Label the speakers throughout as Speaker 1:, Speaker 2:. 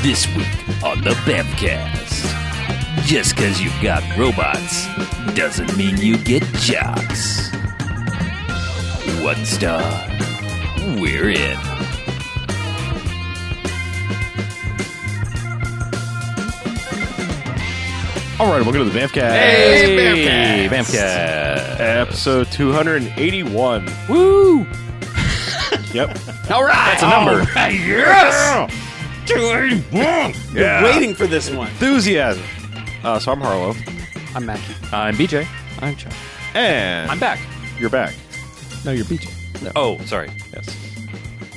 Speaker 1: This week on the Bamcast. Just because you've got robots doesn't mean you get jocks. One star. We're in.
Speaker 2: All right, welcome to the Bamfcast.
Speaker 3: Hey,
Speaker 2: Bamfcast. Episode 281.
Speaker 1: Woo!
Speaker 2: Yep.
Speaker 3: All right.
Speaker 2: That's
Speaker 4: Oh,
Speaker 2: a number.
Speaker 1: Yes!
Speaker 2: Yeah.
Speaker 3: Waiting for this one.
Speaker 2: Enthusiasm. Uh, so I'm Harlow.
Speaker 3: I'm Mackie.
Speaker 1: I'm BJ.
Speaker 3: I'm Chuck.
Speaker 2: And
Speaker 1: I'm back.
Speaker 2: You're back.
Speaker 3: No, you're BJ.
Speaker 1: Oh, sorry.
Speaker 2: Yes.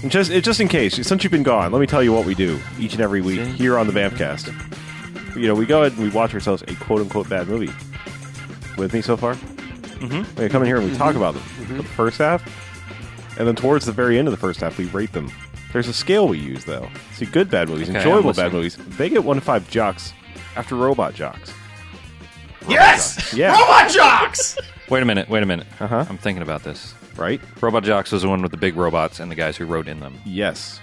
Speaker 2: And just, it- just in case, since you've been gone, let me tell you what we do each and every week here on the Bamfcast. You know, we go ahead and we watch ourselves a quote unquote bad movie. With me so far? Mm-hmm. We come in here and we talk about them. The first half, and then towards the very end of the first half, we rate them. There's a scale we use, though. See, good bad movies,
Speaker 1: Okay, I'm
Speaker 2: enjoyable
Speaker 1: listening.
Speaker 2: bad movies, they get one to five jocks after robot jocks.
Speaker 3: Yes!
Speaker 2: Yeah.
Speaker 3: Robot jocks!
Speaker 4: Wait a minute, wait a minute.
Speaker 2: Uh-huh.
Speaker 4: I'm thinking about this.
Speaker 2: Right?
Speaker 4: Robot Jocks was the one with the big robots and the guys who rode in them.
Speaker 2: Yes.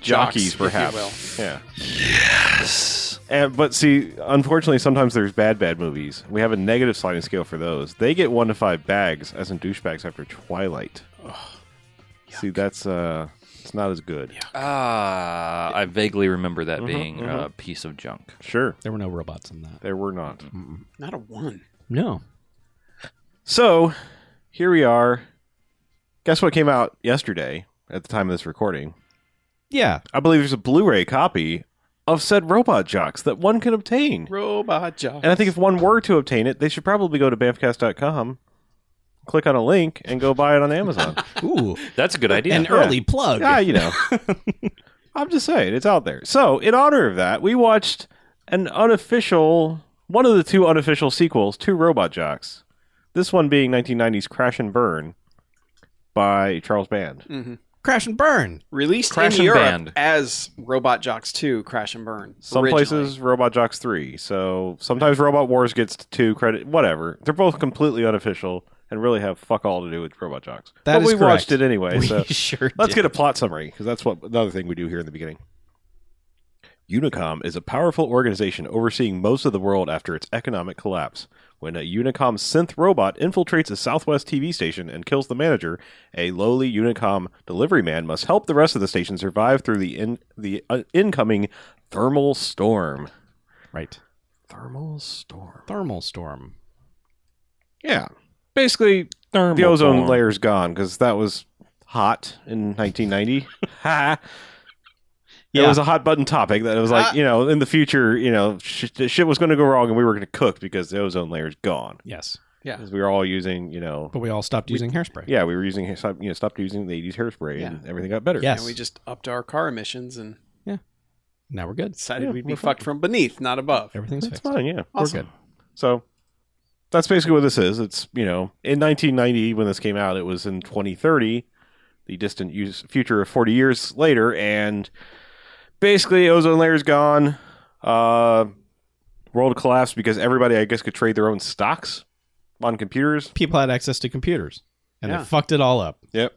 Speaker 3: Jocks,
Speaker 2: Jockeys,
Speaker 3: if you
Speaker 2: perhaps.
Speaker 3: will.
Speaker 2: Yeah. Yes. And, but see, unfortunately, sometimes there's bad, bad movies. We have a negative sliding scale for those. They get one to five bags as in douchebags after Twilight. see, that's uh, it's not as good.
Speaker 4: Ah, I vaguely remember that being a piece of junk.
Speaker 2: Sure,
Speaker 5: There were no robots in that.
Speaker 2: there were not.
Speaker 3: Not a one.
Speaker 5: No.
Speaker 2: So here we are. Guess what came out yesterday at the time of this recording?
Speaker 5: Yeah.
Speaker 2: I believe there's a Blu-ray copy of said Robot Jocks that one can obtain.
Speaker 3: Robot jocks.
Speaker 2: And I think if one were to obtain it, they should probably go to bamfcast.com, click on a link, and go buy it on Amazon.
Speaker 5: Ooh.
Speaker 4: That's a good idea.
Speaker 5: An early plug.
Speaker 2: ah, you know. I'm just saying, it's out there. So, in honor of that, we watched an unofficial, one of the two unofficial sequels to Robot Jocks. This one being 1990's Crash and Burn by Charles Band.
Speaker 5: Crash and burn.
Speaker 3: Released
Speaker 4: Crash
Speaker 3: in
Speaker 4: and
Speaker 3: Europe
Speaker 4: Band.
Speaker 3: as Robot Jocks 2 Crash and Burn.
Speaker 2: Some
Speaker 3: originally.
Speaker 2: places, Robot Jocks 3. So, sometimes Robot Wars gets two credit, whatever. They're both completely unofficial and really have fuck all to do with Robot Jocks.
Speaker 5: That
Speaker 2: but
Speaker 5: is
Speaker 2: we watched
Speaker 5: correct.
Speaker 2: it anyway.
Speaker 5: we
Speaker 2: so.
Speaker 5: sure
Speaker 2: Let's
Speaker 5: did.
Speaker 2: get a plot summary because that's what another thing we do here in the beginning. Unicom is a powerful organization overseeing most of the world after its economic collapse. When a Unicom synth robot infiltrates a Southwest TV station and kills the manager, a lowly Unicom delivery man must help the rest of the station survive through the in, the uh, incoming thermal storm.
Speaker 5: Right.
Speaker 2: Thermal storm.
Speaker 5: Thermal storm.
Speaker 2: Yeah. Basically, the ozone layer's gone because that was hot in 1990. ha. It
Speaker 5: Yeah. Uh,
Speaker 2: was a hot button topic that it was like,
Speaker 3: Ah.
Speaker 2: you know, in the future, you know, sh- shit was going to go wrong and we were going to cook because the ozone layer's gone.
Speaker 5: Yes.
Speaker 3: Yeah.
Speaker 2: Because we were all using, you know,
Speaker 5: But we all stopped using hairspray.
Speaker 2: yeah, we were using, you know, stopped using the 80s hairspray and everything got better.
Speaker 5: Yes.
Speaker 3: And we just upped our car emissions and
Speaker 5: Now we're good.
Speaker 3: decided
Speaker 2: Yeah,
Speaker 3: we'd be
Speaker 2: we're
Speaker 3: fucked from beneath, not above.
Speaker 5: Everything's
Speaker 2: That's
Speaker 5: fixed.
Speaker 2: fine. Yeah.
Speaker 3: Awesome.
Speaker 2: So that's basically what this is. It's, you know, in 1990 when this came out, it was in 2030, the distant use, future of 40 years later, and basically ozone layer's gone. Uh, world collapsed because everybody, I guess, could trade their own stocks on computers.
Speaker 5: People had access to computers and
Speaker 3: Yeah.
Speaker 5: they fucked it all up.
Speaker 2: Yep.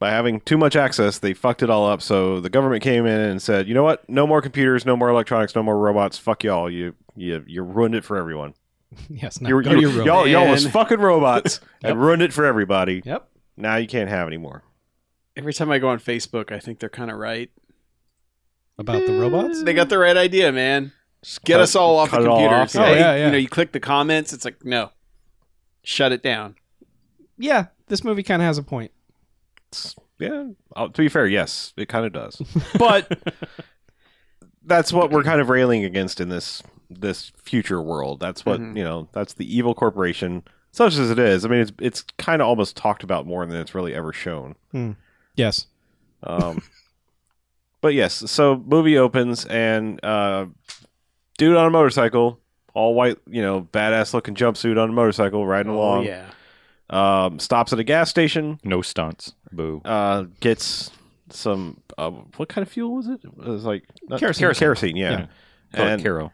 Speaker 2: By having too much access, they fucked it all up. So the government came in and said, "You know what? No more computers, no more electronics, no more robots. Fuck y'all. You you you ruined it for everyone."
Speaker 5: Yes. Now
Speaker 2: you,
Speaker 5: go to
Speaker 2: you,
Speaker 5: your room.
Speaker 2: y'all, y'all was
Speaker 3: Man.
Speaker 2: fucking robots and ruined it for everybody.
Speaker 5: Yep.
Speaker 2: Now you can't have any more.
Speaker 3: Every time I go on Facebook, I think they're kind of right.
Speaker 5: About the robots?
Speaker 3: They got the right idea, man. Just get
Speaker 2: cut-
Speaker 3: us all off the
Speaker 2: cut it all
Speaker 3: computers.
Speaker 2: off, Oh, yeah.
Speaker 3: Hey,
Speaker 5: Yeah, yeah.
Speaker 3: You know, you click the comments, it's like, no. Shut it down.
Speaker 5: Yeah. This movie kind of has a point.
Speaker 2: It's- yeah. Oh, to be fair, yes, it kind of does. But that's what we're kind of railing against in this this future world. That's what
Speaker 5: Mm-hmm.
Speaker 3: Mhm.
Speaker 2: you know. That's the evil corporation, such as it is. I mean, it's it's kind of almost talked about more than it's really ever shown.
Speaker 5: Yes.
Speaker 2: Um, but yes, so movie opens and uh, dude on a motorcycle, all white, you know, badass looking jumpsuit on a motorcycle riding
Speaker 3: Oh,
Speaker 2: along.
Speaker 3: yeah.
Speaker 2: Um, stops at a gas station.
Speaker 4: No stunts. Boo.
Speaker 2: Uh, gets some. Uh, what kind of fuel was it? It was like not-
Speaker 5: Kerosene.
Speaker 2: Kerosene, yeah.
Speaker 4: Yeah. Call it
Speaker 2: And
Speaker 4: Caro.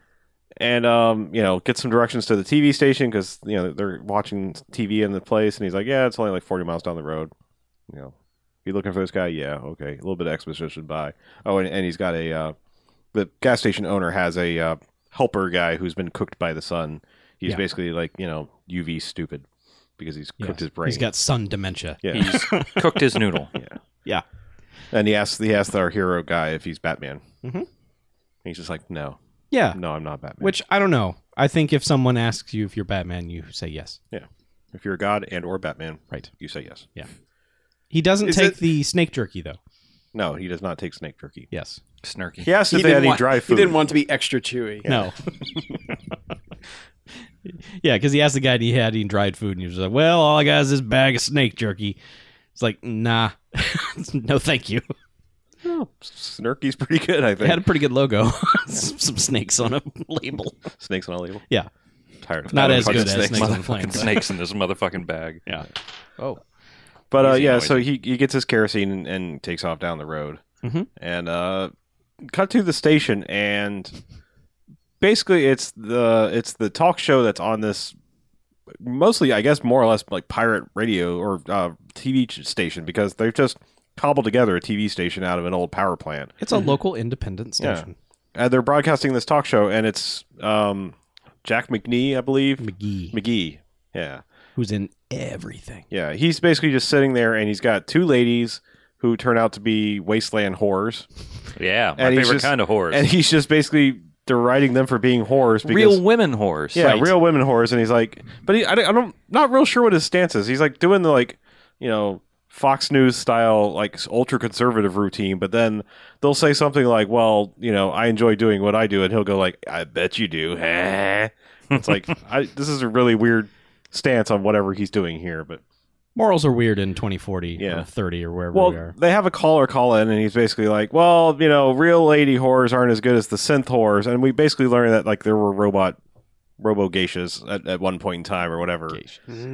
Speaker 2: and um, you know, get some directions to the TV station because you know they're watching TV in the place, and he's like, "Yeah, it's only like forty miles down the road." You know, you looking for this guy? Yeah, okay. A little bit of exposition. Bye. Oh, and, and he's got a uh, the gas station owner has a uh, helper guy who's been cooked by the sun. He's
Speaker 5: Yeah.
Speaker 2: basically like you know UV stupid because he's cooked
Speaker 5: Yeah.
Speaker 2: his brain.
Speaker 5: He's got sun dementia.
Speaker 2: yeah,
Speaker 4: He's cooked his noodle.
Speaker 2: and he asks he asks our hero guy if he's Batman.
Speaker 5: Mhm.
Speaker 2: And He's just like, no,
Speaker 5: Yeah.
Speaker 2: no, I'm not Batman.
Speaker 5: Ah. Which I don't know. I think if someone asks you if you're Batman, you say yes.
Speaker 2: if you're a god and or Batman,
Speaker 5: Right.
Speaker 2: You say yes.
Speaker 5: He doesn't
Speaker 3: Is
Speaker 5: take
Speaker 3: it-
Speaker 5: the snake jerky though.
Speaker 2: No, he does not take snake jerky.
Speaker 5: Yes.
Speaker 4: Snarky.
Speaker 2: He asked if they
Speaker 3: didn't
Speaker 2: had any
Speaker 3: want-
Speaker 2: dry food.
Speaker 3: He didn't want to be extra chewy.
Speaker 5: No. yeah, because he asked the guy and he had eaten dried food, and he was like, "Well, all I got is this bag of snake jerky." It's like, nah, no, thank you.
Speaker 2: No, Snurky's pretty good. I
Speaker 5: It
Speaker 2: think
Speaker 5: had a pretty good logo, some, some snakes on a label.
Speaker 2: snakes on a label.
Speaker 5: Yeah.
Speaker 2: tired of
Speaker 5: Not
Speaker 2: that.
Speaker 5: as
Speaker 2: Fucking
Speaker 5: good as snakes on a plane.
Speaker 4: Motherfucking snakes in this motherfucking bag.
Speaker 5: Yeah.
Speaker 2: But uh,
Speaker 4: Easy
Speaker 2: yeah,
Speaker 4: noise.
Speaker 2: so he, he gets his kerosene and, and takes off down the road.
Speaker 5: Mhm.
Speaker 2: And uh, cut to the station, and basically it's the it's the talk show that's on this mostly, I guess, more or less like pirate radio or uh, TV ch- station because they've just cobbled together a TV station out of an old power plant.
Speaker 5: It's a local independent
Speaker 2: Mm-hmm. Yeah.
Speaker 5: station.
Speaker 2: And Uh, they're broadcasting this talk show, and it's um, Jack McNee, I believe,
Speaker 5: McGee,
Speaker 2: McGee. Yeah.
Speaker 5: who's in everything.
Speaker 2: Yeah, he's basically just sitting there, and he's got two ladies who turn out to be wasteland whores,
Speaker 4: Yeah, my
Speaker 2: And he's
Speaker 4: favorite
Speaker 2: just-
Speaker 4: kind of whores.
Speaker 2: and he's just basically deriding them for being whores. Because,
Speaker 4: Real women whores.
Speaker 2: yeah, real women whores, and he's like, but he, I, don't- I don't, not real sure what his stance is. He's like doing the like, you know, Fox News style like ultra conservative routine, but then they'll say something like, well, you know, I enjoy doing what I do, and he'll go like, I bet you do. huh?" it's like I, this is a really weird stance on whatever he's doing here, but.
Speaker 5: Morals are weird in 2040
Speaker 2: Yeah.
Speaker 5: or 30 or wherever we
Speaker 2: Well,
Speaker 5: are.
Speaker 2: they have a caller call in, and he's basically like, "Well, you know, real lady whores aren't as good as the synth whores," and we basically learned that like there were robot robo geishas at, at one point in time or whatever.
Speaker 3: Mm.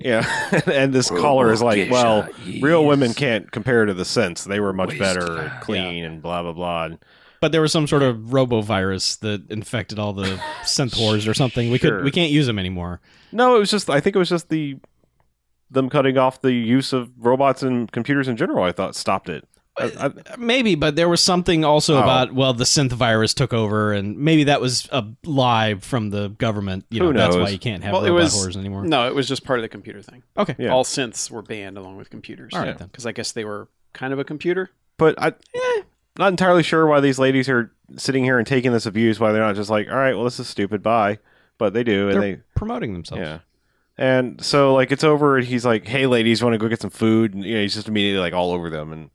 Speaker 2: Yeah, and this caller is like,
Speaker 4: geisha,
Speaker 2: "Well, real
Speaker 4: yes."
Speaker 2: women can't compare to the synths; they were much
Speaker 4: Waste
Speaker 2: better,
Speaker 4: time.
Speaker 2: and clean, and blah blah blah." And
Speaker 5: But there was some sort of robovirus that infected all the synth whores or something. We
Speaker 2: Sure.
Speaker 5: could we can't use them anymore.
Speaker 2: no, it was just I think it was just the them cutting off the use of robots and computers in general. I thought stopped it. I, I,
Speaker 5: Maybe, but there was something also
Speaker 2: Oh.
Speaker 5: about well, the synth virus took over, and maybe that was a lie from the government. You
Speaker 2: Who
Speaker 5: know, that's
Speaker 2: knows?
Speaker 5: why you can't have
Speaker 3: Well, it
Speaker 5: robot
Speaker 3: was-
Speaker 5: whores anymore.
Speaker 3: No, it was just part of the computer thing.
Speaker 5: Okay,
Speaker 2: Yeah.
Speaker 3: All synths were banned along with computers.
Speaker 5: All right, then.
Speaker 3: Because I guess they were kind of a computer.
Speaker 2: but I, not entirely sure why these ladies are sitting here and taking this abuse. Why they're not just like, all right, well, this is stupid, bye. But they do, and
Speaker 5: they're
Speaker 2: they,
Speaker 5: promoting themselves.
Speaker 2: yeah. And so like it's over, and he's like, hey, ladies, want to go get some food? And you know, he's just immediately like all over them, and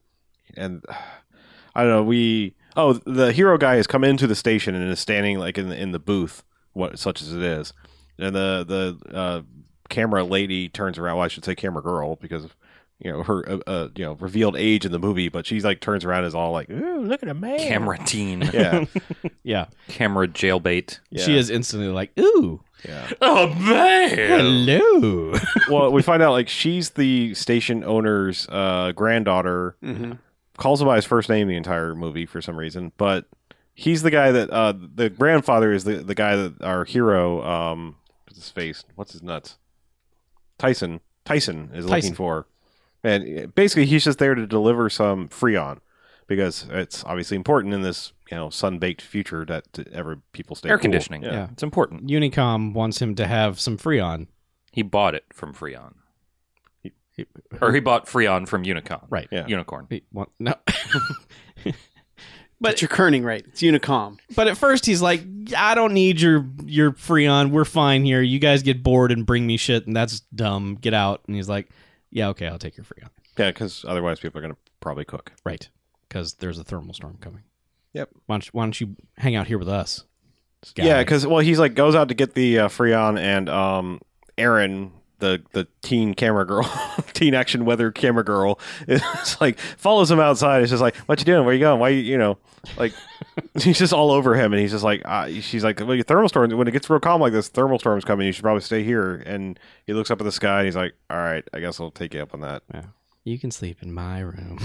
Speaker 2: and I don't know. We oh, the hero guy has come into the station and is standing like in the, in the booth, what such as it is, and the the uh, camera lady turns around. Well, I should say camera girl because of you know her uh, uh, you know revealed age in the movie, but she's like turns around and is all like, ooh, look at a man.
Speaker 4: Camera teen.
Speaker 2: Yeah,
Speaker 5: Yeah.
Speaker 4: Camera jailbait.
Speaker 2: yeah,
Speaker 5: She is instantly like, "Ooh,
Speaker 2: Yeah.
Speaker 4: Oh, man.
Speaker 5: hello."
Speaker 2: well, we find out like she's the station owner's uh, granddaughter.
Speaker 3: Mm-hmm.
Speaker 2: calls him by his first name the entire movie for some reason, but he's the guy that uh, the grandfather is the, the guy that our hero um what's his face what's his nuts Tyson Tyson is looking
Speaker 5: Tyson.
Speaker 2: for, and uh, basically he's just there to deliver some freon because it's obviously important in this you know sun baked future that to ever people stay
Speaker 4: Air
Speaker 2: cool.
Speaker 4: conditioning.
Speaker 2: Yeah.
Speaker 5: Yeah.
Speaker 4: It's important.
Speaker 5: Unicom wants him to have some Freon.
Speaker 4: He bought it from Freon. Or he bought Freon from Unicon.
Speaker 5: Right.
Speaker 2: Yeah.
Speaker 4: Unicorn.
Speaker 5: He want- no.
Speaker 3: But
Speaker 5: But-
Speaker 3: your kerning rate. It's Unicom.
Speaker 5: But at first he's like, I don't need your your Freon. We're fine here. You guys get bored and bring me shit, and that's dumb. Get out. And he's like, Yeah, okay, I'll take your Freon.
Speaker 2: Yeah, because otherwise people are gonna probably cook.
Speaker 5: Right, because there's a thermal storm coming.
Speaker 2: Yep.
Speaker 5: Why don't, why don't you hang out here with us?
Speaker 2: Yeah, 'cause Yeah, because well, he's like goes out to get the uh, Freon and um, Aaron, the the teen camera girl, teen action weather camera girl, is like follows him outside. It's just like, what you doing? Where you going? Why you you know, like he's just all over him, and he's just like, uh, she's like, well, your thermal storm. When it gets real calm like this, thermal storm's coming. You should probably stay here. And he looks up at the sky, and he's like, all right, I guess I'll take you up on that.
Speaker 5: you can sleep in my room.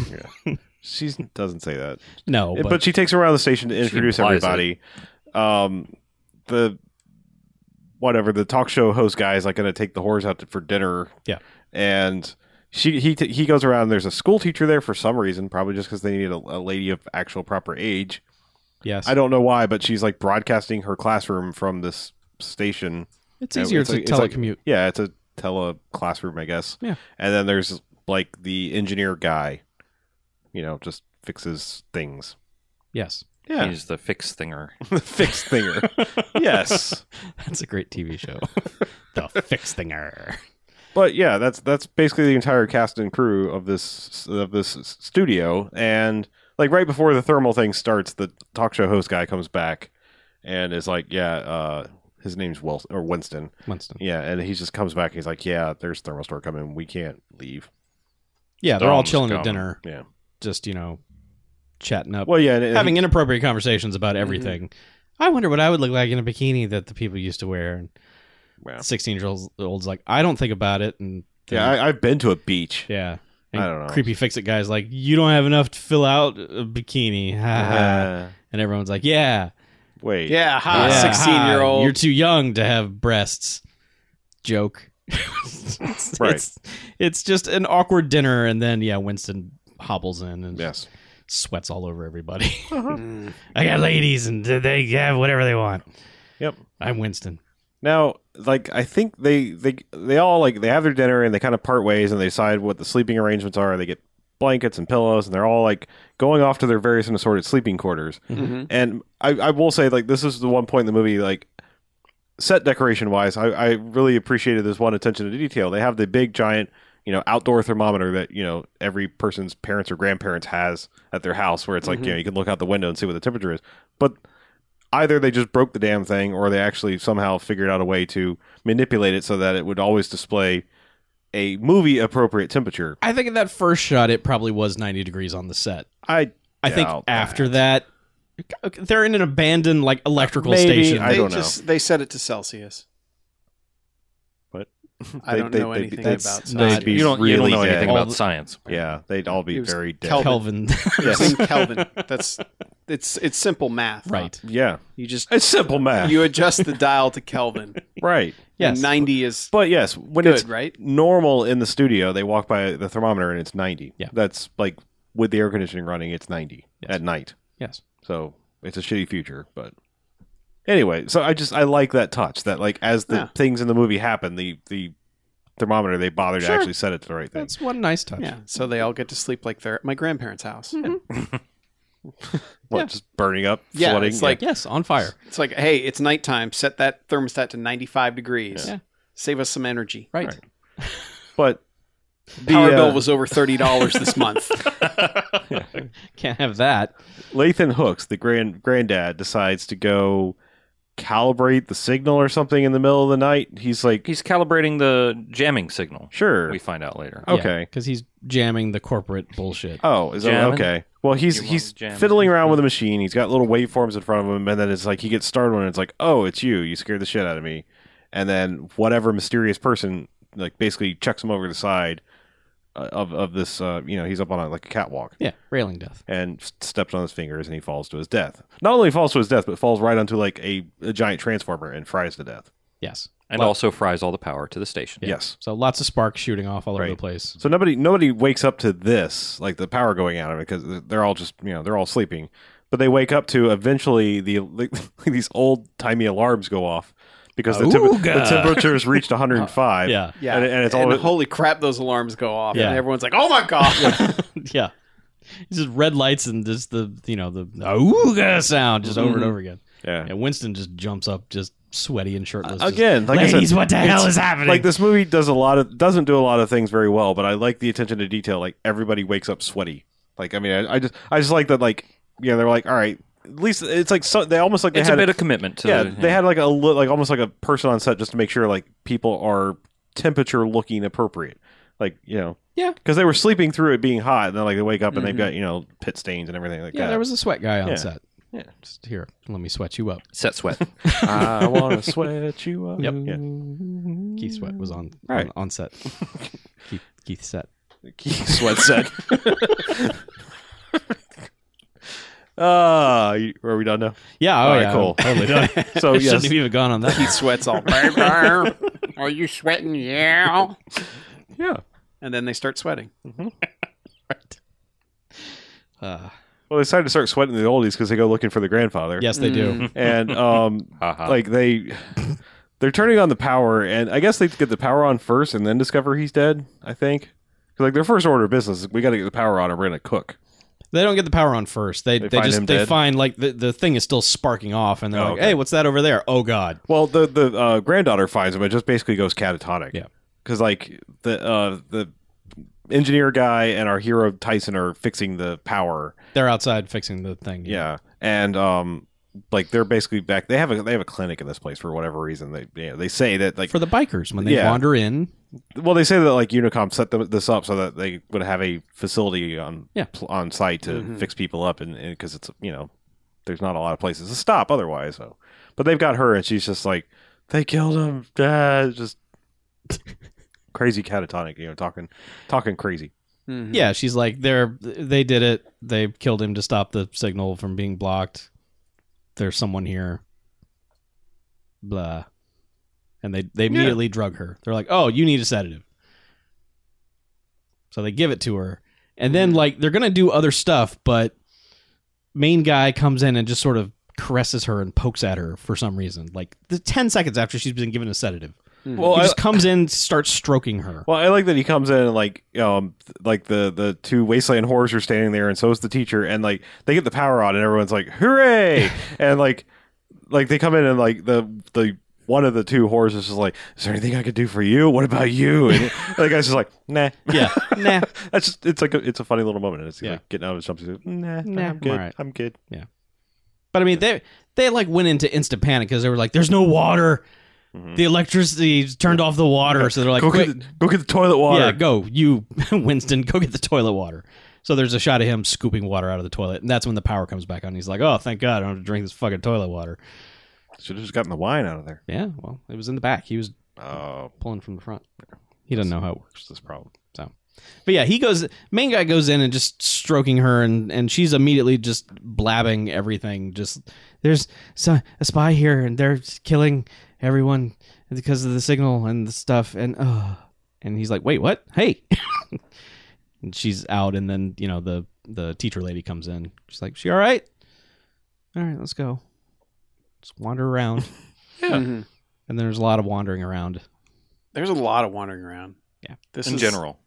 Speaker 2: She doesn't say that.
Speaker 5: no,
Speaker 2: Yeah,
Speaker 5: but,
Speaker 2: but, she takes him around the station to introduce
Speaker 4: implies
Speaker 2: everybody. Um, the whatever the talk show host guy is like going to take the whores out to, for dinner.
Speaker 5: Yeah.
Speaker 2: and she he t- he goes around. There's a school teacher there for some reason, probably just because they needed a, a lady of actual proper age.
Speaker 5: Yes.
Speaker 2: I don't know why, but she's like broadcasting her classroom from this station.
Speaker 5: it's
Speaker 2: Yeah,
Speaker 5: easier
Speaker 2: it's
Speaker 5: to
Speaker 2: like- it's like-
Speaker 5: telecommute.
Speaker 2: Yeah, it's a tele classroom, I guess.
Speaker 5: Yeah.
Speaker 2: And then there's like the engineer guy, you know, just fixes things.
Speaker 5: yes.
Speaker 2: Yeah,
Speaker 4: He's the fix thinger.
Speaker 2: the fix thinger. yes,
Speaker 5: That's a great TV show. the Fix Thinger.
Speaker 2: but yeah, that's that's basically the entire cast and crew of this of this studio. And like right before the thermal thing starts, the talk show host guy comes back and is like, "Yeah, uh, his name's Wilson or Winston."
Speaker 5: Winston.
Speaker 2: Yeah, and he just comes back. And he's like, "Yeah, there's thermal store coming. We can't leave."
Speaker 5: Yeah, they're all
Speaker 4: Dom's
Speaker 5: chilling
Speaker 4: gone.
Speaker 5: at dinner.
Speaker 2: Yeah. uh,
Speaker 5: Just, you know, chatting up,
Speaker 2: Well, yeah, and, and
Speaker 5: having inappropriate conversations
Speaker 2: Mm-hmm.
Speaker 5: about everything. I wonder what I would look like in a bikini that the people used to wear. And
Speaker 2: Wow.
Speaker 5: 16 year olds olds like, I don't think about it. And
Speaker 2: Yeah, I, I've been to a beach.
Speaker 5: yeah.
Speaker 2: I
Speaker 5: And
Speaker 2: don't know.
Speaker 5: Creepy fix it guys like, you don't have enough to fill out a bikini. Ha ha.
Speaker 2: Uh,
Speaker 5: and everyone's like, yeah.
Speaker 2: wait.
Speaker 3: Yeah, ha,
Speaker 5: Uh-huh. yeah,
Speaker 3: 16 year
Speaker 5: ha,
Speaker 3: old.
Speaker 5: You're too young to have breasts. Joke. It's-
Speaker 2: Right.
Speaker 5: It's, it's just an awkward dinner. And then, yeah, Winston hobbles in and
Speaker 2: Yes.
Speaker 5: sweats all over everybody.
Speaker 3: Mm.
Speaker 5: I got ladies, and they have whatever they want.
Speaker 2: Yep.
Speaker 5: I'm Winston.
Speaker 2: Now, like, I think they they they all like they have their dinner and they kind of part ways and they decide what the sleeping arrangements are. They get blankets and pillows and they're all like going off to their various and assorted sleeping quarters.
Speaker 3: Mhm.
Speaker 2: And I, I will say, like, this is the one point in the movie, like, set decoration wise, I, I really appreciated this one attention to detail. They have the big giant, you know, outdoor thermometer that, you know, every person's parents or grandparents has at their house where it's like, you know, you can look out the window and see what the temperature is. But either they just broke the damn thing or they actually somehow figured out a way to manipulate it so that it would always display a movie appropriate temperature.
Speaker 5: I think in that first shot, it probably was 90 degrees on the set.
Speaker 2: I
Speaker 5: I think
Speaker 2: doubt
Speaker 5: after that, they're in an abandoned like electrical
Speaker 2: Maybe.
Speaker 5: station.
Speaker 2: I
Speaker 3: they
Speaker 2: don't know.
Speaker 3: just, They set it to Celsius.
Speaker 2: What?
Speaker 3: I
Speaker 2: They-
Speaker 3: don't
Speaker 2: they-
Speaker 3: know
Speaker 2: they-
Speaker 3: anything about
Speaker 5: that's
Speaker 3: Celsius.
Speaker 5: not-
Speaker 2: They'd be
Speaker 4: you don't,
Speaker 2: really
Speaker 4: you don't know
Speaker 2: dead.
Speaker 4: anything
Speaker 2: All
Speaker 4: about
Speaker 2: the-
Speaker 4: science.
Speaker 2: Yeah, they'd all be
Speaker 3: It was
Speaker 2: very dead.
Speaker 3: Kelvin.
Speaker 5: Kelvin,
Speaker 2: Yes.
Speaker 3: It's in Kelvin. That's it's it's simple math.
Speaker 5: right?
Speaker 2: Yeah.
Speaker 3: You just
Speaker 2: It's simple math.
Speaker 3: you adjust the dial to Kelvin.
Speaker 2: right.
Speaker 5: Yes.
Speaker 3: And 90 is
Speaker 2: But yes, when
Speaker 3: good,
Speaker 2: it's
Speaker 3: right?
Speaker 2: normal in the studio, they walk by the thermometer and it's 90.
Speaker 5: Yeah.
Speaker 2: That's like with the air conditioning running, it's 90
Speaker 5: Yes.
Speaker 2: at night.
Speaker 5: Yes.
Speaker 2: So it's a shitty future, but anyway, so I just I like that touch that like as the
Speaker 3: Yeah.
Speaker 2: things in the movie happen, the the thermometer they bothered to
Speaker 5: Sure.
Speaker 2: actually set it to the right thing.
Speaker 5: That's one nice touch.
Speaker 3: Yeah. So they all get to sleep like they're at my grandparents' house.
Speaker 2: Hmm. what
Speaker 5: yeah.
Speaker 2: just burning up,
Speaker 3: Yeah,
Speaker 2: flooding.
Speaker 3: it's like-
Speaker 5: Yes, on fire.
Speaker 3: It's like, hey, it's nighttime. Set that thermostat to 95 degrees.
Speaker 5: Yeah.
Speaker 3: Save us some energy.
Speaker 5: Right.
Speaker 2: but the,
Speaker 3: Power
Speaker 2: uh,
Speaker 3: bill was over thirty dollars this month.
Speaker 5: Can't have that.
Speaker 2: Lathan Hooks, the grand granddad, decides to go calibrate the signal or something in the middle of the night. He's like,
Speaker 4: He's calibrating the jamming signal.
Speaker 2: sure.
Speaker 4: We find out later.
Speaker 2: Okay.
Speaker 5: Because he's jamming the corporate bullshit.
Speaker 2: Oh, is that
Speaker 4: Jamming.
Speaker 2: okay? Well, he's
Speaker 4: You want
Speaker 2: he's
Speaker 4: jamming.
Speaker 2: fiddling around with a machine. He's got little waveforms in front of him, and then it's like he gets startled, and it's like, "Oh, it's you! You scared the shit out of me!" And then whatever mysterious person like basically chucks him over the side uh, of of this. Uh, you know, he's up on a, like a catwalk
Speaker 5: Yeah, railing death.
Speaker 2: and s- steps on his fingers, and he falls to his death. Not only falls to his death, but falls right onto like a, a giant transformer and fries to death.
Speaker 5: Yes.
Speaker 4: And
Speaker 5: Well-
Speaker 4: also fries all the power to the station.
Speaker 5: Yeah.
Speaker 2: Yes.
Speaker 5: So lots of sparks shooting off all over
Speaker 2: Right.
Speaker 5: the place.
Speaker 2: So nobody nobody wakes up to this, like the power going out of it, because they're all just you know they're all sleeping. But they wake up to eventually the these old timey alarms go off because the, temp-
Speaker 5: Ooga.
Speaker 2: the temperature's reached 105.
Speaker 5: Yeah.
Speaker 3: Yeah,
Speaker 2: And- and it's all-
Speaker 3: holy crap. Those alarms go off,
Speaker 5: Yeah.
Speaker 3: and everyone's like, "Oh my god!"
Speaker 5: yeah. It's just red lights and just the you know the ooga sound just
Speaker 2: Mm-hmm.
Speaker 5: over and over again.
Speaker 2: yeah.
Speaker 5: And Winston just jumps up, just sweaty and shirtless. just,
Speaker 2: Uh, Again, like I
Speaker 5: ladies,
Speaker 2: said,
Speaker 5: what the hell
Speaker 2: it's-
Speaker 5: is happening?
Speaker 2: like this movie does a lot of doesn't do a lot of things very well, but I like the attention to detail. Like everybody wakes up sweaty. Like I mean, I, I just I just like that. Like you know, they're like, all right, at least it's like so, they almost like they
Speaker 4: It's
Speaker 2: had
Speaker 4: a bit of commitment to
Speaker 2: yeah,
Speaker 4: the,
Speaker 2: they had like a li- like almost like a person on set just to make sure like people are temperature looking appropriate, like you know,
Speaker 5: Yeah.
Speaker 2: because they were sleeping through it being hot, and then like they wake up and they've got you know pit stains and everything like
Speaker 5: yeah,
Speaker 2: that.
Speaker 5: there was a sweat guy on
Speaker 2: Yeah.
Speaker 5: set.
Speaker 2: Yeah.
Speaker 5: Just here, let me sweat you up.
Speaker 4: set sweat.
Speaker 2: I want to sweat you up.
Speaker 5: Yep.
Speaker 2: Yeah.
Speaker 5: Keith Sweat was on
Speaker 2: All right.
Speaker 5: on, on set. Keith, Keith set.
Speaker 2: sweat set. Ah, you- are we done now?
Speaker 5: Yeah. Oh,
Speaker 2: All right,
Speaker 5: yeah.
Speaker 2: cool.
Speaker 5: Totally done.
Speaker 2: So
Speaker 5: I shouldn't
Speaker 2: yes,
Speaker 5: have even gone on that.
Speaker 3: he sweats all. "Brr, brr. Are you sweating? Yeah.
Speaker 2: yeah.
Speaker 3: And then they start sweating.
Speaker 5: Uh,
Speaker 2: But Well, they decided to start sweating the oldies because they go looking for the grandfather.
Speaker 5: Yes, they do.
Speaker 2: and um,
Speaker 4: Haha.
Speaker 2: like they they're turning on the power, and I guess they get the power on first, and then discover he's dead. I think 'Cause, like their first order of business, is, we got to get the power on, or we're gonna cook.
Speaker 5: They don't get the power on first. They
Speaker 2: They
Speaker 5: they,
Speaker 2: find him
Speaker 5: just they
Speaker 2: dead?
Speaker 5: find like the, the thing is still sparking off, and they're
Speaker 2: Oh,
Speaker 5: like,
Speaker 2: okay.
Speaker 5: "Hey, what's that over there? Oh God!"
Speaker 2: Well, the the uh, granddaughter finds him, and just basically goes catatonic.
Speaker 5: Yeah.
Speaker 2: because like the uh, the engineer guy and our hero Tyson are fixing the power.
Speaker 5: They're outside fixing the thing.
Speaker 2: Yeah, and um, like they're basically back. They have a they have a clinic in this place for whatever reason. They you know, they say that like
Speaker 5: for the bikers when they
Speaker 2: Yeah.
Speaker 5: wander in.
Speaker 2: Well, they say that like Unicom set them, this up so that they would have a facility on
Speaker 5: Yeah.
Speaker 2: pl- on site to fix people up, and because it's you know there's not a lot of places to stop otherwise. So, but they've got her, and she's just like they killed him. Ah, it's just crazy catatonic, you know, talking talking crazy.
Speaker 3: Mhm.
Speaker 2: Mm.
Speaker 5: Yeah, she's like, "They're they did it. They killed him to stop the signal from being blocked. There's someone here." Blah, and they they immediately drug her. They're like, "Oh, you need a sedative." So they give it to her, and
Speaker 2: Mm.
Speaker 5: then like they're gonna do other stuff, but main guy comes in and just sort of caresses her and pokes at her for some reason. Like the ten seconds after she's been given a sedative,
Speaker 2: Well,
Speaker 5: he
Speaker 2: I,
Speaker 5: just comes in, starts stroking her.
Speaker 2: well, I like that he comes in and like um th- like the the two wasteland whores are standing there, and so is the teacher, and like they get the power on, and everyone's like hooray, and like like they come in and like the the one of the two whores is just like, is there anything I could do for you? What about you? And the guy's just like, nah.
Speaker 5: Yeah, nah.
Speaker 2: That's just it's like a, it's a funny little moment. And it's
Speaker 5: Yeah.
Speaker 2: like getting out of his jumpsuit. Nah,
Speaker 5: Nah,
Speaker 2: I'm good.
Speaker 5: I'm alright.
Speaker 2: I'm good.
Speaker 5: But I mean, they they like went into instant panic because they were like, "There's no water.
Speaker 2: Mhm.
Speaker 5: The electricity turned off the water." So they're like,
Speaker 2: go
Speaker 5: "Quick,
Speaker 2: get the, go get the toilet water.
Speaker 5: yeah, go, you, Winston, go get the toilet water." So there's a shot of him scooping water out of the toilet, and that's when the power comes back on. He's like, "Oh, thank God, I don't have to drink this fucking toilet water."
Speaker 2: Should have just gotten the wine out of there.
Speaker 5: Yeah, well, it was in the back. He was
Speaker 2: Oh,
Speaker 5: pulling from the front. He doesn't know how it works.
Speaker 2: what's this problem?
Speaker 5: But yeah, he goes. Main guy goes in and just stroking her, and and she's immediately just blabbing everything. Just there's so, a spy here, and they're killing everyone because of the signal and the stuff. And uh, and he's like, wait, what? Hey, and she's out. And then you know the the teacher lady comes in. She's like, she all right? All right, let's go. Let's wander around.
Speaker 3: Mhm.
Speaker 5: and there's a lot of wandering around.
Speaker 3: There's a lot of wandering around.
Speaker 5: Yeah.
Speaker 3: This
Speaker 4: in
Speaker 3: is-
Speaker 4: general.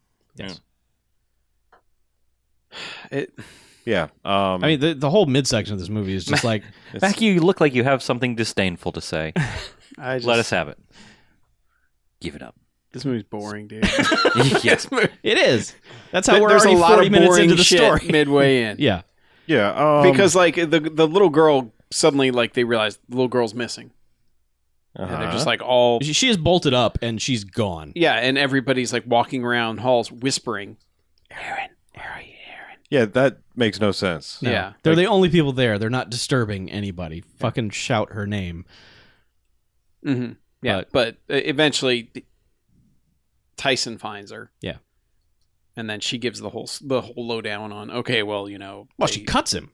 Speaker 3: It,
Speaker 2: Yeah. Um,
Speaker 5: I mean, the the whole midsection of this movie is just like
Speaker 2: it's-
Speaker 4: Becky, you look like you have something disdainful to say.
Speaker 3: I just,
Speaker 4: Let us have it. Give it up.
Speaker 3: This movie's boring, dude.
Speaker 4: yes.
Speaker 5: it is. That's how we're
Speaker 3: There's a
Speaker 5: already
Speaker 3: lot
Speaker 5: 40
Speaker 3: of
Speaker 5: minutes
Speaker 3: boring
Speaker 5: into the
Speaker 3: shit
Speaker 5: story.
Speaker 3: midway in.
Speaker 5: Yeah.
Speaker 2: yeah. Um,
Speaker 3: because like the the little girl suddenly like they realize the little girl's missing, and they're
Speaker 2: uh-huh.
Speaker 3: just like all
Speaker 5: She, she is bolted up and she's gone.
Speaker 3: yeah, and everybody's like walking around halls whispering, "Aaron, where are you, Aaron?"
Speaker 2: Yeah, that makes no sense.
Speaker 5: No,
Speaker 3: Yeah.
Speaker 5: They're the only people there. They're not disturbing anybody. Fucking shout her name.
Speaker 3: Mm-hmm. Yeah, but, uh, eventually th- Tyson finds her.
Speaker 5: Yeah.
Speaker 3: and then she gives the whole s- the whole lowdown on. Okay, well you know,
Speaker 5: Well,
Speaker 3: they-
Speaker 5: she cuts him.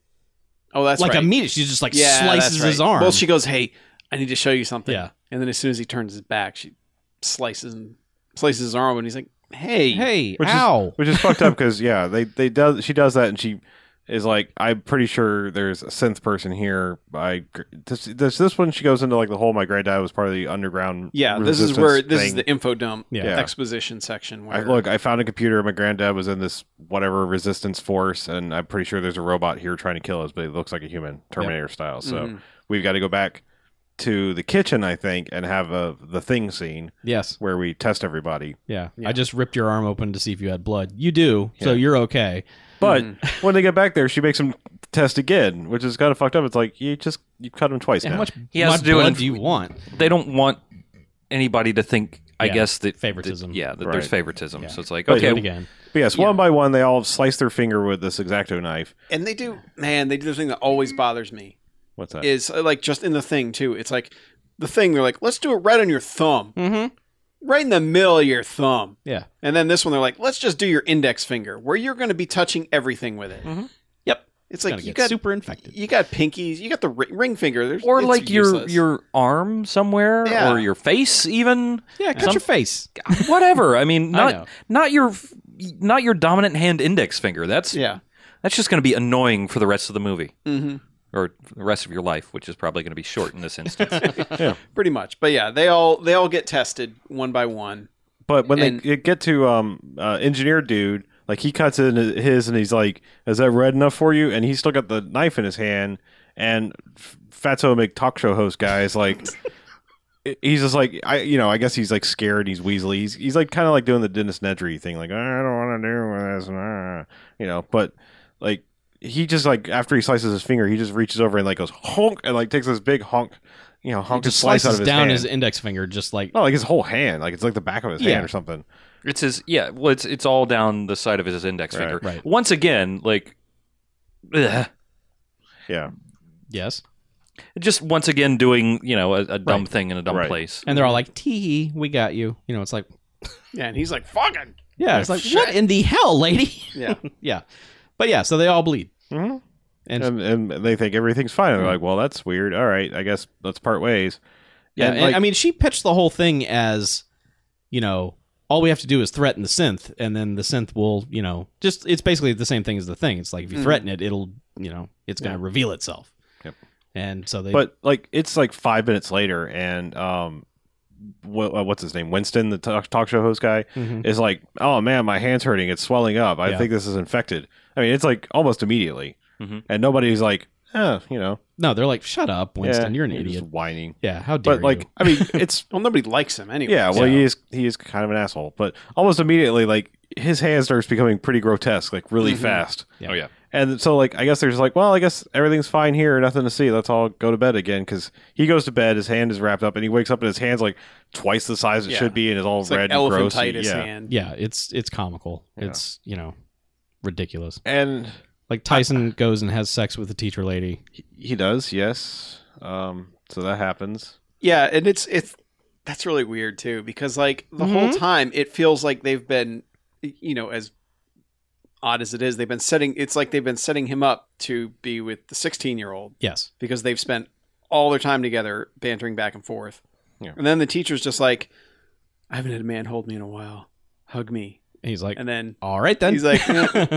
Speaker 3: oh that's
Speaker 5: like
Speaker 3: right.
Speaker 5: immediately. She just like
Speaker 3: Yeah,
Speaker 5: slices
Speaker 3: that's right.
Speaker 5: his arm.
Speaker 3: Well, she goes, "Hey, I need to show you something."
Speaker 5: Yeah.
Speaker 3: and then as soon as he turns his back, she slices and slices his arm, and he's like, "Hey,
Speaker 5: hey,
Speaker 2: Which is-
Speaker 5: ow.
Speaker 2: which is fucked up because yeah, they they does she does that and she is like I'm pretty sure there's a synth person here. I does, does this one she goes into like the whole my granddad was part of the underground.
Speaker 3: Yeah, this is where
Speaker 2: resistance
Speaker 3: this is
Speaker 2: thing.
Speaker 3: the info dump
Speaker 5: Yeah.
Speaker 2: Yeah.
Speaker 3: exposition section. Where
Speaker 2: I, look, I found a computer. My granddad was in this whatever resistance force, and I'm pretty sure there's a robot here trying to kill us, but it looks like a human, Terminator style. So
Speaker 3: Mhm.
Speaker 2: we've got to go back to the kitchen, I think, and have a the thing scene
Speaker 5: yes.
Speaker 2: where we test everybody.
Speaker 5: Yeah.
Speaker 3: Yeah.
Speaker 5: I just ripped your arm open to see if you had blood. You do. So
Speaker 2: Yeah.
Speaker 5: you're okay.
Speaker 2: But when they get back there, she makes him test again, which is kind of fucked up. It's like you just you cut him twice now.
Speaker 5: How much,
Speaker 4: He has
Speaker 5: much
Speaker 4: to do
Speaker 5: blood
Speaker 4: an-
Speaker 5: do you want?
Speaker 4: They don't want anybody to think. I
Speaker 5: Yeah,
Speaker 4: guess that
Speaker 5: favoritism.
Speaker 4: that- yeah, that
Speaker 2: Right.
Speaker 4: there's favoritism. So it's like
Speaker 2: But
Speaker 4: okay,
Speaker 5: Do it again.
Speaker 2: but yes, one by one, they all slice their finger with this exacto knife.
Speaker 3: and they do, man, they do the thing that always bothers me
Speaker 2: What's that?
Speaker 3: is uh, like just in the thing too. It's like the thing they're like, let's do it right on your thumb,
Speaker 5: Mm-hmm.
Speaker 3: right in the middle of your thumb,
Speaker 5: Yeah.
Speaker 3: and then this one they're like, let's just do your index finger, where you're going to be touching everything with it.
Speaker 5: Yep.
Speaker 3: It's
Speaker 5: Gonna
Speaker 3: like you
Speaker 5: get
Speaker 3: got
Speaker 5: super infected.
Speaker 3: you got pinkies, you got the ri- ring finger, there's,
Speaker 4: or
Speaker 3: it's
Speaker 4: like your
Speaker 3: useless.
Speaker 4: your arm somewhere
Speaker 3: Yeah.
Speaker 4: or your face even
Speaker 5: Yeah. Cut
Speaker 4: Some-
Speaker 5: your face.
Speaker 4: whatever. I mean,
Speaker 5: I
Speaker 4: not
Speaker 5: know.
Speaker 4: not your not your dominant hand index finger. That's
Speaker 3: yeah.
Speaker 4: That's just going to be annoying for the rest of the movie
Speaker 3: Mm-hmm.
Speaker 4: or for the rest of your life, which is probably going to be short in this instance.
Speaker 3: Pretty much, but yeah, they all they all get tested one by one.
Speaker 2: But when
Speaker 3: And-
Speaker 2: they it get to um, uh, engineer dude, like he cuts in his and he's like, "Is that red enough for you?" And he's still got the knife in his hand. And F- Fatso Mc talk show host guy is like, he's just like, I you know, I guess he's like scared. He's weaselly. He's he's like kind of like doing the Dennis Nedry thing, like I don't want to do this, ah," you know. But like he just like after he slices his finger, he just reaches over and like goes honk and like takes this big honk, you know, honk
Speaker 5: just
Speaker 2: slice
Speaker 5: slices
Speaker 2: out of his
Speaker 5: down
Speaker 2: hand.
Speaker 5: his index finger, just like
Speaker 2: no, like his whole hand, like it's like the back of his
Speaker 5: Yeah.
Speaker 2: hand or something.
Speaker 4: it's his yeah, well, it's it's all down the side of his index
Speaker 2: Right.
Speaker 4: finger.
Speaker 5: Right.
Speaker 4: Once again, like. ugh.
Speaker 2: Yeah.
Speaker 5: yes.
Speaker 4: Just once again doing you know a, a dumb
Speaker 5: Right.
Speaker 4: thing in a dumb
Speaker 2: Right.
Speaker 4: place.
Speaker 5: And they're all like, "Tee, we got you." You know, it's like,
Speaker 3: Yeah, and he's like, "Fucking
Speaker 5: yeah, it's like, what in the hell, lady?
Speaker 3: yeah."
Speaker 5: yeah, but yeah, so they all bleed,
Speaker 2: hmm
Speaker 5: and, Mm-hmm.
Speaker 2: And, and they think everything's fine. And they're like, well, that's weird. All right, I guess let's part ways.
Speaker 5: yeah,
Speaker 2: and,
Speaker 5: and,
Speaker 2: like-
Speaker 5: I mean, she pitched the whole thing as, you know, all we have to do is threaten the synth, and then the synth will, you know, just it's basically the same thing as the thing. It's like if you
Speaker 3: Mhm.
Speaker 5: threaten it, it'll, you know, it's gonna reveal itself.
Speaker 2: Yep.
Speaker 5: And so they,
Speaker 2: But like, it's like five minutes later, and um, wh- uh, what's his name, Winston, the talk, talk show host guy,
Speaker 5: Mhm.
Speaker 2: is like, oh man, my hand's hurting. It's swelling up. I
Speaker 5: Yeah.
Speaker 2: think this is infected. I mean, it's like almost immediately,
Speaker 5: Mm-hmm.
Speaker 4: Mhm.
Speaker 2: and nobody's like, eh, you know,
Speaker 5: no, they're like, "Shut up, Winston,
Speaker 2: yeah,
Speaker 5: you're an
Speaker 2: just
Speaker 5: idiot."
Speaker 2: whining.
Speaker 5: Yeah, how dare
Speaker 2: But like,
Speaker 5: you?
Speaker 2: I mean, it's
Speaker 3: Well, nobody likes him anyway.
Speaker 2: yeah. Well,
Speaker 5: Yeah.
Speaker 2: he is he is kind of an asshole. But almost immediately, like his hand starts becoming pretty grotesque, like really
Speaker 5: Mm-hmm.
Speaker 3: Mhm.
Speaker 2: fast.
Speaker 5: Yeah.
Speaker 4: Oh yeah,
Speaker 2: And so, like, I guess there's like, well, I guess everything's fine here, nothing to see. Let's all go to bed again. Because he goes to bed, his hand is wrapped up, and he wakes up, and his hand's like twice the size it
Speaker 3: Yeah.
Speaker 2: should be, and it's all
Speaker 3: It's
Speaker 2: red
Speaker 3: like
Speaker 2: and gross. and-
Speaker 3: elephantitis
Speaker 2: yeah.
Speaker 3: hand.
Speaker 5: Yeah, it's it's comical.
Speaker 2: Yeah.
Speaker 5: It's you know, ridiculous.
Speaker 2: And
Speaker 5: Like Tyson goes and has sex with a teacher lady.
Speaker 2: he- he does, yes. Um, so that happens.
Speaker 3: Yeah, and it's it's that's really weird too because like the whole time it feels like they've been you know as odd as it is they've been setting it's like they've been setting him up to be with the 16 year old
Speaker 5: Yes.
Speaker 3: because they've spent all their time together bantering back and forth
Speaker 2: Yeah.
Speaker 3: and then the teacher's just like i haven't had a man hold me in a while hug me
Speaker 5: And he's like,
Speaker 3: and then
Speaker 5: all right then.
Speaker 3: he's like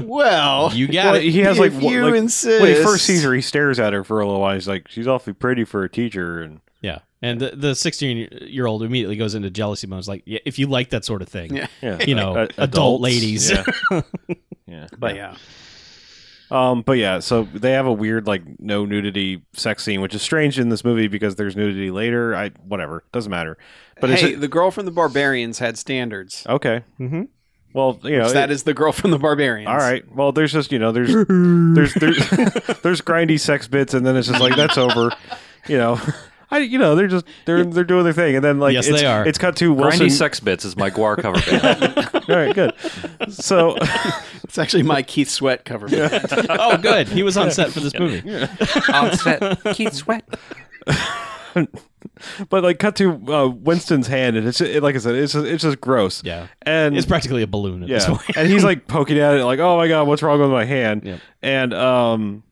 Speaker 3: well
Speaker 5: you
Speaker 2: Well,
Speaker 5: got it.
Speaker 2: he has like,
Speaker 3: if
Speaker 2: one-
Speaker 3: you
Speaker 2: like
Speaker 3: insist
Speaker 2: when he first sees her, he stares at her for a little while. He's like, she's awfully pretty for a teacher, and
Speaker 5: Yeah. And the the 16 year old immediately goes into jealousy mode. It's like, yeah, if you like that sort of thing,
Speaker 3: Yeah.
Speaker 2: yeah,
Speaker 5: you know,
Speaker 2: A-
Speaker 5: adult ladies.
Speaker 2: Yeah. yeah.
Speaker 3: but yeah
Speaker 2: Um, but yeah, so they have a weird like no nudity sex scene, which is strange in this movie because there's nudity later. I whatever doesn't matter. But Oh,
Speaker 3: but hey
Speaker 2: it's
Speaker 3: the girl from the barbarians had standards
Speaker 2: okay.
Speaker 5: Mm-hmm.
Speaker 2: Well, you know,
Speaker 3: So that
Speaker 2: it-
Speaker 3: is the girl from the Barbarians.
Speaker 2: oh, all right. Well, there's just you know, there's there's there's there's grindy sex bits, and then it's just like that's over. You know, I you know they're just they're they're doing their thing, and then like
Speaker 5: Yes,
Speaker 2: it's,
Speaker 5: they are.
Speaker 2: It's cut to Wilson.
Speaker 4: grindy sex bits is my Guar cover band.
Speaker 2: all right, good. So
Speaker 3: It's actually my Keith Sweat cover. band.
Speaker 5: oh, good. He was on set for this movie.
Speaker 4: On set, Keith Sweat.
Speaker 2: but like cut to uh, Winston's hand, and it's it, like I said, it's just, it's just gross.
Speaker 5: Yeah.
Speaker 2: and
Speaker 5: It's practically a balloon at this
Speaker 2: Yeah,
Speaker 5: point.
Speaker 2: and he's like poking at it, like, "Oh my god, what's wrong with my hand?"
Speaker 5: Yep.
Speaker 2: And um,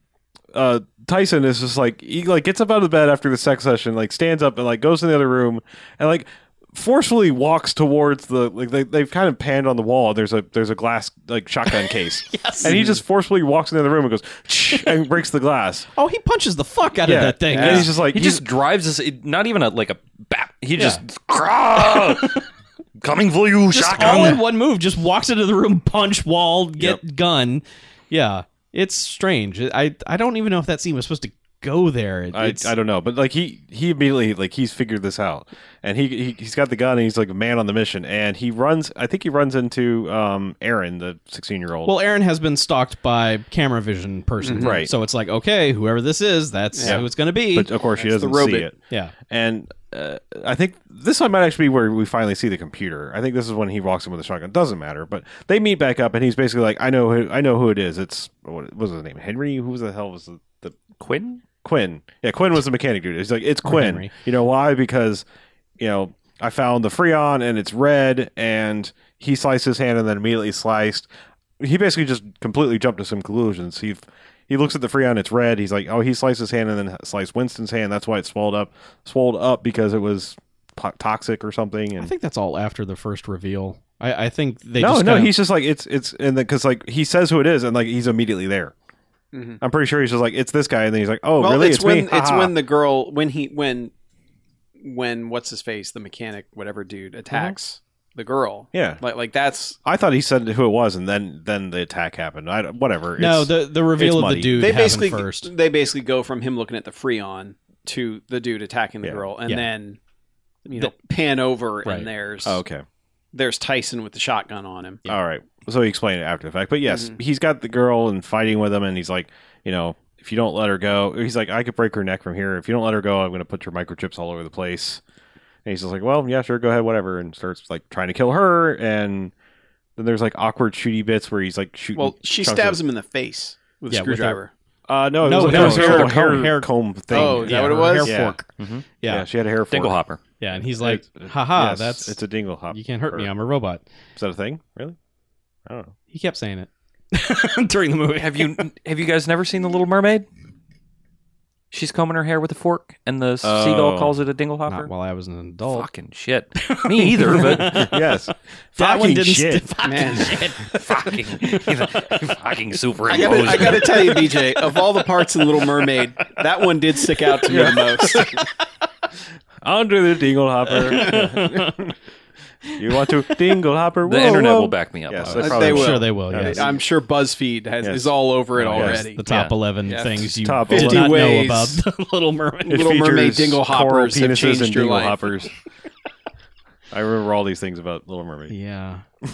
Speaker 2: uh, Tyson is just like he like gets up out of the bed after the sex session, like stands up and like goes in the other room and like forcefully walks towards the like they, they've kind of panned on the wall. There's a there's a glass like shotgun case, yes. and he just forcefully walks in the other room and goes "Shh," and breaks the glass.
Speaker 5: Oh, he punches the fuck out
Speaker 2: Yeah,
Speaker 5: of that thing.
Speaker 2: and he's just like
Speaker 4: He
Speaker 2: he's-
Speaker 4: just drives us. it- Not even a like a bap. He just "Grah! coming for you,
Speaker 5: Just
Speaker 4: shotgun.
Speaker 5: all in one move, just walks into the room, punch wall, get gun. Yeah. It's strange. I I don't even know if that scene was supposed to go there. It-
Speaker 2: I,
Speaker 5: it's-
Speaker 2: I don't know, but like he he immediately like he's figured this out, and he, he he's got the gun and he's like a man on the mission, and he runs. I think he runs into um Aaron, the sixteen year old.
Speaker 5: Well, Aaron has been stalked by camera vision person,
Speaker 2: Mm-hmm. Right.
Speaker 5: So it's like, okay, whoever this is, that's
Speaker 2: Yeah.
Speaker 5: who it's going to be.
Speaker 2: but uh, of course she
Speaker 3: That's the
Speaker 2: doesn't see
Speaker 3: robot.
Speaker 2: it.
Speaker 5: yeah,
Speaker 2: And uh, I think this one might actually be where we finally see the computer. I think this is when he walks in with a shotgun. Doesn't matter, but they meet back up, and he's basically like, "I know who I know who it is. It's what was his name? Henry? Who was the hell was the, the
Speaker 4: Quinn.
Speaker 2: Quinn. Yeah, Quinn was the mechanic dude. He's like, it's Quinn.
Speaker 5: Henry.
Speaker 2: You know why? Because, you know, I found the Freon and it's red, and he sliced his hand and then immediately sliced. He basically just completely jumped to some conclusions. He he looks at the Freon, it's red. He's like, oh, he sliced his hand and then sliced Winston's hand. That's why it swelled up, swelled up because it was po- toxic or something.
Speaker 5: I
Speaker 2: And
Speaker 5: think that's all after the first reveal. I, I think they
Speaker 2: no,
Speaker 5: just
Speaker 2: no,
Speaker 5: kinda-
Speaker 2: he's just like it's it's and because like he says who it is, and like he's immediately there.
Speaker 3: Mhm.
Speaker 2: I'm pretty sure he's just like, it's this guy, and then he's like, oh,
Speaker 3: well,
Speaker 2: really?
Speaker 3: it's,
Speaker 2: It's,
Speaker 3: when
Speaker 2: me.
Speaker 3: it's
Speaker 2: Ha ha.
Speaker 3: when the girl when he when when what's his face the mechanic whatever dude attacks the girl.
Speaker 2: Uh-huh. Yeah.
Speaker 3: like like that's
Speaker 2: I thought he said who it was, and then then the attack happened. I, whatever.
Speaker 5: no,
Speaker 2: it's-
Speaker 5: the the reveal
Speaker 2: it's
Speaker 5: of
Speaker 2: muddy.
Speaker 5: the dude
Speaker 3: they
Speaker 5: happened
Speaker 3: basically
Speaker 5: first.
Speaker 3: they basically go from him looking at the freon to the dude attacking the
Speaker 2: Yeah.
Speaker 3: girl and
Speaker 2: Yeah.
Speaker 3: then you know pan over
Speaker 5: Right.
Speaker 3: and there's
Speaker 2: Oh, okay.
Speaker 3: there's Tyson with the shotgun on him.
Speaker 2: All right. So he explained it after the fact. But yes,
Speaker 5: Mm-hmm.
Speaker 2: he's got the girl and fighting with him, and he's like, you know, if you don't let her go, he's like, I could break her neck from here. If you don't let her go, I'm going to put your microchips all over the place. And he's just like, well, yeah, sure, go ahead, whatever. And starts like trying to kill her. And then there's like awkward shooty bits where he's like shooting.
Speaker 3: Well, she
Speaker 2: chunks
Speaker 3: stabs
Speaker 2: of-
Speaker 3: him in the face with a
Speaker 5: Yeah, with a-
Speaker 3: screwdriver.
Speaker 2: Uh, no, it
Speaker 5: No,
Speaker 2: was,
Speaker 5: no,
Speaker 2: it was
Speaker 5: it
Speaker 2: her,
Speaker 5: was
Speaker 2: hair,
Speaker 5: a comb-
Speaker 2: hair comb thing.
Speaker 3: Oh, is that what it
Speaker 5: her
Speaker 3: was?
Speaker 5: Hair
Speaker 2: Yeah. Mm-hmm.
Speaker 5: fork. Yeah.
Speaker 2: yeah. she had a hair fork.
Speaker 4: Dingle hopper.
Speaker 5: Yeah, and he's like,
Speaker 2: It's-
Speaker 5: haha,
Speaker 2: Yes,
Speaker 5: Ah, that's
Speaker 2: it's a dingle hop.
Speaker 5: you can't hurt me, I'm a robot.
Speaker 2: Is that a thing? Really? I don't know.
Speaker 5: He kept saying it during the movie.
Speaker 4: Have you have you guys never seen The Little Mermaid? She's combing her hair with a fork, and the
Speaker 2: Oh.
Speaker 4: seagull calls it a dingle hopper.
Speaker 5: Not while I was an adult.
Speaker 4: Fucking shit. Me either, but
Speaker 2: yes.
Speaker 5: That one
Speaker 2: Fucking
Speaker 5: didn't
Speaker 2: shit.
Speaker 5: st- fucking
Speaker 3: Man.
Speaker 5: shit.
Speaker 4: fucking fucking
Speaker 3: I gotta,
Speaker 4: superimposed.
Speaker 3: I gotta tell you, BJ, of all the parts in Little Mermaid, that one did stick out to me the most.
Speaker 2: Under the dingle hopper. you want to dingle hopper?
Speaker 4: the
Speaker 2: whoa,
Speaker 4: internet
Speaker 2: whoa.
Speaker 4: will back me up.
Speaker 2: Yes,
Speaker 4: on
Speaker 2: they
Speaker 4: it.
Speaker 2: probably
Speaker 3: They
Speaker 2: will.
Speaker 3: will.
Speaker 5: Sure, they will.
Speaker 2: Yeah,
Speaker 5: Yes.
Speaker 2: they-
Speaker 3: I'm sure BuzzFeed has
Speaker 2: Yes.
Speaker 3: is all over it
Speaker 2: Oh, yes.
Speaker 3: already.
Speaker 5: the top
Speaker 4: Yeah.
Speaker 5: eleven
Speaker 3: Yeah.
Speaker 5: things you
Speaker 2: Top
Speaker 5: did
Speaker 2: 50
Speaker 5: not know
Speaker 3: ways.
Speaker 5: about the Little Mermaid.
Speaker 2: It
Speaker 3: Little Mermaid
Speaker 2: features
Speaker 3: dingle
Speaker 2: coral
Speaker 3: hoppers have
Speaker 2: penises
Speaker 3: changed
Speaker 2: and
Speaker 3: your
Speaker 2: dingle
Speaker 3: life.
Speaker 2: hoppers. I remember all these things about Little Mermaid.
Speaker 5: Yeah.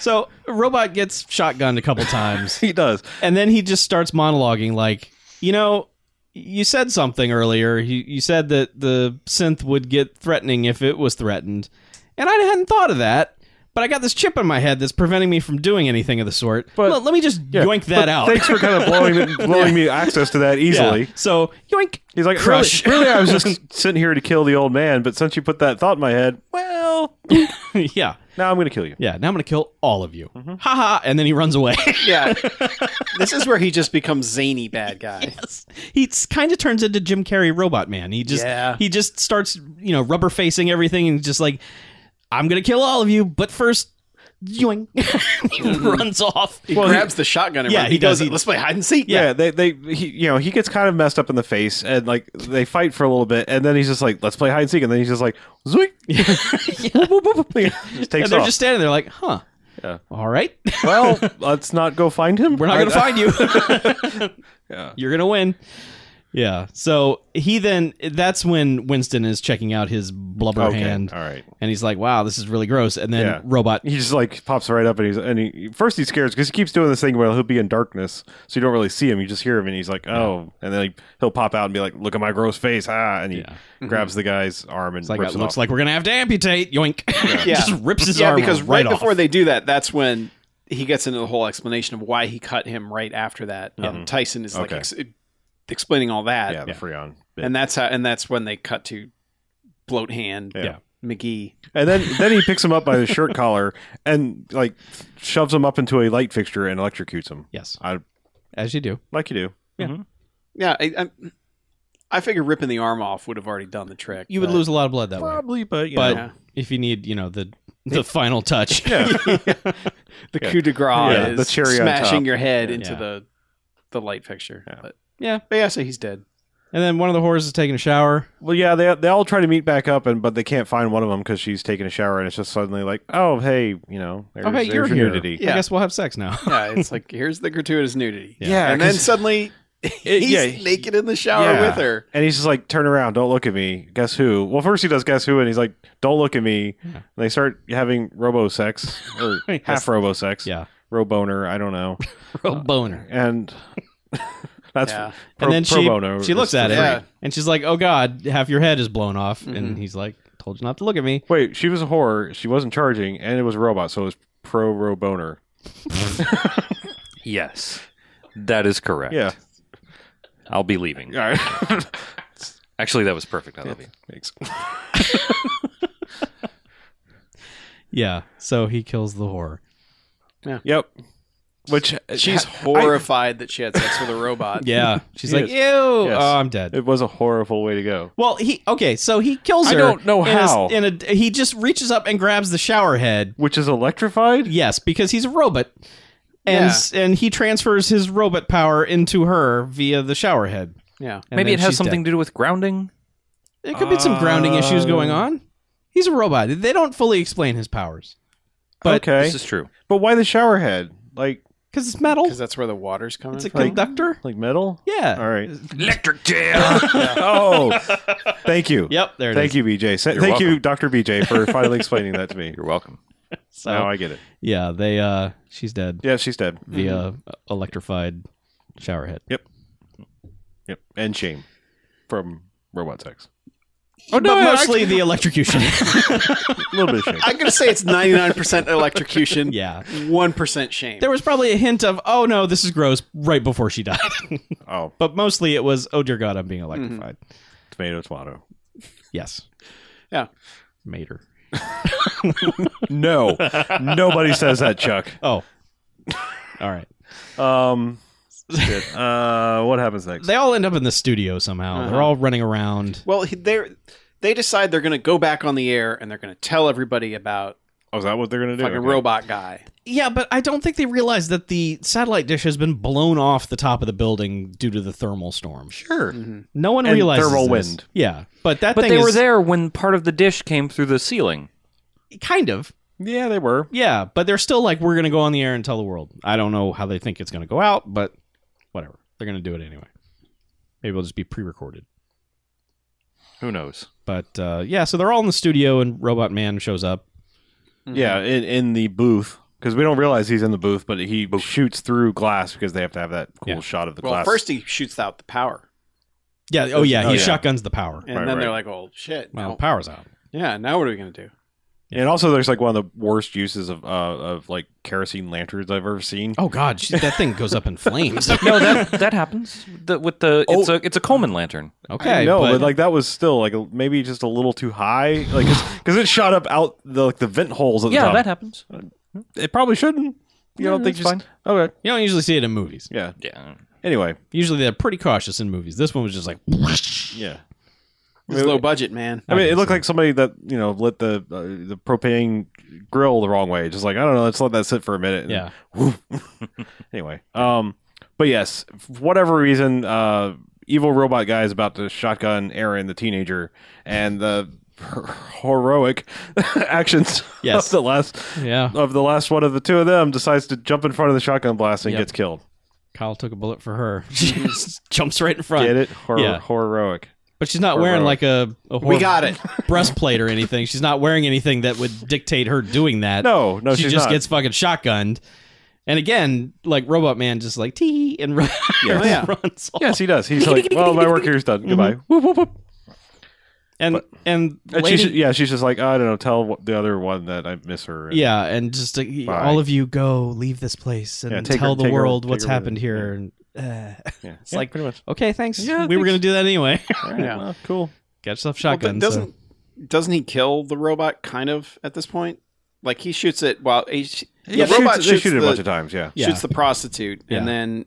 Speaker 5: so robot gets shotgunned a couple times,
Speaker 2: He does.
Speaker 5: and then he just starts monologuing like, you know, you said something earlier. You you said that the synth would get threatening if it was threatened, and I hadn't thought of that. But I got this chip in my head that's preventing me from doing anything of the sort.
Speaker 2: But-
Speaker 5: let, let me just
Speaker 2: Yeah,
Speaker 5: yoink that
Speaker 2: but
Speaker 5: out.
Speaker 2: Thanks for kind of blowing blowing me access to that
Speaker 5: Yeah.
Speaker 2: easily.
Speaker 5: So yoink.
Speaker 2: He's like,
Speaker 5: Crush.
Speaker 2: Really, really, I was just sitting here to kill the old man, but since you put that thought in my head, well,
Speaker 5: yeah.
Speaker 2: now I'm going to kill you.
Speaker 5: Yeah, now I'm gonna kill all of you.
Speaker 2: Mm-hmm.
Speaker 5: Ha ha! And then he runs away.
Speaker 3: Yeah. This is where he just becomes zany bad guy.
Speaker 5: he kind of turns into Jim Carrey Robot Man. He just
Speaker 3: Yeah.
Speaker 5: he just starts you know rubber facing everything and just like I'm gonna kill all of you, but first, yoing, he
Speaker 2: Mm-hmm.
Speaker 5: runs off.
Speaker 3: He grabs the shotgun and
Speaker 5: Yeah,
Speaker 3: runs-
Speaker 5: he does.
Speaker 3: goes,
Speaker 5: He-
Speaker 3: Let's play hide and seek.
Speaker 2: Yeah, they they he, you know he gets kind of messed up in the face and like they fight for a little bit and then he's just like let's play hide and seek and then he's just like zoink Boop, boop, boop. just
Speaker 5: And
Speaker 2: takes
Speaker 5: they're
Speaker 2: off.
Speaker 5: just standing there like, huh?
Speaker 2: Yeah.
Speaker 5: All right,
Speaker 2: well let's not go find him
Speaker 5: we're not gonna find you.
Speaker 2: Yeah.
Speaker 5: You're gonna win. Yeah. So he then that's when Winston is checking out his blubber
Speaker 2: okay
Speaker 5: hand,
Speaker 2: all right
Speaker 5: and he's like, "Wow, this is really gross." And then
Speaker 2: Yeah.
Speaker 5: robot
Speaker 2: he just like pops right up and he's and he first he scares because he keeps doing this thing where he'll be in darkness so you don't really see him you just hear him and he's like oh and then like, he'll pop out and be like look at my gross face ah and he grabs the guy's arm and
Speaker 5: It's like
Speaker 2: rips
Speaker 5: it
Speaker 2: it
Speaker 5: looks
Speaker 2: off.
Speaker 5: like we're gonna have to amputate. Yoink!
Speaker 3: Yeah.
Speaker 5: Just rips his
Speaker 3: yeah,
Speaker 5: arm
Speaker 3: because right,
Speaker 5: off.
Speaker 3: before they do that, that's when he gets into the whole explanation of why he cut him right after that. And Tyson is like
Speaker 2: Okay.
Speaker 3: ex- explaining all that.
Speaker 2: yeah the freon bit.
Speaker 3: And that's how and that's when they cut to bloat hand
Speaker 2: Yeah.
Speaker 3: McGee.
Speaker 2: And then then he picks him up by the shirt collar and like shoves him up into a light fixture and electrocutes him.
Speaker 5: yes,
Speaker 2: I
Speaker 5: as you do.
Speaker 2: like you do.
Speaker 3: Yeah, I, I, I figure ripping the arm off would have already done the trick.
Speaker 5: You would
Speaker 3: but-
Speaker 5: lose a lot of blood that way.
Speaker 2: but you
Speaker 5: But
Speaker 2: know.
Speaker 5: if you need, you know, the the final touch,
Speaker 3: the coup de grace
Speaker 2: Yeah,
Speaker 3: is
Speaker 2: the cherry on
Speaker 3: smashing
Speaker 2: top.
Speaker 3: your head into
Speaker 5: Yeah.
Speaker 3: the the light fixture.
Speaker 2: Yeah.
Speaker 3: But,
Speaker 5: Yeah.
Speaker 3: but yeah, so he's dead.
Speaker 5: and then one of the whores is taking a shower.
Speaker 2: well, yeah, they they all try to meet back up and but they can't find one of them because she's taking a shower and it's just suddenly like, oh hey, you know, there's,
Speaker 5: Oh, hey,
Speaker 2: there's
Speaker 5: you're
Speaker 2: your
Speaker 5: here.
Speaker 2: nudity.
Speaker 5: I guess we'll have sex now.
Speaker 3: Yeah, it's like here's the gratuitous nudity.
Speaker 5: Yeah.
Speaker 2: Yeah,
Speaker 3: and then
Speaker 2: 'cause-
Speaker 3: suddenly
Speaker 2: It-
Speaker 3: he's
Speaker 2: yeah, he-
Speaker 3: naked in the shower
Speaker 2: yeah.
Speaker 3: with her.
Speaker 2: And he's just like, turn around, don't look at me. Guess who? Well, first he does guess who, and he's like, don't look at me. And they start having robo sex or
Speaker 5: Yes.
Speaker 2: half robo sex,
Speaker 5: yeah,
Speaker 2: roboner. I don't know.
Speaker 5: pro boner.
Speaker 2: And that's
Speaker 3: Yeah.
Speaker 2: pro,
Speaker 5: and then
Speaker 2: pro
Speaker 5: she
Speaker 2: bono
Speaker 5: she looks
Speaker 2: is
Speaker 5: at
Speaker 2: the
Speaker 5: it
Speaker 2: free.
Speaker 3: Yeah.
Speaker 5: and she's like, "Oh God, half your head is blown off." And he's like, "Told you not to look at me."
Speaker 2: Wait, she was a horror. She wasn't charging, and it was a robot, so it was pro ro boner.
Speaker 4: yes, that is correct.
Speaker 2: Yeah.
Speaker 4: I'll be leaving.
Speaker 2: All right.
Speaker 4: Actually, that was perfect. I love you.
Speaker 2: Thanks.
Speaker 5: Yeah, so he kills the whore.
Speaker 2: Yep. Which uh,
Speaker 3: She's
Speaker 2: ha-
Speaker 3: horrified that she had sex with a robot.
Speaker 5: Yeah, she's
Speaker 2: He
Speaker 5: like,
Speaker 2: is.
Speaker 5: "Ew, oh, I'm
Speaker 2: I-
Speaker 5: dead."
Speaker 2: it was a horrible way to go.
Speaker 5: Well, he okay, so he kills
Speaker 2: I
Speaker 5: her.
Speaker 2: don't know
Speaker 5: in a-
Speaker 2: how.
Speaker 5: in a, he just reaches up and grabs the shower head.
Speaker 2: Which is electrified.
Speaker 5: Yes, because he's a robot. and s- and he transfers his robot power into her via the shower head.
Speaker 3: Yeah.
Speaker 5: And
Speaker 4: Maybe
Speaker 5: then
Speaker 4: it has
Speaker 5: she's
Speaker 4: something
Speaker 5: dead.
Speaker 4: to do with grounding.
Speaker 5: There could be some grounding issues going
Speaker 4: Uh,
Speaker 5: on. He's a robot. They don't fully explain his powers But
Speaker 2: okay,
Speaker 4: This is true.
Speaker 2: but why the shower head? Like
Speaker 5: because it's metal.
Speaker 3: Because that's where the water's coming
Speaker 5: It's Oh. a
Speaker 3: from.
Speaker 5: conductor.
Speaker 2: like metal?
Speaker 5: Yeah.
Speaker 2: All right.
Speaker 4: Electric chair.
Speaker 2: oh, thank you.
Speaker 5: Yep. There it
Speaker 2: Thank
Speaker 5: is.
Speaker 2: you, BJ. Sa-
Speaker 4: You're
Speaker 2: Thank you,
Speaker 4: welcome.
Speaker 2: Doctor BJ, for finally explaining that to me.
Speaker 4: You're welcome.
Speaker 5: So
Speaker 2: Now I get it.
Speaker 5: yeah, they uh, she's dead
Speaker 2: Yeah, she's dead. Mm-hmm.
Speaker 4: uh,
Speaker 5: via electrified shower head.
Speaker 2: Yep, and shame from robot sex.
Speaker 5: Oh
Speaker 4: no,
Speaker 5: but
Speaker 4: I-
Speaker 5: mostly the electrocution.
Speaker 2: A little bit of shame.
Speaker 3: I'm gonna say it's 99% electrocution.
Speaker 5: yeah.
Speaker 3: One percent shame.
Speaker 5: There was probably a hint of, oh no, this is gross, right before she died.
Speaker 2: Oh,
Speaker 5: but mostly it was, oh dear God, I'm being electrified.
Speaker 2: tomato, tomato.
Speaker 5: Yes.
Speaker 3: Yeah.
Speaker 5: Mater.
Speaker 2: No, nobody says that, Chuck.
Speaker 5: Oh. All right.
Speaker 2: Um, shit. Uh, what happens next?
Speaker 5: They all end up in the studio somehow. They're all running around.
Speaker 3: well, they they decide they're gonna go back on the air and they're gonna tell everybody about
Speaker 2: Oh, is that what they're gonna do?
Speaker 3: fucking
Speaker 2: Okay.
Speaker 3: robot guy.
Speaker 5: Yeah, but I don't think they realize that the satellite dish has been blown off the top of the building due to the thermal storm.
Speaker 2: Sure.
Speaker 5: No one
Speaker 2: And
Speaker 5: realizes
Speaker 2: thermal
Speaker 5: this.
Speaker 2: wind.
Speaker 5: Yeah, but that
Speaker 4: But
Speaker 5: thing
Speaker 4: they were
Speaker 5: is-
Speaker 4: there when part of the dish came through the ceiling.
Speaker 5: Kind of.
Speaker 2: Yeah, they were.
Speaker 5: Yeah, but they're still like, we're going to go on the air and tell the world. I don't know how they think it's going to go out, but whatever. They're going to do it anyway. Maybe it'll just be pre recorded.
Speaker 4: Who knows?
Speaker 5: But uh, yeah, so they're all in the studio and Robot Man shows up.
Speaker 2: Yeah, in, in the booth because we don't realize he's in the booth, but he shoots through glass because they have to have that cool
Speaker 5: Yeah.
Speaker 2: shot of the
Speaker 3: Well,
Speaker 2: glass.
Speaker 3: first he shoots out the power,
Speaker 5: Yeah, oh yeah, he
Speaker 2: Oh, yeah.
Speaker 5: shotguns the power.
Speaker 3: and
Speaker 2: Right,
Speaker 3: then they're
Speaker 2: right.
Speaker 3: like, "Oh shit!"
Speaker 5: Well,
Speaker 3: now-
Speaker 5: the power's out.
Speaker 3: yeah. Now what are we gonna do?
Speaker 2: and also there's like one of the worst uses of uh, of like kerosene lanterns I've ever seen.
Speaker 5: Oh god, she- that thing goes up in flames.
Speaker 4: No, that that happens the, with the.
Speaker 5: Oh.
Speaker 4: It's a it's a Coleman lantern.
Speaker 5: Okay,
Speaker 2: no,
Speaker 5: but,
Speaker 2: but, like that was still like a- maybe just a little too high, like because it shot up out the like the vent holes at the
Speaker 4: Yeah,
Speaker 2: top.
Speaker 4: that happens.
Speaker 2: it probably shouldn't. You
Speaker 4: Yeah,
Speaker 2: don't think
Speaker 4: that's
Speaker 2: just
Speaker 4: fine.
Speaker 2: okay?
Speaker 5: you don't usually see it in movies.
Speaker 2: Yeah.
Speaker 4: Yeah.
Speaker 2: Anyway,
Speaker 5: Usually they're pretty cautious in movies. This one was just like,
Speaker 2: yeah.
Speaker 3: It's low budget, man.
Speaker 2: I mean, it looked like somebody that you know lit the uh, the propane grill the wrong way. Just like I don't know, let's let that sit for a minute. and-
Speaker 5: yeah,
Speaker 2: Anyway, um, but yes, for whatever reason, uh, evil robot guy is about to shotgun Aaron, the teenager, and the her- heroic actions
Speaker 5: Yes.
Speaker 2: of the last
Speaker 5: yeah.
Speaker 2: of the last one of the two of them decides to jump in front of the shotgun blast and
Speaker 5: Yep.
Speaker 2: gets killed.
Speaker 5: Kyle took a bullet for her. She just jumps right in front.
Speaker 2: Get it? Hor-
Speaker 5: Yeah.
Speaker 2: Heroic.
Speaker 5: But she's not wearing
Speaker 2: Heroic.
Speaker 5: like a, a
Speaker 3: We
Speaker 5: hor-
Speaker 3: got it.
Speaker 5: breastplate or anything. She's not wearing anything that would dictate her doing that.
Speaker 2: No, no,
Speaker 5: she
Speaker 2: she's
Speaker 5: just
Speaker 2: not.
Speaker 5: gets fucking shotgunned. And again, like Robot Man, just like tee and run,
Speaker 2: Yes.
Speaker 3: Oh, yeah.
Speaker 5: runs off.
Speaker 2: Yes, he does. He's like, well, my work here's done.
Speaker 5: Mm-hmm.
Speaker 2: Goodbye. Whoop, whoop, whoop.
Speaker 5: and and,
Speaker 2: And
Speaker 5: lady,
Speaker 2: she's, yeah, she's just like, I don't know, tell wh- the other one that I miss her. And-
Speaker 5: yeah, and just like,
Speaker 2: Bye.
Speaker 5: all of you go, leave this place, and
Speaker 2: Yeah, take
Speaker 5: tell
Speaker 2: her-
Speaker 5: the
Speaker 2: take her-
Speaker 5: world
Speaker 2: take
Speaker 5: what's
Speaker 2: her with
Speaker 5: happened
Speaker 2: it.
Speaker 5: here. And, uh,
Speaker 2: yeah.
Speaker 5: it's
Speaker 2: Yeah,
Speaker 5: like-
Speaker 2: pretty much.
Speaker 5: okay, thanks.
Speaker 2: Yeah,
Speaker 5: we were gonna
Speaker 2: thanks.
Speaker 5: do that anyway.
Speaker 2: All right,
Speaker 3: Yeah.
Speaker 2: well, cool.
Speaker 5: Got yourself
Speaker 3: Well, but
Speaker 5: shotgunned.
Speaker 3: doesn't
Speaker 5: so-
Speaker 3: doesn't he kill the robot kind of at this point? Like he shoots it while he, sh- the
Speaker 2: Yeah, they
Speaker 3: robot
Speaker 2: shoot, they shoot
Speaker 3: the,
Speaker 2: it a bunch of times. Yeah.
Speaker 5: Yeah.
Speaker 3: shoots the prostitute,
Speaker 5: Yeah.
Speaker 3: and then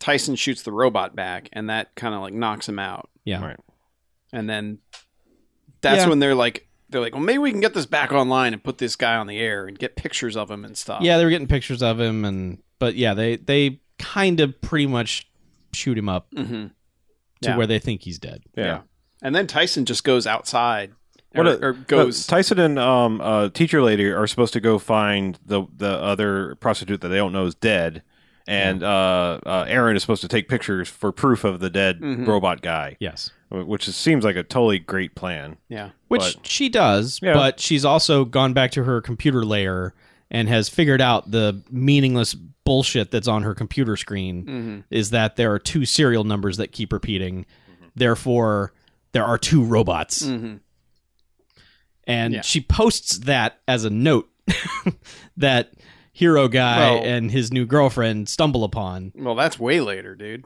Speaker 3: Tyson shoots the robot back, and that kind of like knocks him out.
Speaker 5: yeah,
Speaker 2: Right.
Speaker 3: And then that's
Speaker 5: Yeah.
Speaker 3: when they're like, they're like, well, maybe we can get this back online and put this guy on the air and get pictures of him and stuff.
Speaker 5: yeah, they were getting pictures of him, and but yeah, they they kind of pretty much shoot him up
Speaker 3: hmm
Speaker 5: to
Speaker 3: Yeah.
Speaker 5: where they think he's dead.
Speaker 2: Yeah.
Speaker 3: Yeah. And then Tyson just goes outside
Speaker 2: What
Speaker 3: or,
Speaker 2: a-
Speaker 3: or goes.
Speaker 2: No, Tyson and um, uh, teacher lady are supposed to go find the the other prostitute that they don't know is dead, and uh, uh, Aaron is supposed to take pictures for proof of the dead
Speaker 3: Mhm.
Speaker 2: robot guy,
Speaker 5: Yes.
Speaker 2: wh- which is, seems like a totally great plan.
Speaker 3: yeah.
Speaker 5: Which she does,
Speaker 2: Yeah.
Speaker 5: but she's also gone back to her computer layer and has figured out the meaningless bullshit that's on her computer screen
Speaker 3: hmm
Speaker 5: is that there are two serial numbers that keep repeating.
Speaker 3: Mm-hmm.
Speaker 5: Therefore, there are two robots.
Speaker 3: hmm
Speaker 5: And
Speaker 3: Yeah.
Speaker 5: she posts that as a note that hero guy
Speaker 3: Well-
Speaker 5: and his new girlfriend stumble upon.
Speaker 3: Well, that's way later, dude.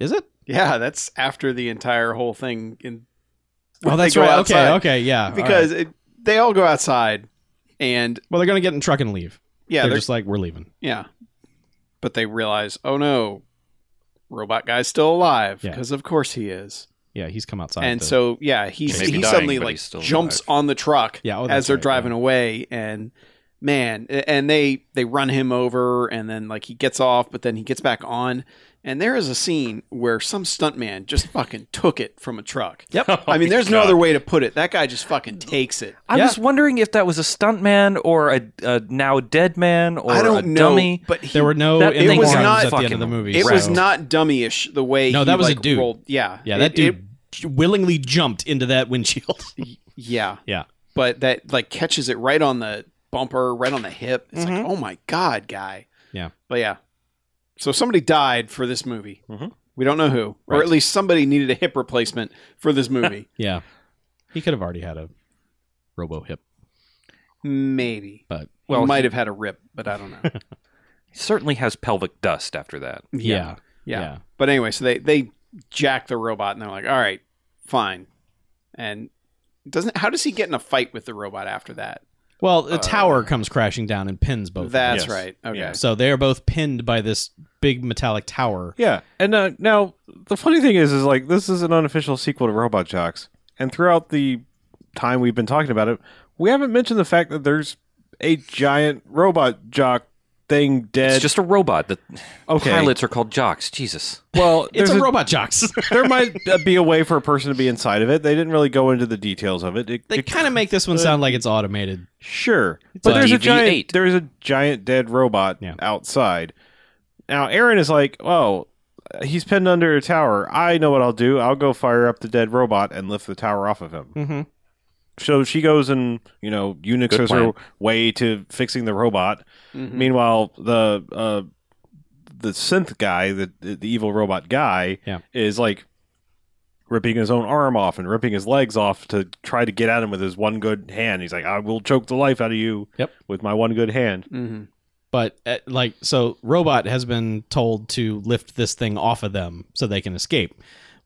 Speaker 5: Is it?
Speaker 3: Yeah, that's after the entire whole thing. In
Speaker 5: Oh,
Speaker 3: when they
Speaker 5: that's
Speaker 3: go
Speaker 5: right.
Speaker 3: outside.
Speaker 5: Okay, okay, yeah. all right.
Speaker 3: because it, they all go outside, and
Speaker 5: well, they're gonna get in the truck and leave.
Speaker 3: yeah,
Speaker 5: they're,
Speaker 3: they're-
Speaker 5: just like we're leaving.
Speaker 3: yeah, but they realize, oh no, robot guy's still alive
Speaker 5: Yeah.
Speaker 3: because of course he is,
Speaker 5: Yeah, he's come outside.
Speaker 3: and
Speaker 5: to-
Speaker 3: so yeah, he's
Speaker 4: Maybe
Speaker 3: he
Speaker 4: dying,
Speaker 3: suddenly
Speaker 4: but
Speaker 3: like
Speaker 4: he's still
Speaker 3: jumps
Speaker 4: alive.
Speaker 3: on the truck
Speaker 5: Yeah, oh,
Speaker 3: as
Speaker 5: that's
Speaker 3: they're
Speaker 5: right,
Speaker 3: driving away, and man a- and they they run him over and then like he gets off but then he gets back on and there is a scene where some stuntman just fucking took it from a truck
Speaker 5: Yep.
Speaker 3: i mean there's no other way to put it that guy just fucking takes it
Speaker 4: I
Speaker 5: Yeah.
Speaker 4: was wondering if that was a stunt man or a, a now dead man or
Speaker 3: i
Speaker 4: a
Speaker 3: don't know
Speaker 4: dummy.
Speaker 3: but he,
Speaker 5: There were no
Speaker 4: That-
Speaker 5: it
Speaker 4: it
Speaker 3: was
Speaker 5: was
Speaker 3: not
Speaker 5: at the end of
Speaker 4: fucking-
Speaker 5: the movie.
Speaker 3: it
Speaker 5: so-
Speaker 3: was not dummyish the way
Speaker 5: No,
Speaker 3: he,
Speaker 5: that was a
Speaker 3: like,
Speaker 5: dude.
Speaker 3: rolled. yeah
Speaker 5: Yeah, that
Speaker 3: It- it-
Speaker 5: dude willingly jumped into that windshield.
Speaker 3: yeah
Speaker 5: yeah.
Speaker 3: but that like catches it right on the bumper, right on the hip. It's like, oh my god, guy.
Speaker 5: Yeah.
Speaker 3: But yeah. So somebody died for this movie.
Speaker 2: Mhm.
Speaker 3: We don't know who, or at least somebody needed a hip replacement for this movie.
Speaker 5: Yeah. He could have already had a robo hip,
Speaker 3: Maybe.
Speaker 5: but
Speaker 3: Well,
Speaker 4: Well,
Speaker 3: might have had a rip, but I don't know.
Speaker 4: He certainly has pelvic dust after that.
Speaker 5: yeah.
Speaker 3: yeah.
Speaker 5: Yeah.
Speaker 3: But anyway, so they they jack the robot, and they're like, all right, fine. And doesn't how does he get in a fight with the robot after that?
Speaker 5: Well,
Speaker 3: Uh,
Speaker 5: the tower comes crashing down and pins both. of them.
Speaker 3: That's
Speaker 2: Yes.
Speaker 3: right. Okay.
Speaker 2: Yeah.
Speaker 5: So they are both pinned by this big metallic tower.
Speaker 2: Yeah, and uh, now the funny thing is, is like this is an unofficial sequel to Robot Jocks, and throughout the time we've been talking about it, we haven't mentioned the fact that there's a giant robot jock thing dead.
Speaker 4: It's just a robot. The
Speaker 2: Okay.
Speaker 4: pilots are called jocks. Jesus.
Speaker 2: well,
Speaker 5: It's
Speaker 2: there's
Speaker 5: a,
Speaker 2: a-
Speaker 5: robot jocks.
Speaker 2: there might uh, be a way for a person to be inside of it. They didn't really go into the details of it. It-
Speaker 5: they
Speaker 2: it-
Speaker 5: kind of make this one sound like it's automated.
Speaker 2: Sure, but
Speaker 5: a
Speaker 2: there's a
Speaker 4: DV8.
Speaker 2: giant there's a giant dead robot
Speaker 5: Yeah.
Speaker 2: outside. Now Aaron is like, "Oh, he's pinned under a tower. I know what I'll do. I'll go fire up the dead robot and lift the tower off of him."
Speaker 5: Mm-hmm.
Speaker 2: So she goes and you know Unixes
Speaker 4: Good
Speaker 2: her
Speaker 4: plan.
Speaker 2: way to fixing the robot.
Speaker 3: Mhm.
Speaker 2: Mm-hmm. Meanwhile, the uh, the synth guy, the the evil robot guy,
Speaker 5: Yeah.
Speaker 2: is like ripping his own arm off and ripping his legs off to try to get at him with his one good hand. He's like, "I will choke the life out of you
Speaker 5: Yep.
Speaker 2: with my one good hand."
Speaker 3: Mhm.
Speaker 5: But uh, like, so robot has been told to lift this thing off of them so they can escape.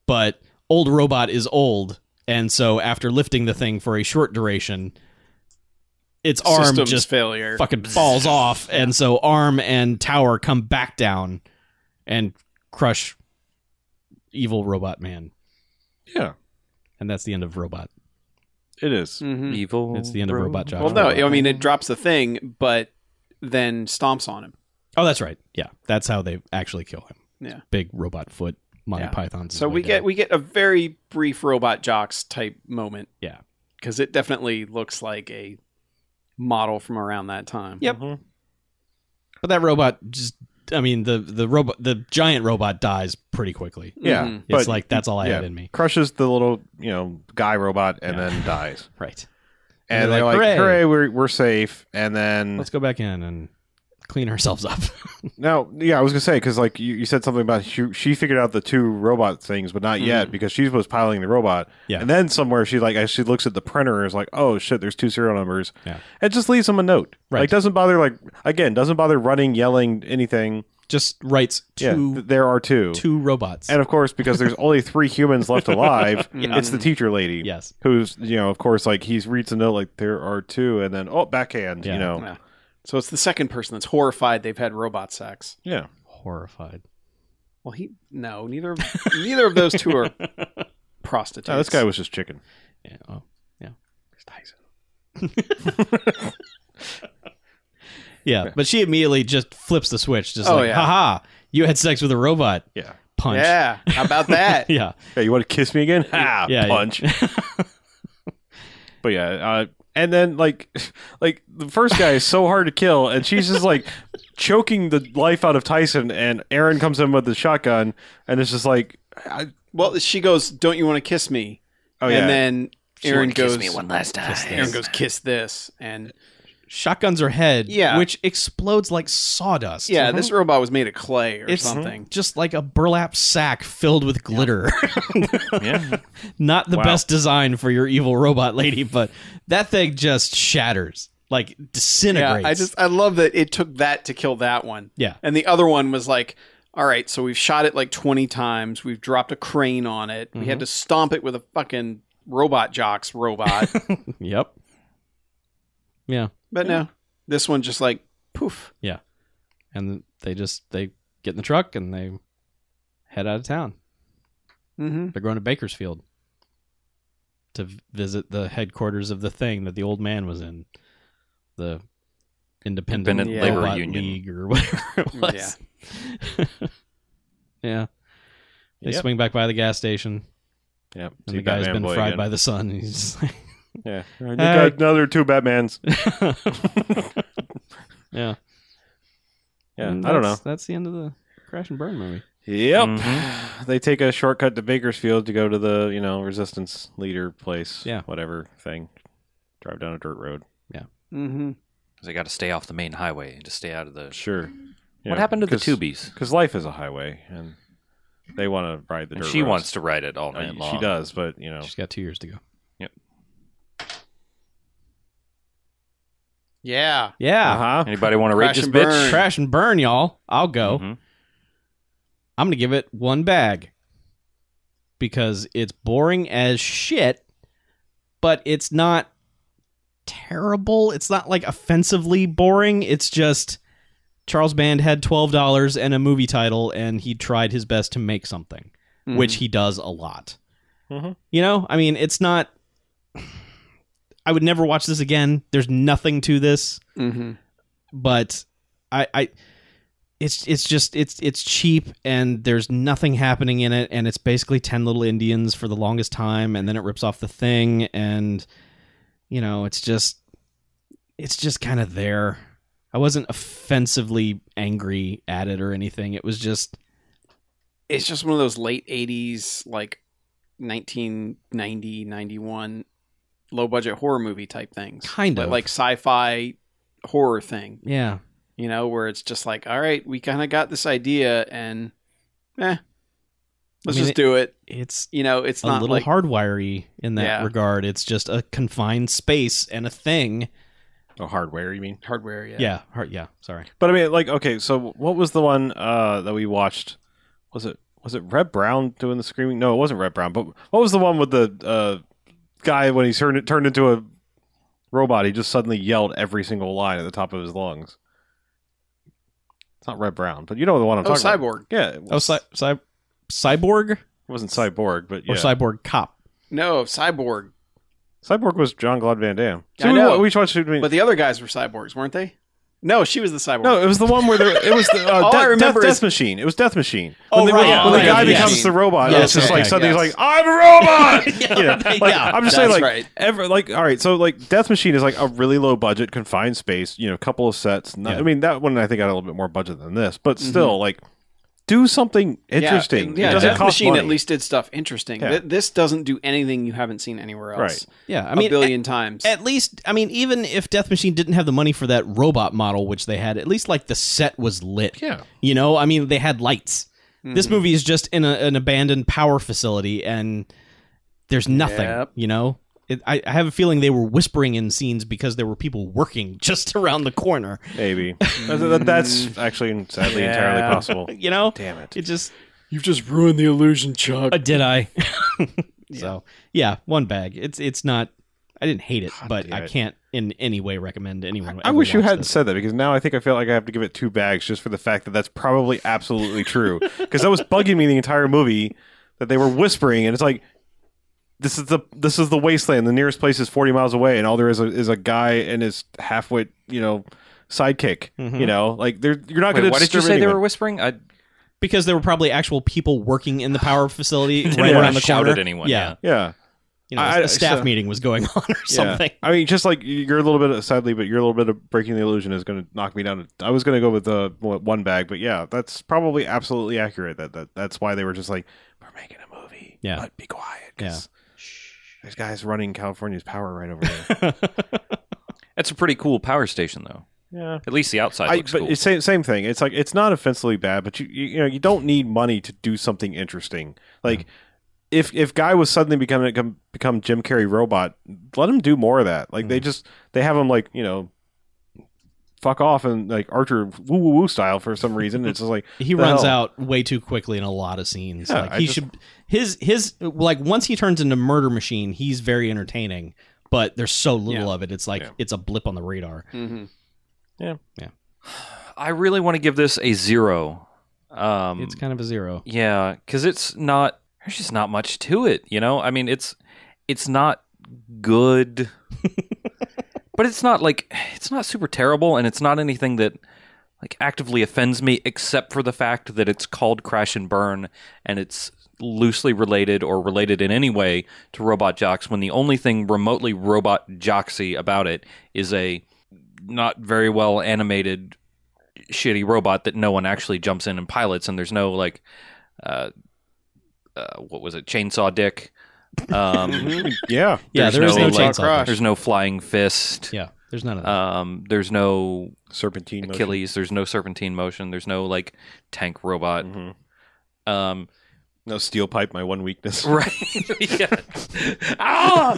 Speaker 5: But old robot is old, and so after lifting the thing for a short duration, its arm
Speaker 3: Systems
Speaker 5: just
Speaker 3: failure.
Speaker 5: fucking falls off, and so arm and tower come back down and crush evil robot man,
Speaker 2: Yeah,
Speaker 5: and that's the end of robot.
Speaker 2: it is.
Speaker 3: Mhm.
Speaker 4: Evil.
Speaker 5: It's the end of Robot Jocks.
Speaker 3: Well, no, I mean it drops the thing, but then stomps on him.
Speaker 5: Oh, that's right. Yeah, that's how they actually kill him.
Speaker 3: Yeah.
Speaker 5: big robot foot, Monty
Speaker 3: Yeah.
Speaker 5: Python's.
Speaker 3: So we
Speaker 5: way
Speaker 3: get
Speaker 5: down.
Speaker 3: we get a very brief robot jocks type moment.
Speaker 5: Yeah.
Speaker 3: because it definitely looks like a model from around that time.
Speaker 5: Yep.
Speaker 2: Mhm.
Speaker 5: but that robot just. I mean the the robot the giant robot dies pretty quickly.
Speaker 2: Yeah,
Speaker 3: Mhm.
Speaker 5: It's
Speaker 2: but
Speaker 5: like that's all I had
Speaker 2: yeah.
Speaker 5: in me.
Speaker 2: crushes the little you know guy robot and then dies.
Speaker 5: Right.
Speaker 2: And, they're like, "Hooray, we're, we're safe!" And then
Speaker 5: Let's go back in and clean ourselves up.
Speaker 2: Now, yeah, I was gonna say because like you, you said something about she, she figured out the two robot things, but not yet because she was piloting the robot.
Speaker 5: Mm-hmm. Yeah.
Speaker 2: and then somewhere she like she looks at the printer and is like, "Oh shit, there's two serial numbers."
Speaker 5: Yeah.
Speaker 2: it just leaves them a note.
Speaker 5: Right.
Speaker 2: Like doesn't bother like again doesn't bother running, yelling, anything.
Speaker 5: just writes
Speaker 2: yeah,
Speaker 5: two
Speaker 2: th- there are two.
Speaker 5: two robots.
Speaker 2: and of course because there's only three humans left alive, it's the teacher lady.
Speaker 5: yes.
Speaker 2: who's you know of course like he's reads a note like there are two, and then oh backhand,
Speaker 5: Yeah.
Speaker 2: you know,
Speaker 3: Yeah. So it's the second person that's horrified they've had robot sex.
Speaker 2: yeah.
Speaker 5: Horrified.
Speaker 3: Well, he no, neither of neither of those two are prostitutes.
Speaker 2: Oh, this guy was just chicken.
Speaker 5: Yeah. Oh, yeah. yeah. But she immediately just flips the switch, just
Speaker 3: Oh,
Speaker 5: like,
Speaker 3: yeah.
Speaker 5: haha, you had sex with a robot.
Speaker 2: Yeah.
Speaker 5: Punch.
Speaker 3: Yeah, how about that?
Speaker 5: Yeah.
Speaker 2: Yeah, you want to kiss me again? Ha!
Speaker 5: Yeah, yeah.
Speaker 2: punch. but yeah, uh, and then like, like the first guy is so hard to kill, and she's just like choking the life out of Tyson, and Aaron comes in with the shotgun, and it's just like, I,
Speaker 3: Well, she goes, "Don't you want to kiss me?"
Speaker 2: oh
Speaker 3: and
Speaker 2: yeah,
Speaker 3: then Aaron goes,
Speaker 1: last time.
Speaker 3: Aaron goes, "Kiss this," and
Speaker 5: Shotguns her head,
Speaker 3: Yeah.
Speaker 5: which explodes like sawdust.
Speaker 3: yeah, this robot was made of clay or
Speaker 5: Uh-huh. It's-
Speaker 3: something.
Speaker 5: Just like a burlap sack filled with glitter.
Speaker 2: yeah,
Speaker 5: Not the
Speaker 2: Wow.
Speaker 5: best design for your evil robot lady, but that thing just shatters, like
Speaker 3: Yeah,
Speaker 5: disintegrates.
Speaker 3: I just I love that it took that to kill that one.
Speaker 5: Yeah.
Speaker 3: And the other one was like, all right, so we've shot it like 20 times. We've dropped a crane on it. We
Speaker 5: Mm-hmm.
Speaker 3: had to stomp it with a fucking robot jocks robot.
Speaker 5: Yep. Yeah.
Speaker 3: but no, this one just like poof.
Speaker 5: and they just they get in the truck and they head out of town.
Speaker 3: Mm-hmm.
Speaker 5: They're going to Bakersfield to v- visit the headquarters of the thing that the old man was in, the independent,
Speaker 4: Independent
Speaker 3: Labor
Speaker 5: robot
Speaker 4: Union.
Speaker 5: league or whatever it was. Yeah. They
Speaker 2: Yep.
Speaker 5: swing back by the gas station,
Speaker 2: Yeah,
Speaker 5: and the guy's been fried by the sun. and He's just like,
Speaker 2: Yeah, you
Speaker 5: Hey.
Speaker 2: got another two Batmans.
Speaker 5: yeah,
Speaker 2: Yeah,
Speaker 5: And
Speaker 2: I don't know.
Speaker 5: that's- That's the end of the Crash and Burn movie.
Speaker 2: Yep,
Speaker 5: Mm-hmm.
Speaker 4: Mhm.
Speaker 2: they take a shortcut to Bakersfield to go to the you know resistance leader place.
Speaker 5: Yeah.
Speaker 2: whatever thing. Drive down a dirt road.
Speaker 3: Mm-hmm.
Speaker 4: Because I got to stay off the main highway and just stay out of the.
Speaker 2: Sure.
Speaker 4: what happened to the tubies?
Speaker 2: Because life is a highway, and they want to ride the.
Speaker 4: And
Speaker 2: dirt
Speaker 4: she
Speaker 2: roads.
Speaker 4: wants to ride it all
Speaker 2: Uh,
Speaker 4: night long.
Speaker 2: She does, but you know,
Speaker 5: She's got two years to go.
Speaker 3: Yeah.
Speaker 5: Yeah,
Speaker 2: uh huh.
Speaker 4: Anybody want to rate
Speaker 3: Crash
Speaker 4: this
Speaker 3: and
Speaker 4: bitch?
Speaker 3: burn.
Speaker 5: Uh, Crash and Burn, y'all. I'll go.
Speaker 2: Mm-hmm.
Speaker 4: Mhm.
Speaker 5: I'm gonna give it one bag because it's boring as shit, but it's not terrible. It's not like offensively boring. It's just Charles Band had twelve dollars and a movie title, and he tried his best to make something,
Speaker 3: Mm-hmm.
Speaker 5: which he does a lot.
Speaker 2: Mhm.
Speaker 5: You know, I mean, it's not. I would never watch this again. There's nothing to this
Speaker 3: Mhm.
Speaker 5: but I, I it's it's just it's it's cheap and there's nothing happening in it and it's basically 10 little indians for the longest time and then it rips off the thing and you know it's just it's just kind of there i wasn't offensively angry at it or anything it was just
Speaker 3: it's just one of those late 80s like 1990 91 low budget horror movie type things
Speaker 5: Kind
Speaker 3: But
Speaker 5: of.
Speaker 3: like sci-fi horror thing
Speaker 5: yeah
Speaker 3: you know where it's just like all right we kind of got this idea and eh let's
Speaker 5: mean,
Speaker 3: just
Speaker 5: it-
Speaker 3: do it
Speaker 5: it's
Speaker 3: you know it's
Speaker 5: a
Speaker 3: not
Speaker 5: little
Speaker 3: like
Speaker 5: hardwirey in that
Speaker 3: Yeah.
Speaker 5: regard it's just a confined space and a thing
Speaker 2: Oh, hardware, you mean?
Speaker 3: hardware yeah,
Speaker 5: yeah yeah, har- yeah sorry
Speaker 2: But I mean, like, okay, so what was the one uh, that we watched? Was it was it Red Brown doing the screaming? No, it wasn't Red Brown. But what was the one with the uh, guy when he turned turned into a robot? He just suddenly yelled every single line at the top of his lungs. It's not Red Brown, but you know the one I'm
Speaker 3: oh
Speaker 2: talking about.
Speaker 3: cyborg
Speaker 2: Yeah, it
Speaker 5: oh
Speaker 2: was,
Speaker 5: cy- cy- cyborg
Speaker 2: wasn't Cyborg, but yeah.
Speaker 5: or cyborg cop
Speaker 3: no cyborg
Speaker 2: Cyborg was John Claude Van Damme.
Speaker 3: I
Speaker 2: we,
Speaker 3: know.
Speaker 2: we watched. we-
Speaker 3: but the other guys were cyborgs weren't they no she was the cyborg
Speaker 2: no, it was the one where there, it was the, uh,
Speaker 3: All I
Speaker 2: Death-
Speaker 3: remember
Speaker 2: Death,
Speaker 3: is-
Speaker 2: Death Machine. It was Death Machine.
Speaker 5: Oh,
Speaker 2: when the,
Speaker 5: right,
Speaker 2: when
Speaker 5: right,
Speaker 2: the guy
Speaker 5: yes.
Speaker 2: becomes the robot,
Speaker 5: Yes,
Speaker 2: it's just
Speaker 5: okay,
Speaker 2: like suddenly
Speaker 3: yes.
Speaker 2: he's like, "I'm a robot." You know,
Speaker 5: Yeah,
Speaker 2: like,
Speaker 5: yeah.
Speaker 2: I'm just saying,
Speaker 3: That's
Speaker 2: like,
Speaker 3: right.
Speaker 2: ever, like, all right, so like, Death Machine is like a really low budget, confined space. You know, couple of sets. Not,
Speaker 5: Yeah.
Speaker 2: I mean, that one I think got a little bit more budget than this, but still, like, do something interesting.
Speaker 3: Mm-hmm. yeah,
Speaker 2: it
Speaker 3: yeah
Speaker 2: doesn't
Speaker 3: Death
Speaker 2: cost
Speaker 3: machine
Speaker 2: money.
Speaker 3: at least did stuff interesting
Speaker 2: Yeah.
Speaker 3: Th- this doesn't do anything you haven't seen anywhere else
Speaker 2: Right.
Speaker 5: yeah i mean
Speaker 3: a billion times
Speaker 5: at least i mean even if death machine didn't have the money for that robot model which they had at least like the set was lit
Speaker 2: Yeah.
Speaker 5: you know i mean they had lights this
Speaker 3: Mhm.
Speaker 5: movie is just in a, an abandoned power facility and there's nothing
Speaker 3: Yep.
Speaker 5: you know it, I, I have a feeling they were whispering in scenes because there were people working just around the corner
Speaker 2: Maybe That- that- that's actually sadly entirely
Speaker 3: Mm. Yeah.
Speaker 2: possible.
Speaker 5: you know
Speaker 2: Damn it.
Speaker 5: it just
Speaker 3: You've just ruined the illusion, Chuck.
Speaker 5: uh, did i so yeah one bag it's it's not i didn't hate it
Speaker 2: God
Speaker 5: but
Speaker 2: damn
Speaker 5: i
Speaker 2: it.
Speaker 5: can't in any way recommend anyone
Speaker 2: I
Speaker 5: ever
Speaker 2: wish you
Speaker 5: watch
Speaker 2: hadn't
Speaker 5: this.
Speaker 2: said that because now I think I feel like I have to give it two bags just for the fact that that's probably absolutely true. Because that was bugging me the entire movie that they were whispering, and it's like this is the this is the wasteland. The nearest place is forty miles away, and all there is a, is a guy and his halfwit, you know, sidekick. You know, like they're, you're not going
Speaker 4: Mm-hmm. Wait,
Speaker 2: to.
Speaker 4: why did you say they were whispering? I
Speaker 5: because there were probably actual people working in the power facility right
Speaker 4: didn't
Speaker 5: around
Speaker 4: want
Speaker 5: the
Speaker 4: to shout
Speaker 5: corner.
Speaker 4: at anyone.
Speaker 5: Yeah.
Speaker 4: Yeah.
Speaker 2: Yeah,
Speaker 5: You know,
Speaker 2: I-
Speaker 5: a staff
Speaker 2: so-
Speaker 5: meeting was going on or something.
Speaker 2: Yeah. I mean, just like you're a little bit of, sadly, but you're a little bit of breaking the illusion is going to knock me down. to- I was going to go with the one bag, but yeah, that's probably absolutely accurate. That, that that's why they were just like, we're making a movie,
Speaker 5: Yeah.
Speaker 2: but be quiet, 'cause There's guys running California's power right over there.
Speaker 4: That's a pretty cool power station, though.
Speaker 2: yeah.
Speaker 4: At least the outside
Speaker 2: I,
Speaker 4: looks
Speaker 2: but
Speaker 4: cool.
Speaker 2: it's same same thing. It's like it's not offensively bad, but you you, you know you don't need money to do something interesting. Like
Speaker 4: Mm-hmm.
Speaker 2: if if guy was suddenly becoming become, become Jim Carrey robot, let him do more of that. Like they
Speaker 4: Mm-hmm.
Speaker 2: just they have him like you know fuck off and like Archer woo woo woo style for some reason. it's just like
Speaker 5: He
Speaker 2: the
Speaker 5: runs
Speaker 2: hell?
Speaker 5: out way too quickly in a lot of scenes.
Speaker 2: Yeah,
Speaker 5: like
Speaker 2: I
Speaker 5: he
Speaker 2: just-
Speaker 5: should his his like once he turns into murder machine, he's very entertaining, but there's so little
Speaker 3: Yeah.
Speaker 5: of it. It's like
Speaker 2: Yeah.
Speaker 5: it's a blip on the radar.
Speaker 3: hmm
Speaker 4: I really want to give this a zero. Um,
Speaker 5: It's kind of a zero.
Speaker 4: Yeah, because it's not. There's just not much to it, you know. I mean, it's it's not good. but it's not like it's not super terrible, and it's not anything that like actively offends me, except for the fact that it's called Crash and Burn, and it's loosely related or related in any way to Robot Jocks. When the only thing remotely Robot Jocksy about it is a not very well animated shitty robot that no one actually jumps in and pilots, and there's no like, uh, uh, what was it, chainsaw dick? Um,
Speaker 2: Yeah.
Speaker 5: yeah,
Speaker 4: there's
Speaker 5: there is
Speaker 4: no,
Speaker 5: no,
Speaker 4: like,
Speaker 5: chainsaw.
Speaker 3: crush.
Speaker 4: there's no flying fist.
Speaker 5: Yeah, there's none of that.
Speaker 4: Um, there's no
Speaker 2: Serpentine motion.
Speaker 4: Achilles. There's no serpentine motion. There's no like tank robot.
Speaker 2: Mhm.
Speaker 4: Um,
Speaker 2: No steel pipe, my one weakness.
Speaker 4: right? yeah. Ah!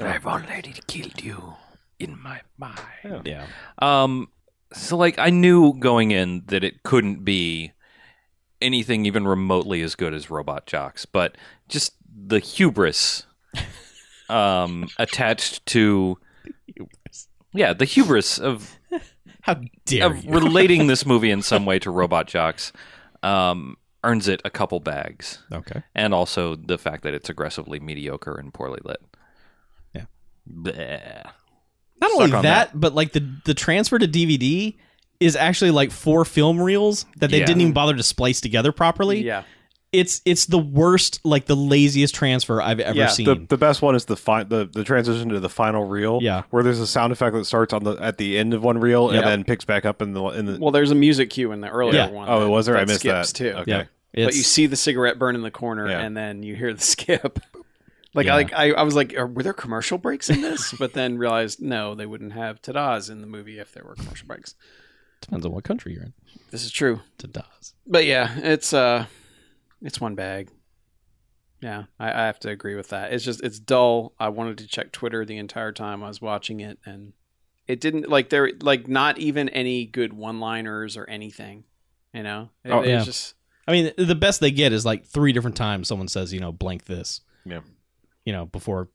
Speaker 2: I've
Speaker 4: already killed you in my mind.
Speaker 5: yeah,
Speaker 4: Um, so like I knew going in that it couldn't be anything even remotely as good as Robot Jocks, but just the hubris um attached to yeah, the hubris of
Speaker 5: how dare
Speaker 4: of relating this movie in some way to Robot Jocks um, earns it a couple bags,
Speaker 5: Okay,
Speaker 4: and also the fact that it's aggressively mediocre and poorly lit.
Speaker 5: Yeah.
Speaker 4: Bleh.
Speaker 5: not
Speaker 4: Suck
Speaker 5: only
Speaker 4: on
Speaker 5: that, but like the the transfer to DVD is actually like four film reels that they
Speaker 4: Yeah.
Speaker 5: didn't even bother to splice together properly.
Speaker 3: Yeah.
Speaker 5: It's it's the worst, like the laziest transfer I've ever
Speaker 3: Yeah, the-
Speaker 5: seen.
Speaker 2: The, the best one is the, fi- the the transition to the final reel.
Speaker 5: Yeah.
Speaker 2: where there's a sound effect that starts on the at the end of one reel
Speaker 5: Yeah.
Speaker 2: and then picks back up in the in the.
Speaker 3: Well, there's a music cue in the earlier
Speaker 5: Yeah.
Speaker 3: one.
Speaker 2: oh, it
Speaker 3: that-
Speaker 2: was there. I
Speaker 3: that
Speaker 2: missed
Speaker 3: skips
Speaker 2: that
Speaker 3: Too.
Speaker 2: Okay.
Speaker 5: yeah,
Speaker 3: but you
Speaker 5: It's-
Speaker 3: see the cigarette burn in the corner,
Speaker 2: Yeah.
Speaker 3: and then you hear the skip. Like
Speaker 5: Yeah.
Speaker 3: I, like I, I was like, are, were there commercial breaks in this? but then realized no, they wouldn't have tadas in the movie if there were commercial breaks.
Speaker 5: depends on what country you're in.
Speaker 3: This is true.
Speaker 5: It does.
Speaker 3: But yeah, it's uh, it's one bag. Yeah, I, I have to agree with that. It's just it's dull. I wanted to check Twitter the entire time I was watching it, and it didn't like there like not even any good one liners or anything. You know, it,
Speaker 2: Oh,
Speaker 3: it's
Speaker 5: yeah.
Speaker 3: just
Speaker 5: I mean, the best they get is like three different times someone says, you know, blank this.
Speaker 2: Yeah.
Speaker 5: You know, before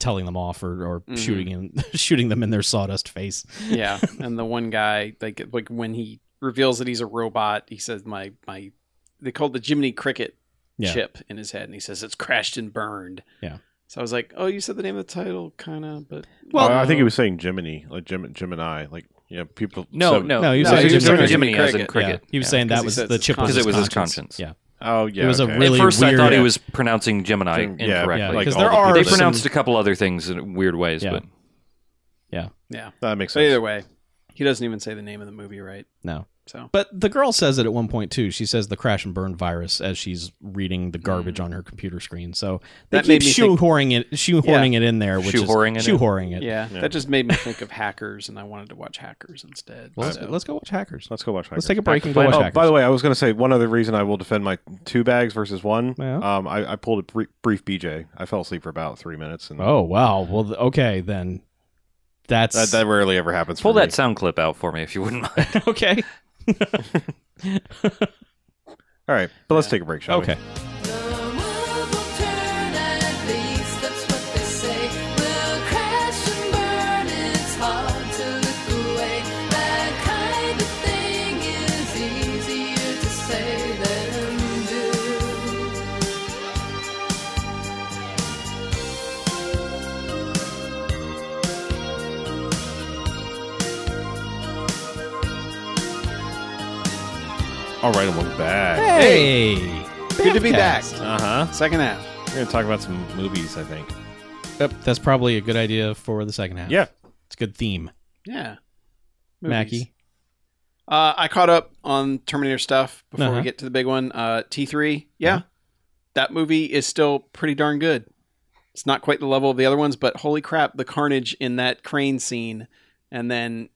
Speaker 5: telling them off or, or
Speaker 3: Mhm.
Speaker 5: shooting in, shooting them in their sawdust face.
Speaker 3: yeah and the one guy like like when he reveals that he's a robot he says my my they called the jiminy cricket
Speaker 5: Yeah.
Speaker 3: chip in his head and he says it's crashed and burned
Speaker 5: Yeah.
Speaker 3: so i was like oh you said the name of the title kind of but
Speaker 2: Well,
Speaker 3: Uh,
Speaker 2: I think he was saying Gemini, like Gem, Gemini, like yeah, people.
Speaker 4: No,
Speaker 2: so-
Speaker 4: no,
Speaker 5: No, he was
Speaker 4: no,
Speaker 5: saying
Speaker 4: Jiminy,
Speaker 5: Jiminy
Speaker 4: Jiminy as in
Speaker 3: Cricket.
Speaker 4: cricket.
Speaker 5: Yeah. He was
Speaker 4: Yeah.
Speaker 5: saying
Speaker 3: because
Speaker 5: that
Speaker 3: he
Speaker 5: was
Speaker 3: said
Speaker 5: the
Speaker 3: it's
Speaker 5: chip
Speaker 4: because it was his
Speaker 5: conscience.
Speaker 4: conscience.
Speaker 5: Yeah.
Speaker 2: Oh yeah,
Speaker 5: It was a
Speaker 2: okay.
Speaker 5: really
Speaker 4: At first, I
Speaker 5: weird-
Speaker 4: thought he
Speaker 5: Yeah.
Speaker 4: was pronouncing Gemini
Speaker 2: Thing- yeah,
Speaker 4: incorrectly.
Speaker 5: Yeah,
Speaker 2: Like
Speaker 5: because
Speaker 2: all
Speaker 5: there
Speaker 2: the
Speaker 5: are
Speaker 4: they
Speaker 5: some-
Speaker 4: pronounced a couple other things in weird ways,
Speaker 5: Yeah.
Speaker 4: but
Speaker 3: yeah
Speaker 2: that makes
Speaker 3: but
Speaker 2: sense.
Speaker 3: either way he doesn't even say the name of the movie right
Speaker 5: No.
Speaker 3: so
Speaker 5: But the girl says it at one point too. She says the crash and burn virus as she's reading the garbage on her computer screen. So they
Speaker 3: That
Speaker 5: keep
Speaker 3: made me think-
Speaker 5: shoehorning it, shoehorning it in there, which
Speaker 4: Shoehorning
Speaker 5: is
Speaker 4: it in?
Speaker 5: shoehorning it.
Speaker 3: yeah, that just made me think of hackers and i wanted to watch hackers instead
Speaker 5: Well, let's,
Speaker 3: so.
Speaker 5: let's go watch Hackers.
Speaker 2: Let's go watch.
Speaker 5: Let's
Speaker 2: Hackers.
Speaker 5: take a break and go watch
Speaker 2: oh,
Speaker 5: Hackers.
Speaker 2: by the way, I was going to say one other reason I will defend my two bags versus one.
Speaker 5: Yeah.
Speaker 2: Um, I, I pulled a br- brief BJ. I fell asleep for about three minutes, and
Speaker 5: Oh wow. Well, th- okay then. That's
Speaker 2: that, that rarely ever happens.
Speaker 4: pull
Speaker 2: for
Speaker 4: that
Speaker 2: Me.
Speaker 4: sound clip out for me if you wouldn't mind.
Speaker 5: okay.
Speaker 2: All right, but let's take a break, shall we?
Speaker 5: Okay.
Speaker 6: The world will turn, at least that's what they say. We'll crash and burn, it's hard to look away. That kind of thing is easier to say than do.
Speaker 2: All right, and we're back.
Speaker 5: Hey.
Speaker 3: good to be back
Speaker 2: Uh huh.
Speaker 3: second half
Speaker 2: We're going to talk about some movies, I think.
Speaker 5: Yep, that's probably a good idea for the second half.
Speaker 2: Yeah.
Speaker 5: It's a good theme.
Speaker 3: yeah Movies.
Speaker 5: Mackie.
Speaker 3: Uh, I caught up on Terminator stuff before
Speaker 5: Uh-huh.
Speaker 3: we get to the big one. Uh, T3, yeah, that movie is still pretty darn good. It's not quite the level of the other ones, but holy crap, the carnage in that crane scene and then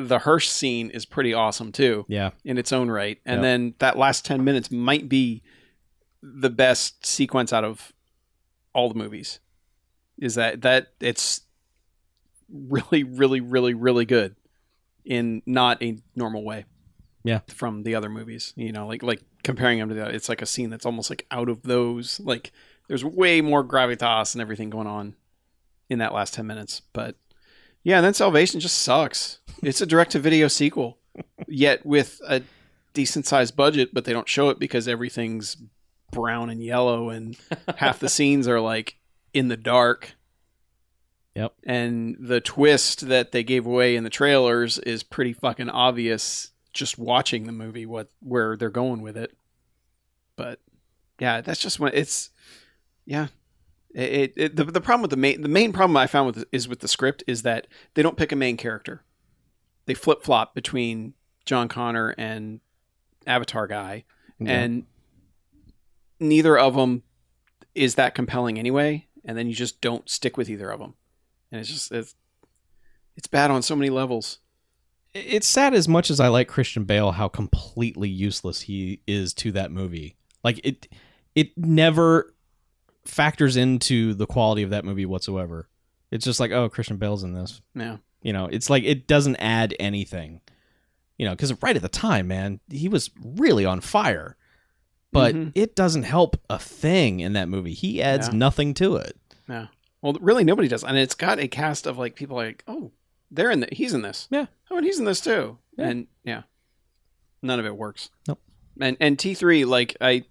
Speaker 3: the Hirsch scene is pretty awesome too
Speaker 5: Yeah.
Speaker 3: in its own right. And
Speaker 5: Yep.
Speaker 3: then that last 10 minutes might be the best sequence out of all the movies. Is that that it's really really really really good in not a normal way.
Speaker 5: Yeah.
Speaker 3: From the other movies, you know, like like comparing them to the it's like a scene that's almost like out of those like there's way more gravitas and everything going on in that last 10 minutes, but yeah, and then Salvation just sucks. It's a direct to video sequel yet with a decent sized budget, but they don't show it because everything's brown and yellow, and half the scenes are like in the dark.
Speaker 5: Yep.
Speaker 3: And the twist that they gave away in the trailers is pretty fucking obvious just watching the movie what where they're going with it. But yeah, that's just when it's yeah. It, it, it the, the problem with the main the main problem I found with is with the script is that they don't pick a main character. They flip flop between John Connor and Avatar guy,
Speaker 5: Yeah.
Speaker 3: and neither of them is that compelling anyway. And then you just don't stick with either of them, and it's just it's it's bad on so many levels.
Speaker 5: it's sad as much as I like Christian Bale how completely useless he is to that movie. Like it it never factors into the quality of that movie whatsoever. It's just like, oh, Christian Bale's in this.
Speaker 3: Yeah,
Speaker 5: You know, it's like it doesn't add anything. You know, cuz right at the time, man, he was really on fire. But
Speaker 3: Mhm.
Speaker 5: it doesn't help a thing in that movie. He adds
Speaker 3: Yeah.
Speaker 5: nothing to it.
Speaker 3: well, really nobody does, and it's got a cast of like people like oh they're in the, he's in this
Speaker 5: Yeah.
Speaker 3: oh and he's in this too
Speaker 5: Yeah.
Speaker 3: and yeah none of it works
Speaker 5: Nope.
Speaker 3: and and T three like I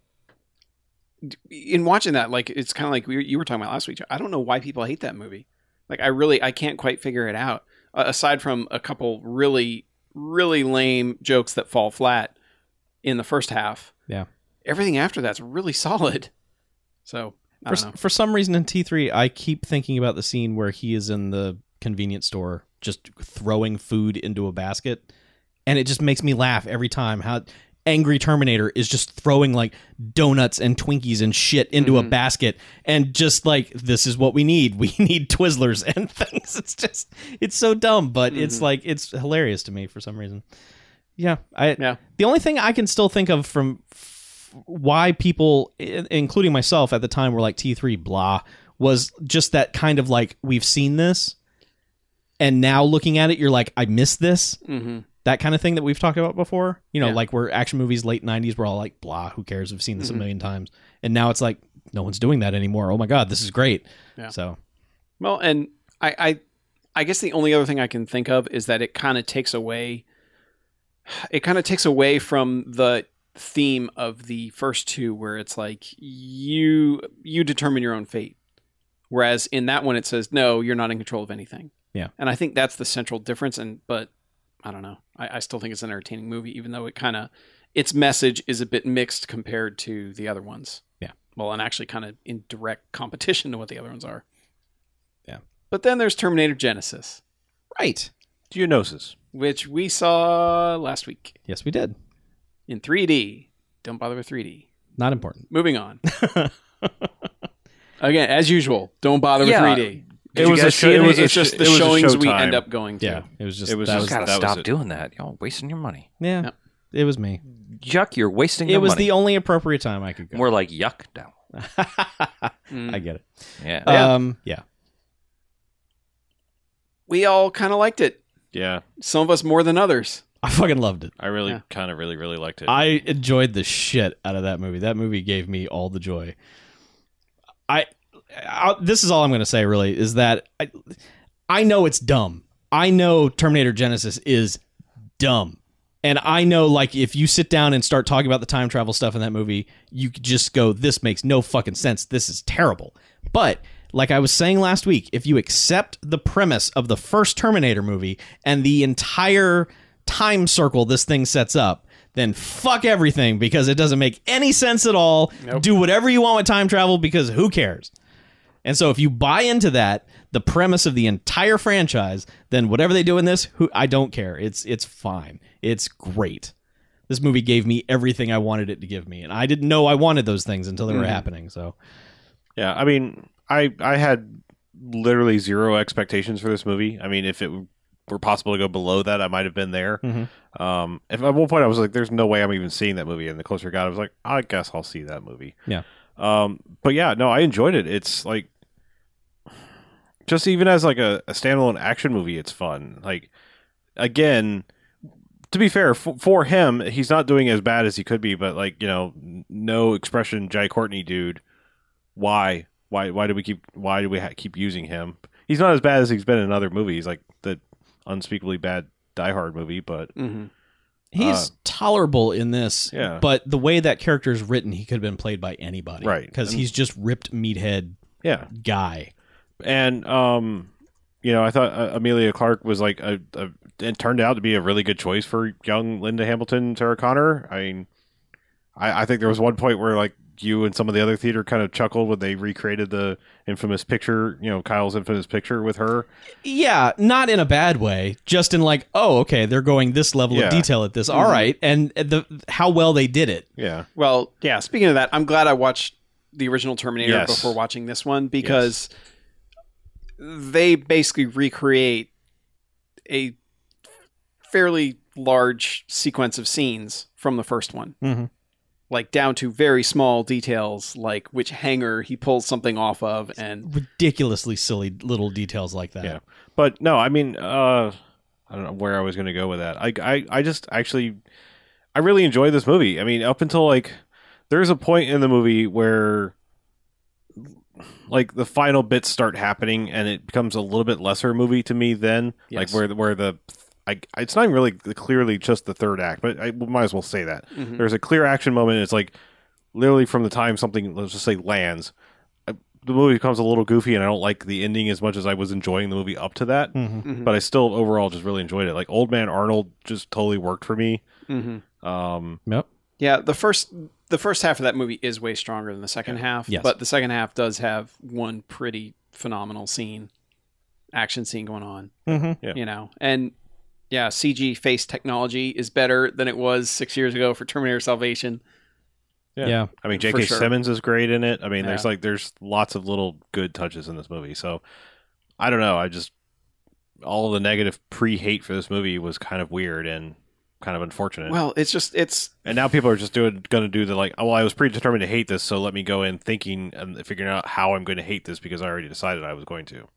Speaker 3: in watching that like it's kind of like we were, you were talking about last week. I don't know why people hate that movie. Like I really I can't quite figure it out. Uh, aside from a couple really really lame jokes that fall flat in the first half.
Speaker 5: Yeah.
Speaker 3: Everything after that's really solid. So I
Speaker 5: For,
Speaker 3: don't know.
Speaker 5: s- for some reason in T3, I keep thinking about the scene where he is in the convenience store just throwing food into a basket. And it just makes me laugh every time how Angry Terminator is just throwing like donuts and Twinkies and shit into a
Speaker 3: Mhm.
Speaker 5: basket. And just like, this is what we need. We need Twizzlers and things. It's just, it's so dumb, but it's
Speaker 3: Mhm.
Speaker 5: like, it's hilarious to me for some reason. Yeah. I,
Speaker 3: Yeah.
Speaker 5: the only thing I can still think of from f- why people, i- including myself at the time, were like T3 blah, was just that kind of like, we've seen this. And now looking at it, you're like, I missed this.
Speaker 3: Mm-hmm.
Speaker 5: That kind of thing that we've talked about before. You know,
Speaker 3: Yeah.
Speaker 5: like where action movies, late 90s, we're all like, blah, who cares? We've seen this
Speaker 3: Mhm.
Speaker 5: a million times. And now it's like, no one's doing that anymore. Oh my God, this is great.
Speaker 3: Yeah.
Speaker 5: So,
Speaker 3: Well, and I, I, I guess the only other thing I can think of is that it kind of takes away, it kind of takes away from the theme of the first two, where it's like you you determine your own fate, whereas in that one it says no, you're not in control of anything.
Speaker 5: Yeah.
Speaker 3: and I think that's the central difference. And but I don't know, I, I still think it's an entertaining movie, even though it kind of its message is a bit mixed compared to the other ones.
Speaker 5: Yeah.
Speaker 3: well, and actually kind of in direct competition to what the other ones are. But then there's Terminator Genesis,
Speaker 5: right.
Speaker 2: Geonosis.
Speaker 3: which we saw last week
Speaker 5: Yes, we did.
Speaker 3: in 3D. Don't bother with 3D.
Speaker 5: Not important.
Speaker 3: Moving on. Again, as usual, don't bother
Speaker 4: Yeah.
Speaker 3: with 3D.
Speaker 2: Did
Speaker 4: It
Speaker 2: you
Speaker 4: was
Speaker 2: guys
Speaker 4: a
Speaker 2: see
Speaker 4: show-
Speaker 2: it?
Speaker 4: it was a
Speaker 3: it's just the
Speaker 2: it was a
Speaker 3: showings we
Speaker 2: showtime.
Speaker 3: end up going to.
Speaker 5: Yeah. It was just,
Speaker 2: It was
Speaker 5: that
Speaker 2: just-
Speaker 5: was,
Speaker 4: gotta
Speaker 2: that was
Speaker 4: stop
Speaker 2: it.
Speaker 4: doing that. Y'all wasting your money.
Speaker 5: yeah,
Speaker 3: Yep.
Speaker 5: it was me.
Speaker 4: Yuck! You're wasting.
Speaker 5: It
Speaker 4: your
Speaker 5: was
Speaker 4: money.
Speaker 5: the only appropriate time I could go.
Speaker 4: More like yuck now.
Speaker 3: Mm.
Speaker 5: I get it.
Speaker 4: Yeah.
Speaker 3: Yeah.
Speaker 5: Um, yeah.
Speaker 3: We all kind of liked it.
Speaker 2: Yeah,
Speaker 3: Some of us more than others.
Speaker 5: I fucking loved it.
Speaker 2: I really
Speaker 3: Yeah.
Speaker 2: kind of really really liked it.
Speaker 5: I enjoyed the shit out of that movie. That movie gave me all the joy. I, I this is all I'm going to say really is that I, I know it's dumb. I know Terminator Genesis is dumb. And I know like if you sit down and start talking about the time travel stuff in that movie, you could just go this makes no fucking sense. This is terrible. But like I was saying last week, if you accept the premise of the first Terminator movie and the entire time circle this thing sets up, then fuck everything because it doesn't make any sense at all. Do whatever you want with time travel because who cares? And so if you buy into that, the premise of the entire franchise, then whatever they do in this, who I don't care. It's it's fine. It's great. This movie gave me everything I wanted it to give me, and I didn't know I wanted those things until they were
Speaker 2: Mm-hmm.
Speaker 3: Mhm.
Speaker 5: happening.
Speaker 2: Uh,
Speaker 5: So
Speaker 2: Yeah, I mean, I I had literally zero expectations for this movie. I mean, if it were possible to go below that, I might have been there.
Speaker 5: Mhm.
Speaker 2: Um, if at one point I was like, "There's no way I'm even seeing that movie," and the closer I got, I was like, "I guess I'll see that movie."
Speaker 5: Yeah.
Speaker 2: Um, but yeah, no, I enjoyed it. It's like just even as like a, a standalone action movie, it's fun. Like again. To be fair, for, for him, he's not doing as bad as he could be, but like you know, n- no expression, Jai Courtney dude why why why do we keep why do we ha- keep using him? He's not as bad as he's been in other movies, like the unspeakably bad Die Hard movie, but
Speaker 3: Mm-hmm.
Speaker 5: he's
Speaker 2: Uh,
Speaker 5: tolerable in this,
Speaker 2: yeah.
Speaker 5: but the way that character is written, he could have been played by anybody,
Speaker 2: Right.
Speaker 5: Because
Speaker 2: And-
Speaker 5: he's just ripped meathead
Speaker 2: yeah.
Speaker 5: guy.
Speaker 2: And um You know, I thought uh, Amelia Clark was like a, a. It turned out to be a really good choice for young Linda Hamilton, Sarah Connor. I mean, I, I think there was one point where like you and some of the other theater kind of chuckled when they recreated the infamous picture. You know, Kyle's infamous picture with her.
Speaker 5: Yeah, not in a bad way, just in like, oh, okay, they're going this level
Speaker 2: Yeah. Mm-hmm.
Speaker 5: of detail at this. All right, and the how well they did it.
Speaker 2: Yeah,
Speaker 3: Well, yeah. Speaking of that, I'm glad I watched the original Terminator
Speaker 2: Yes.
Speaker 3: before watching this one because they basically recreate a fairly large sequence of scenes from the first one,
Speaker 2: Mm-hmm.
Speaker 5: Mhm.
Speaker 3: like down to very small details, like which hanger he pulls something off of, and
Speaker 5: Ridiculously silly little details like that.
Speaker 2: Yeah. But no, I mean, uh, I don't know where I was going to go with that. I, I, I just actually, I really enjoyed this movie. I mean, up until like, there's a point in the movie where, like, the final bits start happening, and it becomes a little bit lesser movie to me. Then,
Speaker 3: Yes.
Speaker 2: like, where where the I, it's not even really clearly just the third act, but I might as well say that
Speaker 3: Mhm.
Speaker 2: there's a clear action moment. And it's like literally from the time something, let's just say, lands, I, the movie becomes a little goofy, and I don't like the ending as much as I was enjoying the movie up to that.
Speaker 3: Mhm.
Speaker 2: But I still overall just really enjoyed it. Like Old Man Arnold just totally worked for me.
Speaker 3: Mhm.
Speaker 2: Um,
Speaker 5: Yep.
Speaker 3: yeah, the first the first half of that movie is way stronger than the second half,
Speaker 5: Yes.
Speaker 3: but the second half does have one pretty phenomenal scene, action scene going on.
Speaker 5: Mm-hmm.
Speaker 2: Yeah.
Speaker 3: you know and yeah cg face technology is better than it was six years ago for terminator salvation
Speaker 5: Yeah.
Speaker 2: Yeah. I mean,
Speaker 3: For
Speaker 2: J.K.
Speaker 3: sure.
Speaker 2: Simmons is great in it. I mean, there's
Speaker 3: Yeah.
Speaker 2: like there's lots of little good touches in this movie. So I don't know. I just all the negative pre-hate for this movie was kind of weird and kind of unfortunate.
Speaker 3: well it's just it's
Speaker 2: And now people are just doing going to do the like, oh, well, I was predetermined to hate this, so let me go in thinking and figuring out how I'm going to hate this because I already decided I was going to.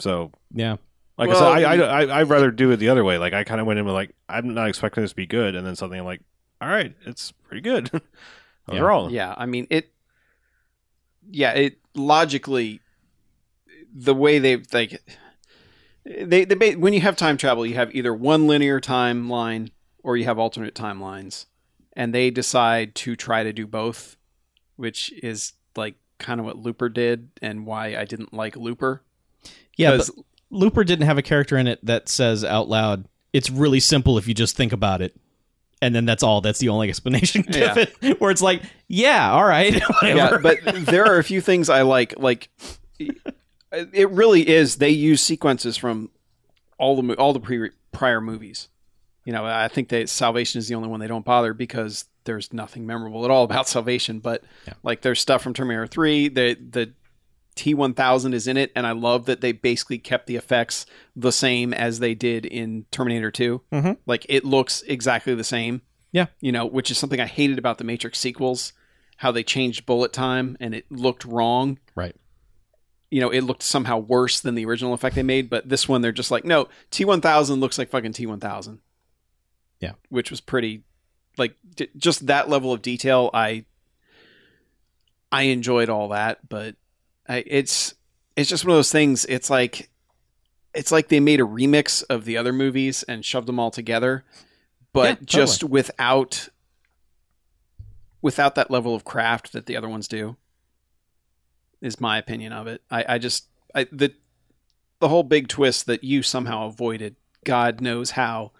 Speaker 2: So,
Speaker 5: Yeah.
Speaker 2: like
Speaker 3: Well,
Speaker 2: I said, I,
Speaker 3: you-
Speaker 2: I, I I'd rather do it the other way. Like I kind of went in with like, I'm not expecting this to be good, and then suddenly I'm like, all right, it's pretty good. I was
Speaker 5: Yeah.
Speaker 2: wrong.
Speaker 3: yeah i mean it yeah it logically the way they like they, they ba- when you have time travel you have either one linear timeline or you have alternate timelines and they decide to try to do both which is like kind of what looper did and why i didn't like looper
Speaker 5: Yeah.
Speaker 3: 'Cause-
Speaker 5: But Looper didn't have a character in it that says out loud, "It's really simple if you just think about it." And then that's all. That's the only explanation
Speaker 3: Yeah.
Speaker 5: given. Where it's like, yeah, all right,
Speaker 3: yeah,
Speaker 5: whatever.
Speaker 3: but there are a few things I like. Like, it really is. They use sequences from all the mo- all the pre- prior movies. You know, I think that Salvation is the only one they don't bother because there's nothing memorable at all about Salvation. But like, there's stuff from Terminator Three. The the T1000 is in it, and I love that they basically kept the effects the same as they did in Terminator 2.
Speaker 5: Mhm.
Speaker 3: Like it looks exactly the same.
Speaker 5: Yeah.
Speaker 3: You know, which is something I hated about the Matrix sequels, how they changed bullet time and it looked wrong.
Speaker 5: Right.
Speaker 3: You know, it looked somehow worse than the original effect they made, but this one they're just like, no, T1000 looks like fucking T1000.
Speaker 5: Yeah.
Speaker 3: Which was pretty like d- just that level of detail I I enjoyed all that, but I, it's it's just one of those things. It's like it's like they made a remix of the other movies and shoved them all together, but
Speaker 5: Yeah, totally.
Speaker 3: just without without that level of craft that the other ones do. Is my opinion of it. I, I just I, the the whole big twist that you somehow avoided, God knows how,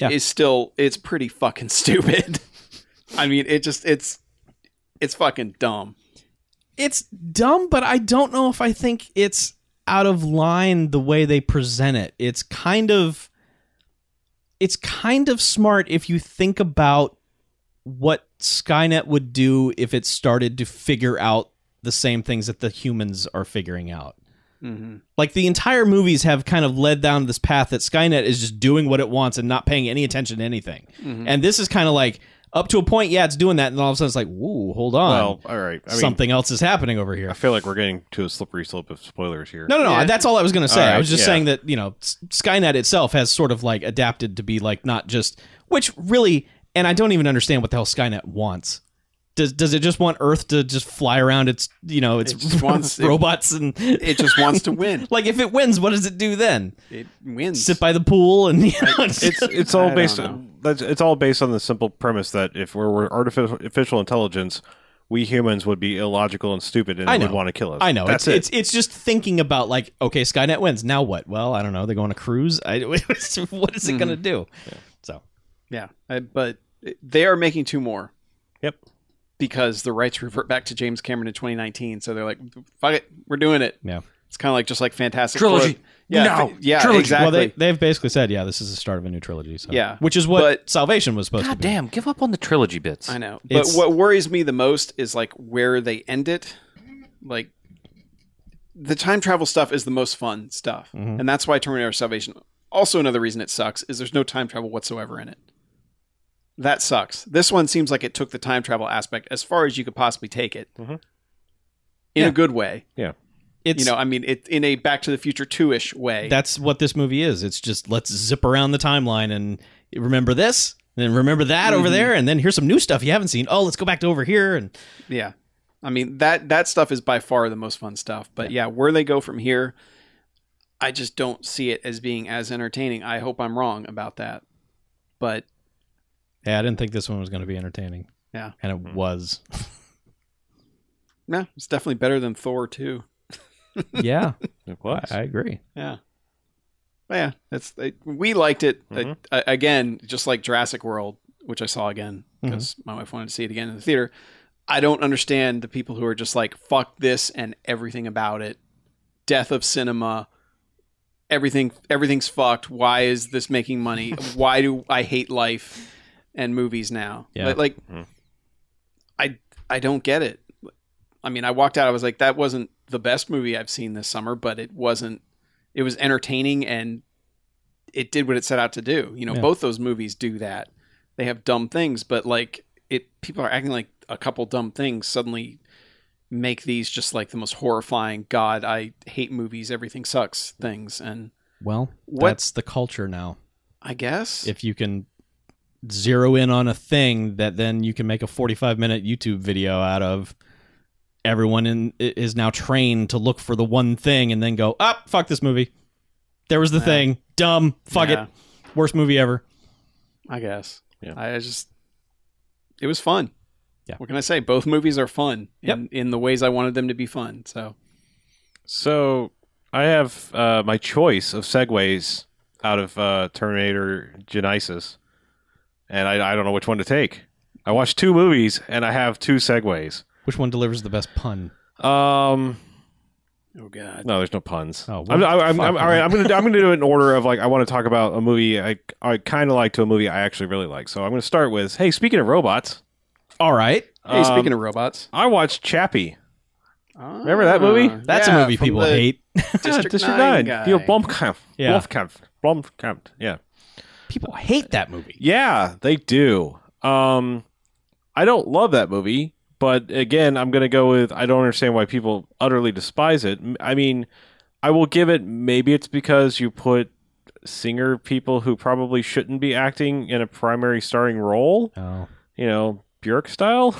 Speaker 5: Yeah.
Speaker 3: is still it's pretty fucking stupid. I mean, it just it's it's fucking dumb.
Speaker 5: it's dumb, but I don't know if I think it's out of line the way they present it. It's kind of it's kind of smart if you think about what Skynet would do if it started to figure out the same things that the humans are figuring out.
Speaker 3: Mm-hmm.
Speaker 5: Like the entire movies have kind of led down this path that Skynet is just doing what it wants and not paying any attention to anything.
Speaker 2: Hmm.
Speaker 5: And this is kind of like up to a point, yeah, it's doing that, and all of a sudden it's like, whoa, hold on
Speaker 2: Well, all right. I mean,
Speaker 5: something else is happening over here.
Speaker 2: I feel like we're getting to a slippery slope of spoilers here.
Speaker 5: No, no, no.
Speaker 3: Yeah.
Speaker 5: That's all I was going to say.
Speaker 2: All right,
Speaker 5: I was just
Speaker 2: yeah.
Speaker 5: saying that you know, S- Skynet itself has sort of like adapted to be like not just which really, and I don't even understand what the hell Skynet wants. Does does it just want Earth to just fly around its you know its
Speaker 3: It just wants-
Speaker 5: robots and
Speaker 3: It just wants to win.
Speaker 5: like if it wins, what does it do then?
Speaker 3: It wins.
Speaker 5: Sit by the pool and you know,
Speaker 2: It's it's all
Speaker 3: don't
Speaker 2: based
Speaker 3: know.
Speaker 2: that's it's all based on the simple premise that if we're, we're artificial artificial intelligence, we humans would be illogical and stupid and
Speaker 5: I
Speaker 2: it would
Speaker 5: know.
Speaker 2: want to kill us.
Speaker 5: I know.
Speaker 2: That's
Speaker 5: it's, it's
Speaker 2: it.
Speaker 5: it's just thinking about like, okay, Skynet wins. Now what? Well, I don't know. They're going to cruise. I, what is it going to do? So
Speaker 3: Yeah, I, but they are making two more
Speaker 2: yep.
Speaker 3: because the rights revert back to James Cameron in 2019. So they're like, fuck it, we're doing it.
Speaker 5: yeah.
Speaker 3: It's kind of like just like Fantastic
Speaker 4: Trilogy.
Speaker 3: Four. Yeah,
Speaker 4: No.
Speaker 3: fa- yeah,
Speaker 4: Trilogy.
Speaker 3: exactly.
Speaker 5: Well, they they've basically said, yeah, this is the start of a new trilogy. So.
Speaker 3: Yeah.
Speaker 5: which is what
Speaker 3: But-
Speaker 5: Salvation was supposed
Speaker 4: God
Speaker 5: to be.
Speaker 4: damn, give up on the trilogy bits.
Speaker 3: I know, but
Speaker 5: It's-
Speaker 3: what worries me the most is like where they end it. Like the time travel stuff is the most fun stuff,
Speaker 5: Mm-hmm.
Speaker 3: and that's why Terminator Salvation. Also, another reason it sucks is there's no time travel whatsoever in it. That sucks. This one seems like it took the time travel aspect as far as you could possibly take it, in
Speaker 5: Mm-hmm. Yeah.
Speaker 3: a good way.
Speaker 2: Yeah.
Speaker 5: It's
Speaker 3: you know, I mean, it in a Back to the Future two ish way.
Speaker 5: that's what this movie is. It's just let's zip around the timeline and remember this, and remember that
Speaker 3: Mm-hmm.
Speaker 5: over there, and then here's some new stuff you haven't seen. Oh, let's go back to over here and
Speaker 3: Yeah. I mean that that stuff is by far the most fun stuff. But yeah, where they go from here, I just don't see it as being as entertaining. I hope I'm wrong about that. But
Speaker 5: yeah, I didn't think this one was going to be entertaining.
Speaker 3: Yeah.
Speaker 5: and it was.
Speaker 3: no, it's definitely better than Thor too.
Speaker 5: yeah,
Speaker 2: It was.
Speaker 5: agree.
Speaker 3: Yeah. But yeah, that's it, we liked it I-
Speaker 2: Mhm.
Speaker 3: I- again, just like Jurassic World, which I saw again because my wife wanted to see it again in the theater. I don't understand the people who are just like fuck this and everything about it. Death of cinema. Everything everything's fucked. Why is this making money? Why do I hate life and movies now?
Speaker 5: Yeah.
Speaker 3: Like, like I I don't get it. I mean, I walked out I was like that wasn't the best movie I've seen this summer, but it wasn't it was entertaining and it did what it set out to do. You know,
Speaker 5: Yeah.
Speaker 3: both those movies do that. They have dumb things, but like it people are acting like a couple dumb things suddenly make these just like the most horrifying god I hate movies, everything sucks things and
Speaker 5: Well,
Speaker 3: What-
Speaker 5: that's the culture now.
Speaker 3: I guess
Speaker 5: If you can zero in on a thing that then you can make a 45 minute YouTube video out of, everyone in i- is now trained to look for the one thing and then go, "Up, fuck this movie. There was the thing. Dumb. Fuck
Speaker 3: Yeah.
Speaker 5: it. Worst movie ever."
Speaker 3: I guess.
Speaker 2: Yeah.
Speaker 3: I I just it was fun.
Speaker 5: Yeah.
Speaker 3: What can I say? Both movies are fun
Speaker 5: Yep.
Speaker 3: in, in the ways I wanted them to be fun. So
Speaker 2: So I have uh, my choice of segues out of uh, Terminator Genesis, and I, I don't know which one to take. I watched two movies and I have two segues.
Speaker 5: Which one delivers the best pun?
Speaker 2: Um,
Speaker 3: Oh god.
Speaker 2: no, there's no puns.
Speaker 5: Oh,
Speaker 2: I'm, I'm,
Speaker 5: well,
Speaker 2: I'm,
Speaker 5: fuck,
Speaker 2: I'm- all right. I'm gonna I'm gonna do it in order of like I want to talk about a movie I I kind of like to a movie I actually really like. So I'm gonna start with hey, speaking of robots, um,
Speaker 5: All right.
Speaker 3: Hey, speaking of robots. Ah,
Speaker 2: I watched Chappie. Remember that movie?
Speaker 5: That's
Speaker 3: Yeah,
Speaker 5: a movie
Speaker 3: from
Speaker 5: people
Speaker 3: the
Speaker 5: hate.
Speaker 3: District,
Speaker 2: District
Speaker 3: 9,
Speaker 2: Nine.
Speaker 3: guy.
Speaker 2: Neil Blomkamp.
Speaker 5: Yeah.
Speaker 2: Blomkamp. Blomkamp. Yeah.
Speaker 5: People hate that movie.
Speaker 2: Yeah, they do. Um, I don't love that movie, but again, I'm going to go with I don't understand why people utterly despise it. M- I mean, I will give it maybe it's because you put singer people who probably shouldn't be acting in a primary starring role,
Speaker 5: Oh.
Speaker 2: you know, Bjork style.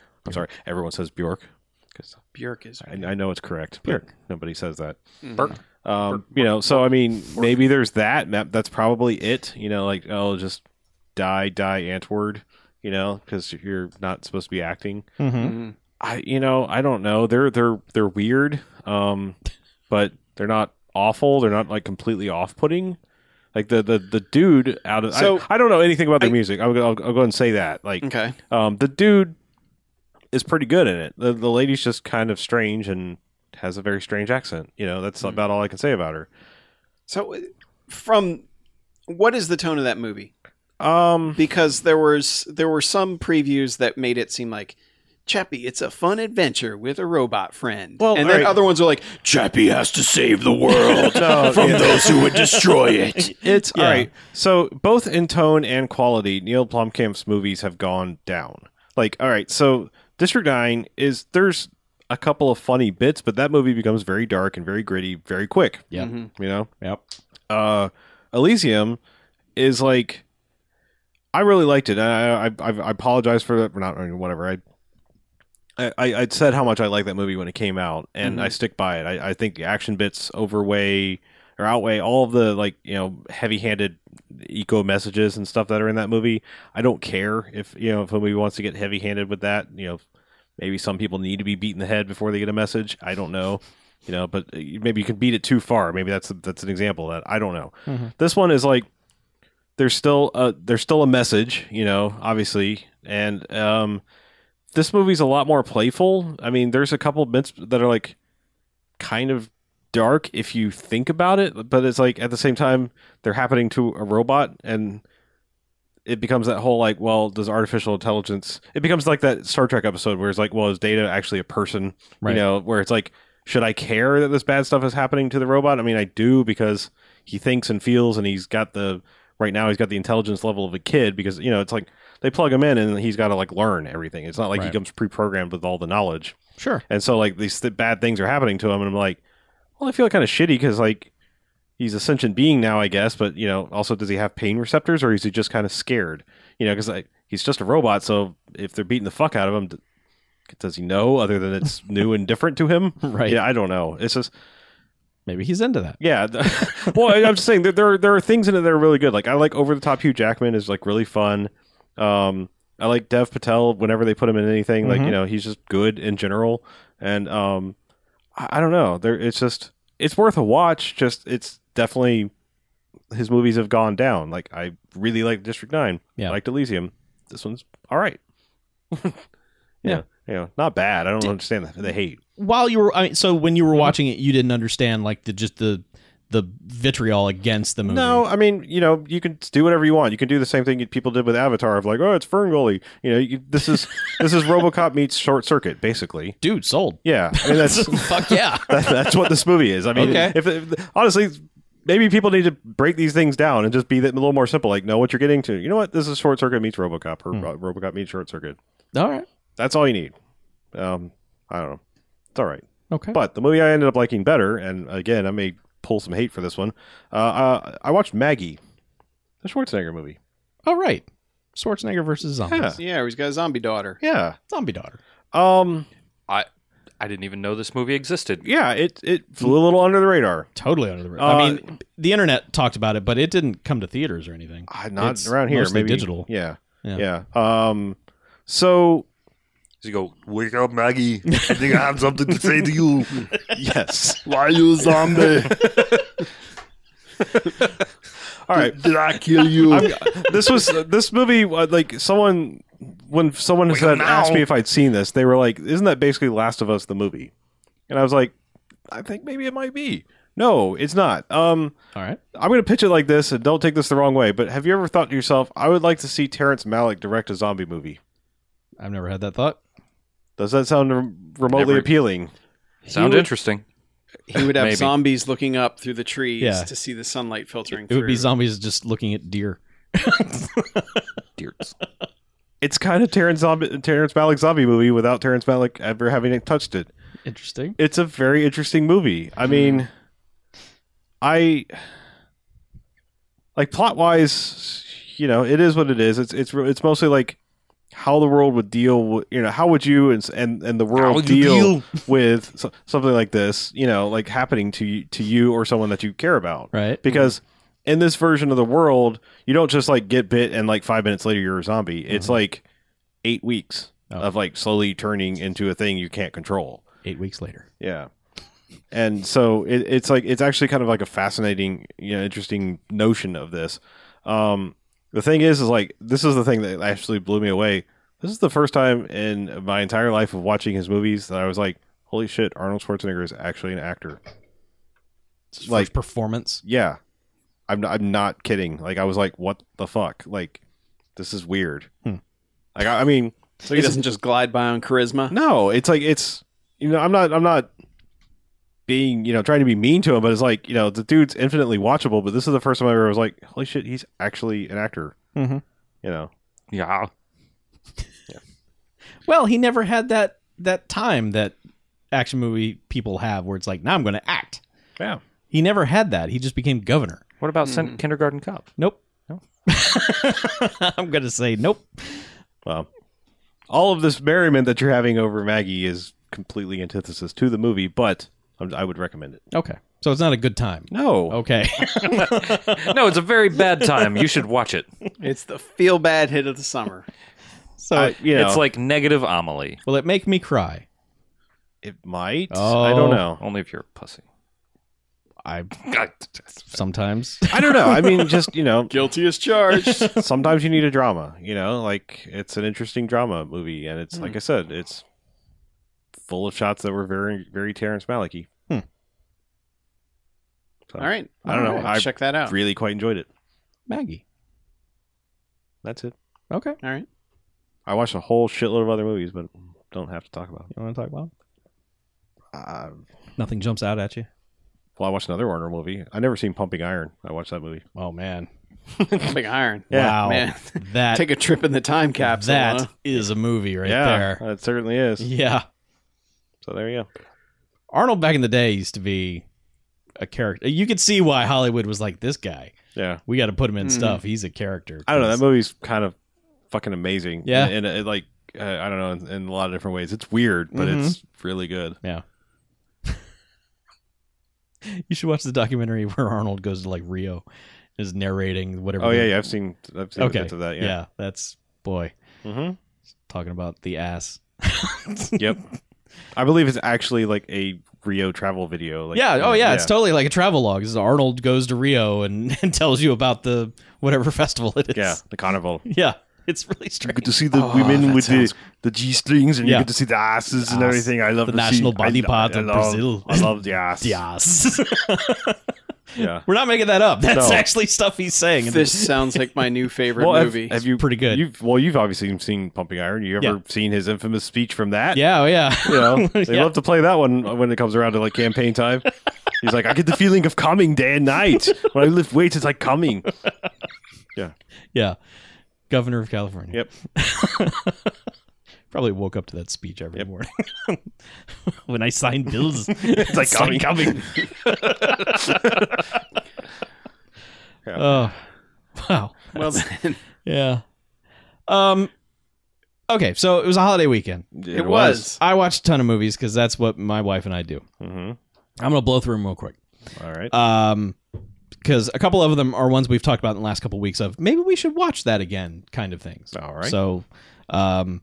Speaker 2: I'm sorry, everyone says Bjork because
Speaker 3: Bjork is
Speaker 2: I, I know it's correct. but Nobody says that.
Speaker 3: Mm-hmm.
Speaker 4: Burp.
Speaker 2: Um, you know, so I mean, maybe there's that. that- That's probably it. You know, like oh, just die, die, Antword. You know, because you're not supposed to be acting.
Speaker 5: Mm-hmm.
Speaker 2: I, you know, I don't know. They're they're they're weird, um, but they're not awful. They're not like completely off-putting. Like the the, the dude out of
Speaker 3: So-
Speaker 2: I, I don't know anything about their
Speaker 3: I-
Speaker 2: music. I'll, go- I'll, I'll go and say that. Like
Speaker 3: Okay.
Speaker 2: um, the dude is pretty good in it. The, the lady's just kind of strange and has a very strange accent. You know, that's about all I can say about her.
Speaker 3: So uh, from what is the tone of that movie?
Speaker 2: Um,
Speaker 3: Because there was there were some previews that made it seem like Chappie, it's a fun adventure with a robot friend.
Speaker 2: Well,
Speaker 3: and then
Speaker 2: alright.
Speaker 3: other ones are like,
Speaker 1: Chappie has to save the world from those who would destroy it.
Speaker 2: it's all right. So both in tone and quality, Neil Blomkamp's movies have gone down. Like, all right, so District Nine is there's a couple of funny bits, but that movie becomes very dark and very gritty very quick.
Speaker 5: Yeah.
Speaker 3: Mhm.
Speaker 2: You know,
Speaker 5: Yep.
Speaker 2: uh, Elysium is like I really liked it. I I, I, I apologize for that. Not I mean, whatever. I, I I I'd said how much I liked that movie when it came out, and I stick by it. I, I think the action bits overweigh or outweigh all of the like you know heavy-handed eco messages and stuff that are in that movie. I don't care if you know if a movie wants to get heavy-handed with that. You know, Maybe some people need to be beat in the head before they get a message. I don't know. You know, but uh, maybe you can beat it too far. Maybe that's that's an example of that I don't know. This one is like there's still a there's still a message, you know, obviously, and um, this movie's a lot more playful. I mean, there's a couple bits that are like kind of dark if you think about it, but it's like at the same time they're happening to a robot and it becomes that whole like, well, does artificial intelligence? It becomes like that Star Trek episode where it's like, well, is Data actually a person?
Speaker 5: Right.
Speaker 2: You know, where it's like, should I care that this bad stuff is happening to the robot? I mean, I do because he thinks and feels, and he's got the right now he's got the intelligence level of a kid because you know it's like they plug him in and he's got to like learn everything. It's not like he
Speaker 5: Right.
Speaker 2: comes pre-programmed with all the knowledge.
Speaker 5: Sure.
Speaker 2: And so like these th- bad things are happening to him, and I'm like, well, I feel kind of shitty because like he's a sentient being now, I guess. But you know, also does he have pain receptors or is he just kind of scared? You know, because like he's just a robot, so if they're beating the fuck out of him, d- does he know other than it's new and different to him?
Speaker 5: Right.
Speaker 2: Yeah, I don't know. It's just
Speaker 5: Maybe he's into that.
Speaker 2: yeah. the- well, I- I'm just saying there there are, there are things in it that are really good. Like I like over the top Hugh Jackman is like really fun. Um, I like Dev Patel whenever they put him in anything.
Speaker 5: Mm-hmm.
Speaker 2: Like you know he's just good in general. And um, I, I don't know. There it's just it's worth a watch. Just it's definitely his movies have gone down. Like I really like District Nine.
Speaker 5: Yeah.
Speaker 2: I liked Elysium. This one's all right.
Speaker 5: Yeah.
Speaker 2: yeah. You know, not bad. I don't understand the, the hate.
Speaker 5: While you were, I mean, so when
Speaker 3: Mm-hmm.
Speaker 5: you were watching it, you didn't understand like the just the the vitriol against the movie.
Speaker 2: No, I mean, you know, you can do whatever you want. You can do the same thing people did with Avatar of like, oh, it's Ferngully. You know, you, this is this is RoboCop meets Short Circuit, basically.
Speaker 5: dude, sold.
Speaker 2: Yeah, I mean that's
Speaker 5: Fuck yeah.
Speaker 2: that, that's what this movie is. I mean,
Speaker 5: Okay.
Speaker 2: if, if honestly, maybe people need to break these things down and just be that- a little more simple. Like, know what you're getting to. You know what? This is Short Circuit meets RoboCop, or
Speaker 5: Hmm.
Speaker 2: Ro- RoboCop meets Short Circuit.
Speaker 5: All right.
Speaker 2: That's all you need. Um, I don't know. It's all right.
Speaker 5: Okay.
Speaker 2: But the movie I ended up liking better, and again, I may pull some hate for this one. Uh, uh, I watched Maggie, the Schwarzenegger movie.
Speaker 5: All right. Schwarzenegger versus zombies.
Speaker 2: Yeah.
Speaker 3: Yeah, he's got a zombie daughter.
Speaker 2: Yeah.
Speaker 5: Zombie daughter.
Speaker 2: Um.
Speaker 4: I I didn't even know this movie existed.
Speaker 2: Yeah. It it flew a little under the radar.
Speaker 5: Totally under the radar.
Speaker 2: Uh,
Speaker 5: I mean, the internet talked about it, but it didn't come to theaters or anything.
Speaker 2: Uh, not
Speaker 5: It's
Speaker 2: around here.
Speaker 5: mostly
Speaker 2: Maybe
Speaker 5: digital.
Speaker 2: Yeah,
Speaker 5: Yeah.
Speaker 2: yeah. Um. So
Speaker 4: You go,
Speaker 7: Wake up, Maggie. I think I have something to say to you.
Speaker 2: yes.
Speaker 7: Why are you a zombie?
Speaker 2: All right.
Speaker 7: Did I kill you?
Speaker 2: this was this movie. uh, Like someone when someone
Speaker 7: Wake up
Speaker 2: said
Speaker 7: now.
Speaker 2: asked me if I'd seen this, they were like, "Isn't that basically Last of Us the movie?" And I was like, "I think maybe it might be." No, it's not. Um.
Speaker 5: All right.
Speaker 2: I'm going to pitch it like this, and don't take this the wrong way, but have you ever thought to yourself, I would like to see Terrence Malick direct a zombie movie?
Speaker 5: I've never had that thought.
Speaker 2: Does that sound rem- remotely
Speaker 4: Never.
Speaker 2: appealing?
Speaker 4: sound
Speaker 3: would-
Speaker 4: interesting.
Speaker 3: He would have
Speaker 4: Maybe.
Speaker 3: zombies looking up through the trees
Speaker 5: Yeah.
Speaker 3: to see the sunlight filtering
Speaker 5: It
Speaker 3: through.
Speaker 5: would be zombies just looking at deer.
Speaker 4: Dears.
Speaker 2: It's kind of Terrence, zombie, Terrence Malick zombie movie without Terrence Malick ever having touched it.
Speaker 5: Interesting.
Speaker 2: It's a very interesting movie. I mean, I like plot wise, you know, it is what it is. It's it's re- it's mostly like how the world would deal with you know how would you and s- and, and the world
Speaker 7: would you
Speaker 2: deal, with so, something like this you know like happening to you to you or someone that you care about
Speaker 5: Right.
Speaker 2: because in this version of the world you don't just like get bit and like five minutes later you're a zombie it's like eight weeks
Speaker 5: Oh.
Speaker 2: of like slowly turning into a thing you can't control
Speaker 5: Eight weeks later.
Speaker 2: yeah. And so it, it's like it's actually kind of like a fascinating, you know, interesting notion of this. Um, the thing is, is like this is the thing that actually blew me away. This is the first time in my entire life of watching his movies that I was like, "Holy shit, Arnold Schwarzenegger is actually an actor."
Speaker 5: It's his
Speaker 2: Like-
Speaker 5: first performance.
Speaker 2: Yeah, I'm not, I'm not kidding. Like I was like, "What the fuck?" Like this is weird.
Speaker 5: Hmm.
Speaker 2: Like I, I mean,
Speaker 3: so he doesn't just glide by on charisma.
Speaker 2: no, it's like it's you know I'm not I'm not being you know trying to be mean to him, but it's like you know the dude's infinitely watchable. But this is the first time I ever was like, holy shit, he's actually an actor.
Speaker 4: Mm-hmm.
Speaker 5: Mhm.
Speaker 2: You know,
Speaker 4: Yeah.
Speaker 5: Well, he never had that that time that action movie people have where it's like, now I'm going to act.
Speaker 2: yeah.
Speaker 5: He never had that. He just became governor.
Speaker 4: What about
Speaker 3: Mm-hmm.
Speaker 4: Sen- Kindergarten Cop?
Speaker 5: Nope. I'm going to say nope.
Speaker 2: Well, all of this merriment that you're having over Maggie is completely antithesis to the movie, but I'm, I would recommend it.
Speaker 5: Okay. So it's not a good time.
Speaker 2: No,
Speaker 5: Okay.
Speaker 4: no, it's a very bad time. You should watch it.
Speaker 3: It's the feel bad hit of the summer.
Speaker 5: So
Speaker 2: I- you know,
Speaker 4: Oh, It's like negative Amelie.
Speaker 5: will it make me cry?
Speaker 2: it might.
Speaker 5: Oh.
Speaker 2: I don't know.
Speaker 4: Only if you're a pussy.
Speaker 5: I
Speaker 4: God.
Speaker 5: sometimes.
Speaker 2: I don't know. I mean, just you know,
Speaker 3: Guilty as charged.
Speaker 2: sometimes you need a drama. You know, like it's an interesting drama movie, and it's
Speaker 5: Hmm.
Speaker 2: like I said, it's full of shots that were very, very Terrence Malicky.
Speaker 5: Hmm.
Speaker 2: So,
Speaker 3: All right.
Speaker 2: I don't know.
Speaker 3: All right.
Speaker 2: I
Speaker 3: Check that out.
Speaker 2: really quite enjoyed it.
Speaker 5: Maggie.
Speaker 2: That's it.
Speaker 5: Okay. You
Speaker 3: All right.
Speaker 2: I watched a whole shitload of other movies, but don't have to talk about. It.
Speaker 5: want to talk about?
Speaker 2: Uh,
Speaker 5: Nothing jumps out at you.
Speaker 2: well, I watched another Warner movie. I never seen Pumping Iron. I watched that movie.
Speaker 5: Oh man.
Speaker 3: Big iron.
Speaker 2: Yeah.
Speaker 5: wow.
Speaker 3: Man.
Speaker 5: That
Speaker 3: Take a trip in the time capsule.
Speaker 5: that
Speaker 3: huh?
Speaker 5: is a movie right
Speaker 2: yeah,
Speaker 5: there.
Speaker 2: it certainly is.
Speaker 5: Yeah.
Speaker 2: So there you go.
Speaker 5: Arnold back in the day used to be a character. You could see why Hollywood was like this guy.
Speaker 2: Yeah.
Speaker 5: We got to put him in
Speaker 3: Mhm.
Speaker 5: stuff. He's a character.
Speaker 2: Mm-hmm. I don't know. That movie's kind of fucking amazing.
Speaker 5: Yeah.
Speaker 2: and, and it, like uh, I don't know, in, in a lot of different ways. It's weird, but
Speaker 5: Mm-hmm.
Speaker 2: it's really good.
Speaker 5: You should watch the documentary where Arnold goes to like Rio, is narrating whatever.
Speaker 2: Oh yeah,
Speaker 5: the-
Speaker 2: yeah. I've seen I've seen
Speaker 5: Okay.
Speaker 2: bits of that.
Speaker 5: yeah.
Speaker 2: Yeah.
Speaker 5: that's boy
Speaker 2: hmm
Speaker 5: talking about the ass.
Speaker 2: Yep. I believe it's actually like a Rio travel video. Like, uh,
Speaker 5: yeah. Oh yeah, It's
Speaker 2: yeah.
Speaker 5: totally like a travel log. This is Arnold goes to Rio and, and tells you about the whatever festival it is.
Speaker 2: yeah, the carnival.
Speaker 5: Yeah. It's really
Speaker 7: You
Speaker 5: strange.
Speaker 7: get to see the
Speaker 3: Oh,
Speaker 7: women
Speaker 3: that
Speaker 7: with
Speaker 3: sounds-
Speaker 7: the, the G strings and
Speaker 5: Yeah.
Speaker 7: you get to see the asses and
Speaker 5: Ass.
Speaker 7: everything. I love
Speaker 5: The
Speaker 7: to see-
Speaker 5: national body
Speaker 7: I-
Speaker 5: part
Speaker 7: I
Speaker 5: of
Speaker 7: love-
Speaker 5: Brazil.
Speaker 7: I love the ass.
Speaker 5: The ass.
Speaker 2: Yeah.
Speaker 5: We're not making that up. That's
Speaker 2: No.
Speaker 5: actually stuff he's saying.
Speaker 3: This sounds like my new favorite
Speaker 2: have-
Speaker 3: movie.
Speaker 2: Have, you
Speaker 5: pretty good.
Speaker 2: You've, well, you've obviously seen Pumping Iron. You ever
Speaker 5: Yeah.
Speaker 2: seen his infamous speech from that?
Speaker 5: yeah, oh, yeah.
Speaker 2: You know, they
Speaker 5: Yeah.
Speaker 2: love to play that one when it comes around to like campaign time. He's like, I get the feeling of coming day and night. When I lift weights, it's like coming.
Speaker 5: Yeah. Governor of California.
Speaker 2: Yep.
Speaker 5: Probably woke up to that speech every
Speaker 2: Yep.
Speaker 5: morning. when I signed bills,
Speaker 2: It's like coming. coming.
Speaker 5: oh, wow.
Speaker 3: well then,
Speaker 5: Yeah. Um. Okay, so it was a holiday weekend.
Speaker 3: it was.
Speaker 5: I watched a ton of movies because that's what my wife and I do.
Speaker 2: Mm-hmm.
Speaker 5: I'm gonna blow through them real quick.
Speaker 2: All right.
Speaker 5: Um, because a couple of them are ones we've talked about in the last couple weeks of maybe we should watch that again, kind of things.
Speaker 2: All right.
Speaker 5: So, um,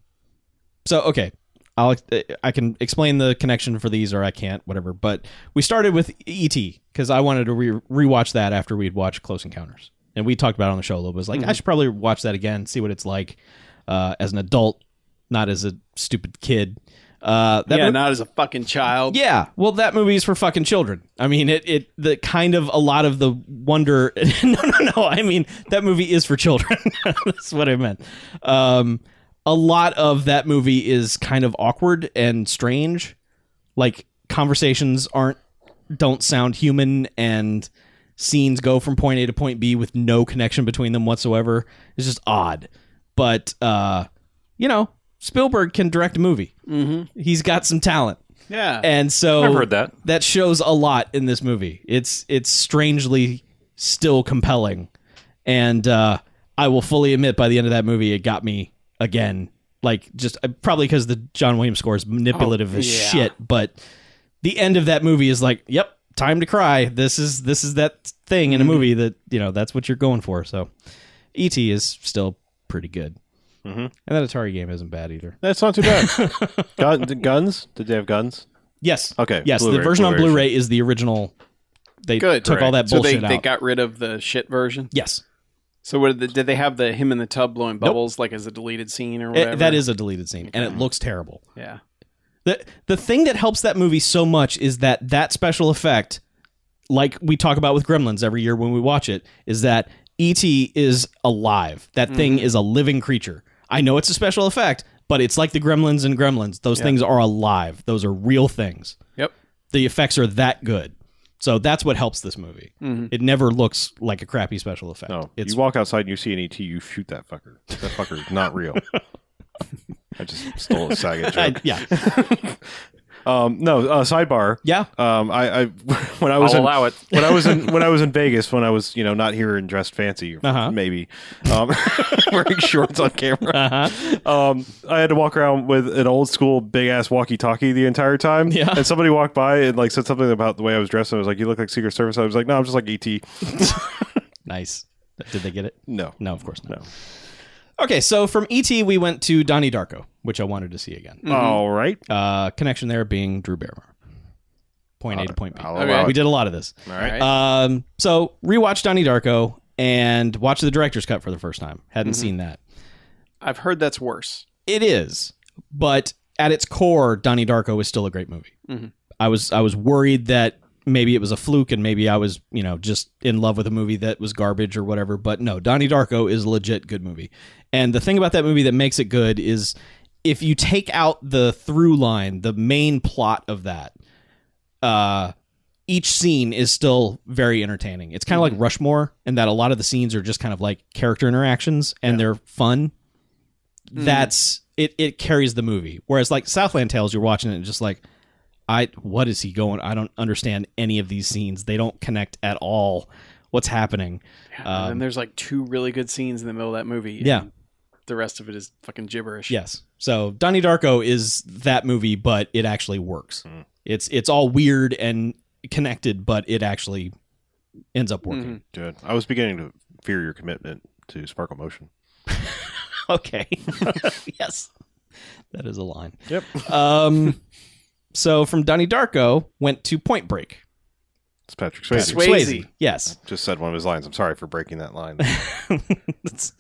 Speaker 5: so okay, I'll I can explain the connection for these, or I can't, whatever. But we started with ET because I wanted to re- rewatch that after we'd watched Close Encounters, and we talked about it on the show a little bit. It was like
Speaker 2: Mm-hmm.
Speaker 5: I should probably watch that again, see what it's like uh, as an adult, not as a stupid kid. Uh, that
Speaker 3: yeah,
Speaker 5: mo-
Speaker 3: not as a fucking child.
Speaker 5: yeah, well, that movie is for fucking children. I mean, it it the kind of a lot of the wonder. no, no, no. I mean, that movie is for children. That's what I meant. Um, a lot of that movie is kind of awkward and strange. Like conversations aren't don't sound human, and scenes go from point A to point B with no connection between them whatsoever. It's just odd. But uh, you know, Spielberg can direct a movie. Mm-hmm. He's got some talent
Speaker 3: Yeah.
Speaker 5: and so
Speaker 4: I've heard that.
Speaker 5: that shows a lot in this movie. It's it's strangely still compelling, and uh, I will fully admit by the end of that movie, it got me again. Like just uh, probably because the John Williams score is manipulative
Speaker 3: Oh,
Speaker 5: as
Speaker 3: yeah.
Speaker 5: shit, but the end of that movie is like, yep, time to cry. This is this is that thing
Speaker 3: Mm-hmm.
Speaker 5: in a movie that you know that's what you're going for. So, E.T. is still pretty good,
Speaker 3: Mm-hmm.
Speaker 2: Mhm.
Speaker 5: and that Atari game isn't bad either.
Speaker 2: That's not too bad. Gun, the guns? Did they have guns?
Speaker 5: Yes.
Speaker 2: Okay,
Speaker 5: Yes, the
Speaker 2: Blu-ray-
Speaker 5: version on
Speaker 2: Blu-ray.
Speaker 5: Blu-ray is the original. They
Speaker 3: Good.
Speaker 5: took all that
Speaker 3: so they,
Speaker 5: bullshit
Speaker 3: they
Speaker 5: out.
Speaker 3: got rid of the shit version.
Speaker 5: yes,
Speaker 3: So what did, the, did they have the him in the tub blowing bubbles like as a deleted scene or
Speaker 5: It-
Speaker 3: whatever?
Speaker 5: that is a deleted scene, and it looks terrible.
Speaker 3: yeah.
Speaker 5: the The thing that helps that movie so much is that that special effect, like we talk about with Gremlins every year when we watch it, is that ET is alive. That
Speaker 3: Mm-hmm.
Speaker 5: thing is a living creature. I know it's a special effect, but it's like the Gremlins and Gremlins. Those things are alive. Those are real things.
Speaker 3: Yep.
Speaker 5: the effects are that good. So that's what helps this movie. It never looks like a crappy special effect.
Speaker 2: Mm-hmm. No.
Speaker 5: it's
Speaker 2: you walk outside and you see an ET, you shoot that fucker. That fucker is not real. I just stole a Saget
Speaker 5: I-
Speaker 2: joke.
Speaker 5: yeah,
Speaker 2: Um, no, uh, sidebar.
Speaker 5: yeah.
Speaker 2: Um, I, I when I was
Speaker 4: I'll
Speaker 2: in,
Speaker 4: allow it.
Speaker 2: when I was in when I was in Vegas when I was you know not here and dressed fancy
Speaker 5: Uh-huh.
Speaker 2: maybe um, wearing shorts on camera.
Speaker 5: Uh-huh.
Speaker 2: Um, I had to walk around with an old school big ass walkie talkie the entire time.
Speaker 5: Yeah.
Speaker 2: and somebody walked by and like said something about the way I was dressed. And I was like, "You look like Secret Service." I was like, E "No, I'm just like ET."
Speaker 5: Nice. Did they get it?
Speaker 2: No,
Speaker 5: No, of course not.
Speaker 2: No.
Speaker 5: Okay, so from ET we went to Donnie Darko, which I wanted to see again.
Speaker 2: All right.
Speaker 5: Uh, connection there being Drew Barrymore. Point A to point B.
Speaker 2: I'll
Speaker 3: Okay.
Speaker 2: allow
Speaker 5: We
Speaker 2: it.
Speaker 5: did a lot of this.
Speaker 2: All right.
Speaker 3: Alright.
Speaker 5: Um, so rewatch Donnie Darko and watch the director's cut for the first time. Hadn't
Speaker 2: Mm-hmm.
Speaker 5: seen that.
Speaker 3: I've heard that's worse.
Speaker 5: It is, but at its core, Donnie Darko is still a great movie.
Speaker 3: Mhm.
Speaker 5: I was I was worried that maybe it was a fluke and maybe I was you know just in love with a movie that was garbage or whatever. But no, Donnie Darko is a legit good movie. And the thing about that movie that makes it good is if you take out the through line, the main plot of that, uh, each scene is still very entertaining. It's kind of like
Speaker 3: Mm-hmm.
Speaker 5: Rushmore in that a lot of the scenes are just kind of like character interactions and they're fun
Speaker 3: Mm-hmm.
Speaker 5: that's it it carries the movie whereas like southland tales you're watching it and just like i what is he going i don't understand any of these scenes they don't connect at all what's happening
Speaker 3: and then there's like two really good scenes in the middle of that movie. and
Speaker 5: Um, Yeah.
Speaker 3: The rest of it is fucking gibberish.
Speaker 5: yes so donnie darko is that movie but it actually works it's it's all weird and connected but it actually ends up working
Speaker 2: Good. I was beginning to fear your commitment to Sparkle Motion.
Speaker 5: Hmm. okay yes that is a line
Speaker 2: Yep.
Speaker 5: um so from donnie darko went to point break
Speaker 2: It's Patrick Swayze.
Speaker 3: Swayze.
Speaker 5: yes
Speaker 2: Just said one of his lines. I'm sorry for breaking that line.
Speaker 5: It's-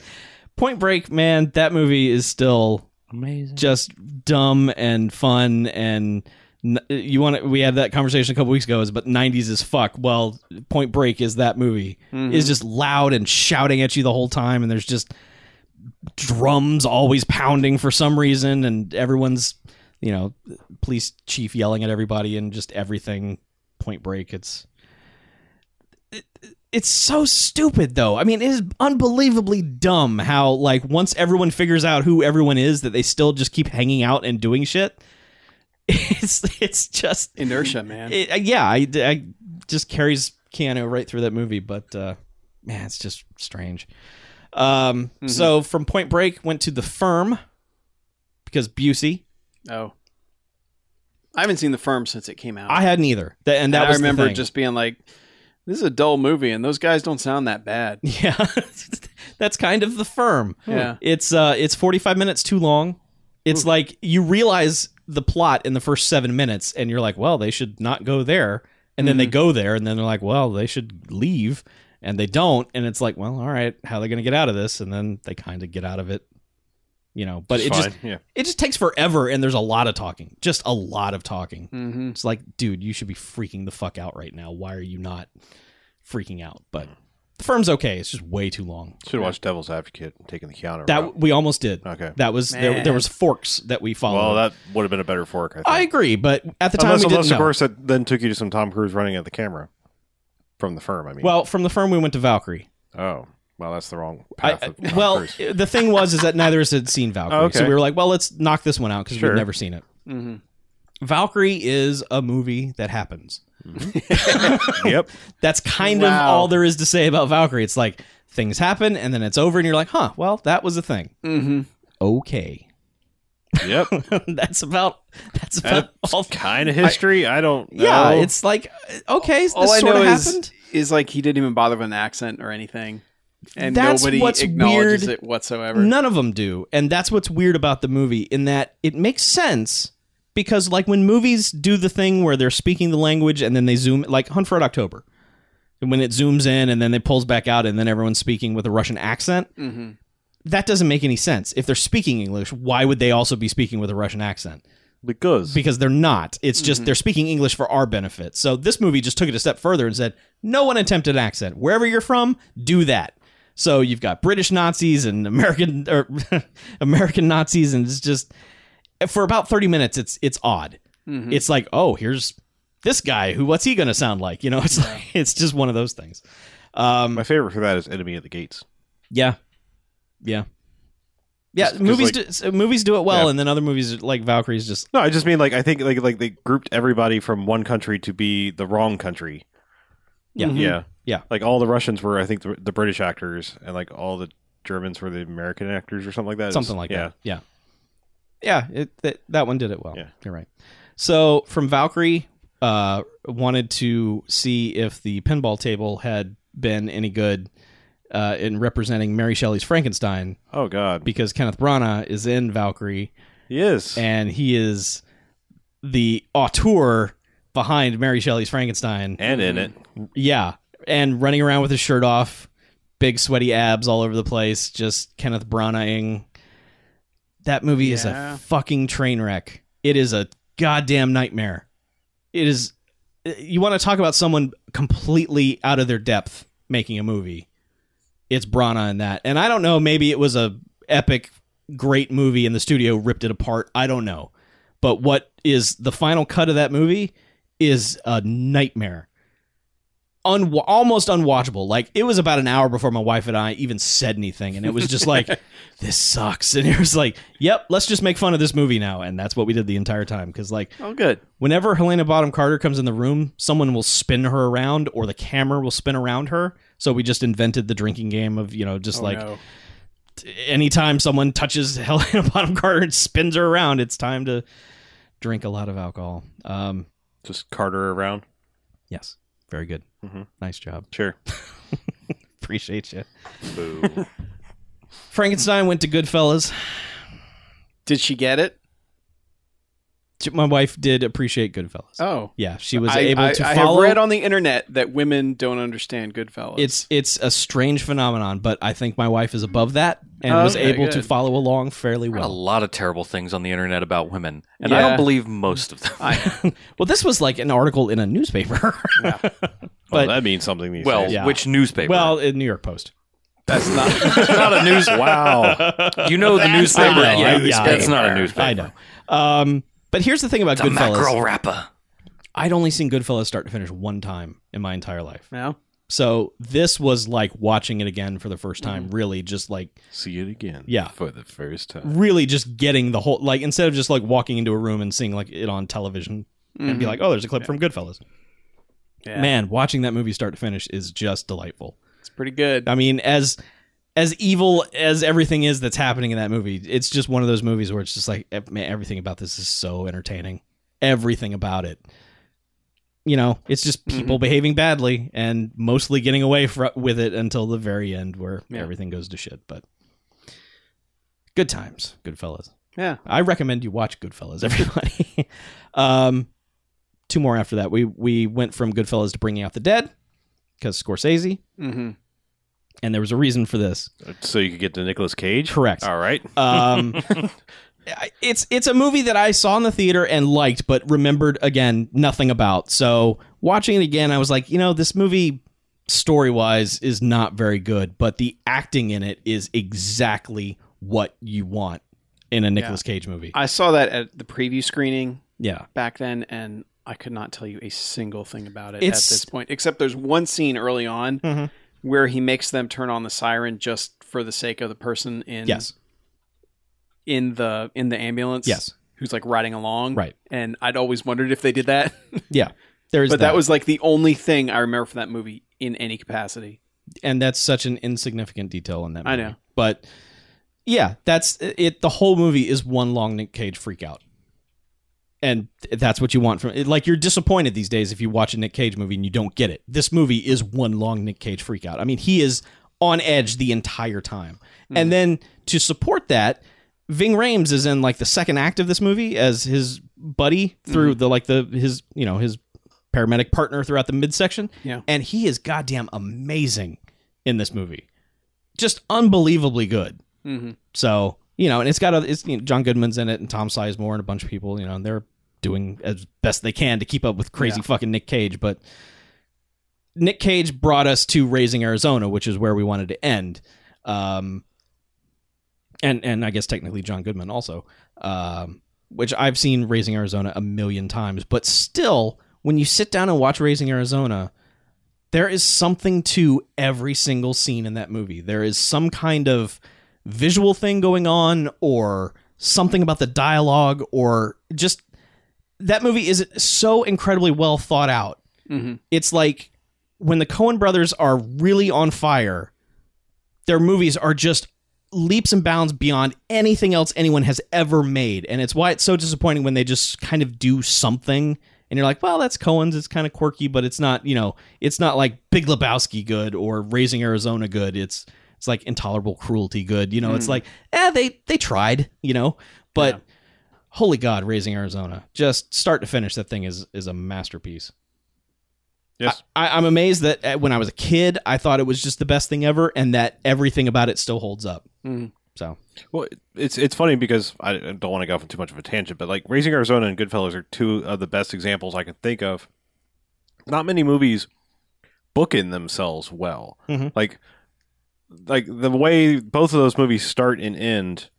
Speaker 5: Point Break, man, that movie is still
Speaker 4: Amazing.
Speaker 5: just dumb and fun and n- you want to, we had that conversation a couple weeks ago is but 90s is fuck well point break is that movie is just loud and shouting at you the whole time and there's just drums always pounding for some reason and everyone's you know police chief yelling at everybody and just everything point break it's it's so stupid though. I mean, it is unbelievably dumb how like once everyone figures out who everyone is that they still just keep hanging out and doing shit. It's it's just
Speaker 3: Inertia, man.
Speaker 5: it, uh, yeah, I, I just carries Keanu right through that movie, but uh, man, it's just strange. Um, so from Point Break went to The Firm because Busey.
Speaker 3: oh. I haven't seen The Firm since it came out.
Speaker 5: I hadn't either, Th- and that
Speaker 3: And I
Speaker 5: was the
Speaker 3: remember
Speaker 5: thing.
Speaker 3: just being like, this is a dull movie and those guys don't sound that bad.
Speaker 5: Yeah, that's kind of the firm.
Speaker 3: Yeah.
Speaker 5: it's uh, it's forty five minutes too long. It's like you realize the plot in the first seven minutes, and you're like, well, they should not go there, and then they
Speaker 2: Mm-hmm.
Speaker 5: go there, and then they're like, well, they should leave, and they don't, and it's like, well, all right, how are they going to get out of this? And then they kind of get out of it, you know. But
Speaker 2: It's
Speaker 5: it just
Speaker 2: fine, yeah.
Speaker 5: it just takes forever, and there's a lot of talking, just a lot of talking.
Speaker 3: Mm-hmm.
Speaker 5: It's like, dude, you should be freaking the fuck out right now. Why are you not freaking out? But
Speaker 2: Mm.
Speaker 5: the firm's okay. It's just way too long.
Speaker 2: Should have watched Devil's Advocate and taken the Keanu.
Speaker 5: That
Speaker 2: route.
Speaker 5: we almost did.
Speaker 2: Okay.
Speaker 5: That was there,
Speaker 3: Man.
Speaker 5: there was forks that we
Speaker 2: well,
Speaker 5: followed.
Speaker 2: that would have been a better fork. I think.
Speaker 5: I agree, but at the time
Speaker 2: unless,
Speaker 5: we
Speaker 2: unless
Speaker 5: didn't
Speaker 2: of
Speaker 5: know.
Speaker 2: course, that then took you to some Tom Cruise running at the camera from the firm. I mean,
Speaker 5: Well, from the firm we went to Valkyrie.
Speaker 2: oh, well, that's the wrong
Speaker 5: I,
Speaker 2: path. of Tom
Speaker 5: well,
Speaker 2: Cruise.
Speaker 5: the thing was is that neither of us had seen Valkyrie,
Speaker 2: Ah, Oh, okay.
Speaker 5: so we were like, well, let's knock this one out because
Speaker 2: Sure.
Speaker 5: we've never seen it.
Speaker 3: Mm-hmm.
Speaker 5: Valkyrie is a movie that happens.
Speaker 2: yep.
Speaker 5: That's kind of
Speaker 3: Wow.
Speaker 5: all there is to say about Valkyrie. It's like things happen and then it's over, and you're like, huh, well, that was a thing.
Speaker 3: Mm-hmm.
Speaker 5: Okay.
Speaker 2: Yep.
Speaker 5: that's about that's about all.
Speaker 2: That's kind of history. I, don't. Know.
Speaker 5: yeah, it's like okay, this
Speaker 3: All I
Speaker 5: sort
Speaker 3: know
Speaker 5: of
Speaker 3: is,
Speaker 5: happened.
Speaker 3: is like he didn't even bother with an accent or anything. And
Speaker 5: That's
Speaker 3: nobody
Speaker 5: what's
Speaker 3: acknowledges
Speaker 5: weird.
Speaker 3: it whatsoever.
Speaker 5: None of them do, and that's what's weird about the movie in that it makes sense because like when movies do the thing where they're speaking the language and then they zoom like Hunt for Red October. And when it zooms in and then it pulls back out and then everyone's speaking with a Russian accent,
Speaker 3: Mm-hmm.
Speaker 5: that doesn't make any sense. If they're speaking English, why would they also be speaking with a Russian accent?
Speaker 2: because
Speaker 5: because they're not. It's
Speaker 2: Mm-hmm.
Speaker 5: just they're speaking English for our benefit. So this movie just took it a step further and said, no one attempted accent. Wherever you're from, do that. So you've got British Nazis and American or American Nazis, and it's just for about thirty minutes, it's it's odd.
Speaker 2: Mm-hmm.
Speaker 5: It's like, oh, here's this guy who what's he gonna sound like? You know, it's like it's just one of those things. Um,
Speaker 2: my favorite for that is Enemy at the Gates.
Speaker 5: yeah, yeah, yeah.
Speaker 2: 'cause,
Speaker 5: movies
Speaker 2: like-
Speaker 5: do, movies do it well,
Speaker 2: Yeah.
Speaker 5: and then other movies like Valkyrie's just
Speaker 2: No, I just mean like I think like like they grouped everybody from one country to be the wrong country.
Speaker 5: Yeah. Mhm.
Speaker 2: Yeah.
Speaker 5: Yeah.
Speaker 2: Like all the Russians were I think the, the British actors and like all the Germans were the American actors or something like that. It's-
Speaker 5: something like
Speaker 2: yeah.
Speaker 5: that. Yeah, yeah, it, that that one did it well.
Speaker 2: Yeah.
Speaker 5: You're right. So from Valkyrie, uh, wanted to see if the pinball table had been any good. uh, in representing Mary Shelley's Frankenstein
Speaker 2: Oh God,
Speaker 5: because Kenneth Branagh is in Valkyrie
Speaker 2: he is.
Speaker 5: and he is the auteur behind Mary Shelley's Frankenstein.
Speaker 2: And in it,
Speaker 5: Yeah, and running around with his shirt off, big sweaty abs all over the place, just Kenneth Branaghing. That movie is
Speaker 3: Yeah.
Speaker 5: a fucking train wreck. It is a goddamn nightmare. It is. You want to talk about someone completely out of their depth making a movie? It's Brana in that, and I don't know. Maybe it was a epic, great movie, and the studio ripped it apart. I don't know, but what is the final cut of that movie is a nightmare un- almost unwatchable. Like it was about an hour before my wife and I even said anything, and it was just like, "This sucks." And it was like, "Yep, let's just make fun of this movie now," and that's what we did the entire time. Because like,
Speaker 3: Oh, good.
Speaker 5: whenever Helena Bottom Carter comes in the room, someone will spin her around, or the camera will spin around her. So we just invented the drinking game of you know just
Speaker 3: Oh,
Speaker 5: like
Speaker 3: no.
Speaker 5: anytime someone touches Helena Bottom Carter and spins her around, it's time to drink a lot of alcohol. Um,
Speaker 2: just Carter around.
Speaker 5: yes, very good,
Speaker 3: Mm-hmm.
Speaker 2: Mhm.
Speaker 5: nice job.
Speaker 2: Sure. Oh,
Speaker 5: Appreciate you.
Speaker 2: Boo.
Speaker 5: Frankenstein went to Goodfellas.
Speaker 3: Did she get it?
Speaker 5: My wife did appreciate Goodfellas.
Speaker 3: Oh,
Speaker 5: Yeah, she was
Speaker 3: I,
Speaker 5: able
Speaker 3: I-
Speaker 5: to
Speaker 3: I
Speaker 5: follow.
Speaker 3: have read on the internet that women don't understand Goodfellas.
Speaker 5: it's it's a strange phenomenon, but I think my wife is above that and was
Speaker 3: Okay,
Speaker 5: able to
Speaker 3: good.
Speaker 5: follow along fairly
Speaker 4: Read a
Speaker 5: well.
Speaker 4: lot of terrible things on the internet about women, and I
Speaker 3: Yeah.
Speaker 4: don't believe most of them.
Speaker 5: Well, this was like an article in a newspaper.
Speaker 2: well,
Speaker 5: But-
Speaker 2: that means something these
Speaker 4: well,
Speaker 2: days.
Speaker 5: Yeah.
Speaker 4: which newspaper?
Speaker 5: well, in New York Post.
Speaker 3: that's not.
Speaker 2: not a news. Wow.
Speaker 4: you know the newspaper.
Speaker 5: I know,
Speaker 4: yeah,
Speaker 5: I- yeah,
Speaker 4: that's
Speaker 5: I-
Speaker 4: not a newspaper.
Speaker 5: I know. Um, but here's the thing about
Speaker 4: The
Speaker 5: Goodfellas.
Speaker 4: mackerel rapper.
Speaker 5: I'd only seen Goodfellas start to finish one time in my entire life.
Speaker 3: no.
Speaker 5: So this was like watching it again for the first time,
Speaker 3: Mm-hmm.
Speaker 5: really just like
Speaker 2: See it again.
Speaker 5: Yeah.
Speaker 2: For the first time.
Speaker 5: really just getting the whole like instead of just like walking into a room and seeing like it on television and be like, oh, there's a clip from Goodfellas.
Speaker 3: Mm-hmm. Yeah.
Speaker 5: Man, watching that movie start to finish is just delightful.
Speaker 3: it's pretty good.
Speaker 5: I mean, as as evil as everything is that's happening in that movie, it's just one of those movies where it's just like ev- man, everything about this is so entertaining. Everything about it. You know, it's just
Speaker 3: Mm-hmm.
Speaker 5: people behaving badly and mostly getting away fr- with it until the very end where
Speaker 3: Yeah.
Speaker 5: everything goes to shit, but good times, good fellas.
Speaker 3: Yeah.
Speaker 5: I recommend you watch Goodfellas, everybody. um, two more after that. We we went from Goodfellas to Bringing Out the Dead because Scorsese,
Speaker 3: Mm-hmm.
Speaker 5: and there was a reason for this.
Speaker 2: So you could get to Nicolas Cage.
Speaker 5: Correct.
Speaker 2: All right.
Speaker 5: Um, I- it's it's a movie that I saw in the theater and liked, but remembered again nothing about. So watching it again, I was like, you know, this movie story wise is not very good, but the acting in it is exactly what you want in a Nicolas Cage movie.
Speaker 3: I saw that at the preview screening
Speaker 5: yeah.
Speaker 3: back then, and I could not tell you a single thing about it
Speaker 5: It's- Mm-hmm.
Speaker 3: at this point, except there's one scene early on where he makes them turn on the siren just for the sake of the person in
Speaker 5: Yes.
Speaker 3: in the in the ambulance.
Speaker 5: Yes.
Speaker 3: Who's like riding along,
Speaker 5: Right.
Speaker 3: And I'd always wondered if they did that,
Speaker 5: Yeah. There's
Speaker 3: but that was like the only thing I remember from that movie in any capacity.
Speaker 5: and that's such an insignificant detail in that movie.
Speaker 3: I know.
Speaker 5: But yeah, that's it the whole movie is one long Nick Cage freak out. And that's what you want from it. Like you're disappointed these days if you watch a Nick Cage movie and you don't get it. This movie is one long Nick Cage freak out. I mean, he is on edge the entire time. And then to support that, Ving Rhames is in like the second act of this movie as his buddy through the like the his, you know, his paramedic partner throughout the midsection.
Speaker 3: Yeah.
Speaker 5: And he is goddamn amazing in this movie. Just unbelievably good.
Speaker 3: Mm-hmm.
Speaker 5: So, you know, and it's got a, it's you know, John Goodman's in it and Tom Sizemore and a bunch of people, you know, and they're doing as best they can to keep up with crazy fucking Nick Cage, but Nick Cage brought us to Raising Arizona, which is where we wanted to end. Um and and I guess technically John Goodman also. Um which I've seen Raising Arizona a million times, but still when you sit down and watch Raising Arizona, there is something to every single scene in that movie. There is some kind of visual thing going on or something about the dialogue or just that movie is so incredibly well thought out.
Speaker 3: Mm-hmm.
Speaker 5: It's like when the Coen brothers are really on fire, their movies are just leaps and bounds beyond anything else anyone has ever made. And it's why it's so disappointing when they just kind of do something and you're like, well, that's Cohen's. It's kind of quirky, but it's not, you know, it's not like Big Lebowski good or Raising Arizona good. It's it's like intolerable cruelty good. You know, it's like, eh, they they tried, you know, but holy God, Raising Arizona, just start to finish, that thing is is a masterpiece.
Speaker 2: Yes.
Speaker 5: I, I, I'm amazed that uh, when I was a kid, I thought it was just the best thing ever, and that everything about it still holds up.
Speaker 3: Mm.
Speaker 5: So
Speaker 2: Well, it's it's funny because I I don't want to go off on too much of a tangent, but like Raising Arizona and Goodfellas are two of the best examples I can think of. Not many movies bookend themselves well.
Speaker 5: Mhm.
Speaker 2: Like, like the way both of those movies start and end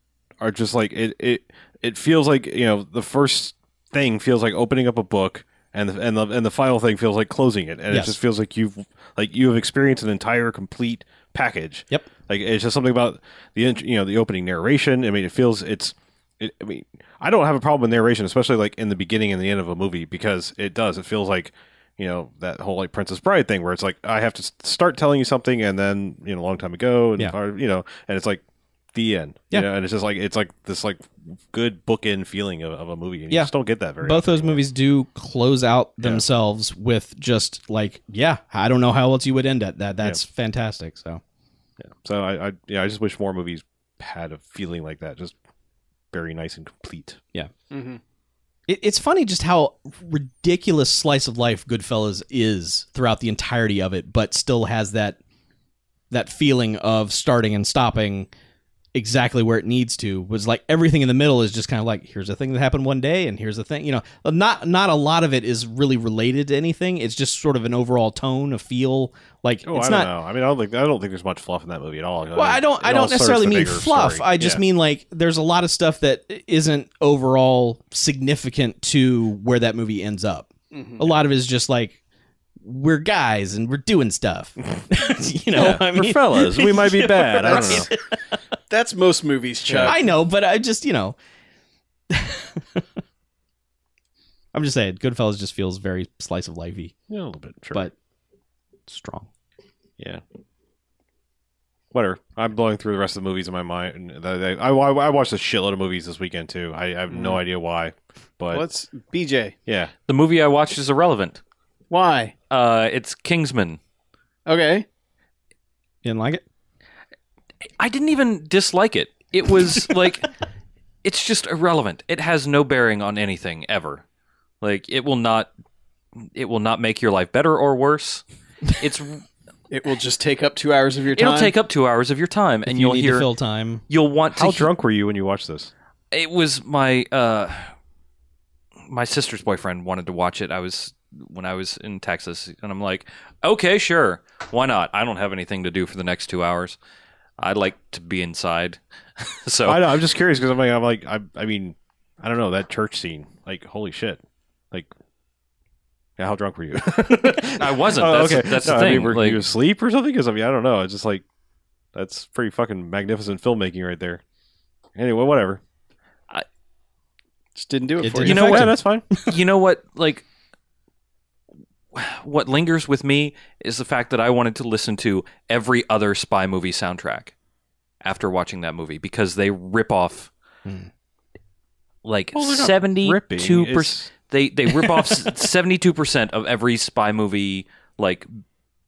Speaker 2: are just like it. It it feels like you know the first thing feels like opening up a book. And the, and the and the final thing feels like closing it, and
Speaker 5: Yes.
Speaker 2: it just feels like you've like you have experienced an entire complete package.
Speaker 5: Yep.
Speaker 2: Like it's just something about the int- you know the opening narration. I mean, it feels it's. It, I mean, I don't have a problem with narration, especially like in the beginning and the end of a movie, because it does. It feels like you know that whole like Princess Bride thing, where it's like I have to s- start telling you something, and then you know a long time ago, and
Speaker 5: Yeah.
Speaker 2: or, you know, and it's like the end.
Speaker 5: Yeah.
Speaker 2: You know, and it's just like it's like this like good bookend feeling of, of a movie. And
Speaker 5: Yeah.
Speaker 2: You just don't get that very.
Speaker 5: both
Speaker 2: often
Speaker 5: those
Speaker 2: anymore.
Speaker 5: movies do close out themselves with just like, yeah, I don't know how else you would end at that. That's fantastic. So
Speaker 2: So I, I yeah, I just wish more movies had a feeling like that, just very nice and complete.
Speaker 3: Mhm.
Speaker 5: It, it's funny just how ridiculous slice of life Goodfellas is throughout the entirety of it, but still has that that feeling of starting and stopping exactly where it needs to. Was like everything in the middle is just kind of like here's a thing that happened one day, and here's a thing. You know, not not a lot of it is really related to anything. It's just sort of an overall tone, a feel. Like
Speaker 2: Oh,
Speaker 5: it's
Speaker 2: I
Speaker 5: not
Speaker 2: don't know. I mean, I don't think I don't think there's much fluff in that movie at all.
Speaker 5: well, I don't.
Speaker 2: It
Speaker 5: I
Speaker 2: all
Speaker 5: don't
Speaker 2: serves
Speaker 5: necessarily
Speaker 2: the
Speaker 5: mean
Speaker 2: bigger
Speaker 5: fluff.
Speaker 2: story.
Speaker 5: I just
Speaker 2: Yeah.
Speaker 5: mean like there's a lot of stuff that isn't overall significant to where that movie ends up.
Speaker 3: Mm-hmm.
Speaker 5: A lot of it is just like we're guys and we're doing stuff. you know, I mean,
Speaker 2: we're fellas. We might be bad. I don't
Speaker 3: right.
Speaker 2: know.
Speaker 3: That's most movies, Chuck.
Speaker 5: I know, but I just you know, I'm just saying, Goodfellas just feels very slice of lifey,
Speaker 2: Yeah, a little bit. Sure.
Speaker 5: but strong.
Speaker 2: yeah. Whatever. I'm blowing through the rest of the movies in my mind. And I, I, I- I watched a shitload of movies this weekend too. I, I have no idea why, but
Speaker 3: What's BJ?
Speaker 2: yeah,
Speaker 4: The movie I watched is irrelevant.
Speaker 3: Why?
Speaker 4: Uh, it's Kingsman.
Speaker 3: Okay.
Speaker 5: You didn't like it?
Speaker 4: I didn't even dislike it. It was like it's just irrelevant. It has no bearing on anything ever. Like it will not it will not make your life better or worse. It's
Speaker 3: It will just take up two hours of your time.
Speaker 4: it'll take up 2 hours of your time and
Speaker 5: you
Speaker 4: will
Speaker 5: need
Speaker 4: hear
Speaker 5: to fill time.
Speaker 4: you'll want to
Speaker 2: how
Speaker 4: he-
Speaker 2: drunk were you when you watched this?
Speaker 4: it was my uh my sister's boyfriend wanted to watch it. I was when I was in Texas and I'm like, "Okay, sure. Why not? I don't have anything to do for the next 2 hours. I'd like to be inside." so
Speaker 2: I know. I'm just curious because I'm like, I'm like, I, I mean, I don't know that church scene. Like, holy shit! Like, yeah, how drunk were you?
Speaker 4: I wasn't.
Speaker 2: Oh,
Speaker 4: that's that's the
Speaker 2: No, I
Speaker 4: thing.
Speaker 2: mean, were
Speaker 4: like,
Speaker 2: you asleep or something? Because I mean, I don't know. It's just like that's pretty fucking magnificent filmmaking right there. Anyway, whatever.
Speaker 3: Just didn't do it,
Speaker 5: It
Speaker 3: for you.
Speaker 5: didn't
Speaker 4: You know
Speaker 2: yeah,
Speaker 4: what?
Speaker 2: that's fine.
Speaker 4: you know what? Like, what lingers with me is the fact that I wanted to listen to every other spy movie soundtrack after watching that movie because they rip off
Speaker 5: Hmm.
Speaker 4: like
Speaker 2: Well, they're not
Speaker 4: seventy-two
Speaker 2: ripping,
Speaker 4: percent.
Speaker 2: it's-
Speaker 4: They they rip off seventy-two percent of every spy movie like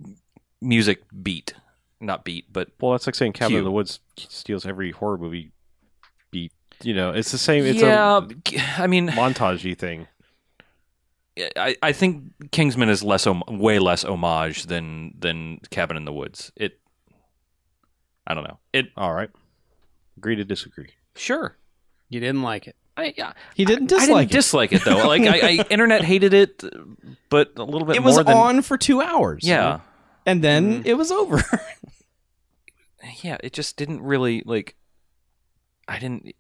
Speaker 4: m- music beat, not beat, but
Speaker 2: Well, that's like saying Cabin
Speaker 4: Cute.
Speaker 2: in the Woods steals every horror movie beat. You know, it's the same. It's
Speaker 4: yeah.
Speaker 2: a
Speaker 4: I mean,
Speaker 2: montagey thing.
Speaker 4: I, I think Kingsman is less om- way less homage than than Cabin in the Woods. It I don't know. It
Speaker 2: All right. Agree to disagree.
Speaker 4: sure.
Speaker 3: You didn't like it.
Speaker 4: I yeah.
Speaker 5: He didn't
Speaker 4: I
Speaker 5: dislike
Speaker 4: didn't
Speaker 5: it.
Speaker 4: dislike it though. Like I, I internet hated it, but a little bit
Speaker 5: it
Speaker 4: more
Speaker 5: was
Speaker 4: than
Speaker 5: on for two hours.
Speaker 4: yeah
Speaker 5: and then it was over.
Speaker 4: yeah. It just didn't really like. I didn't.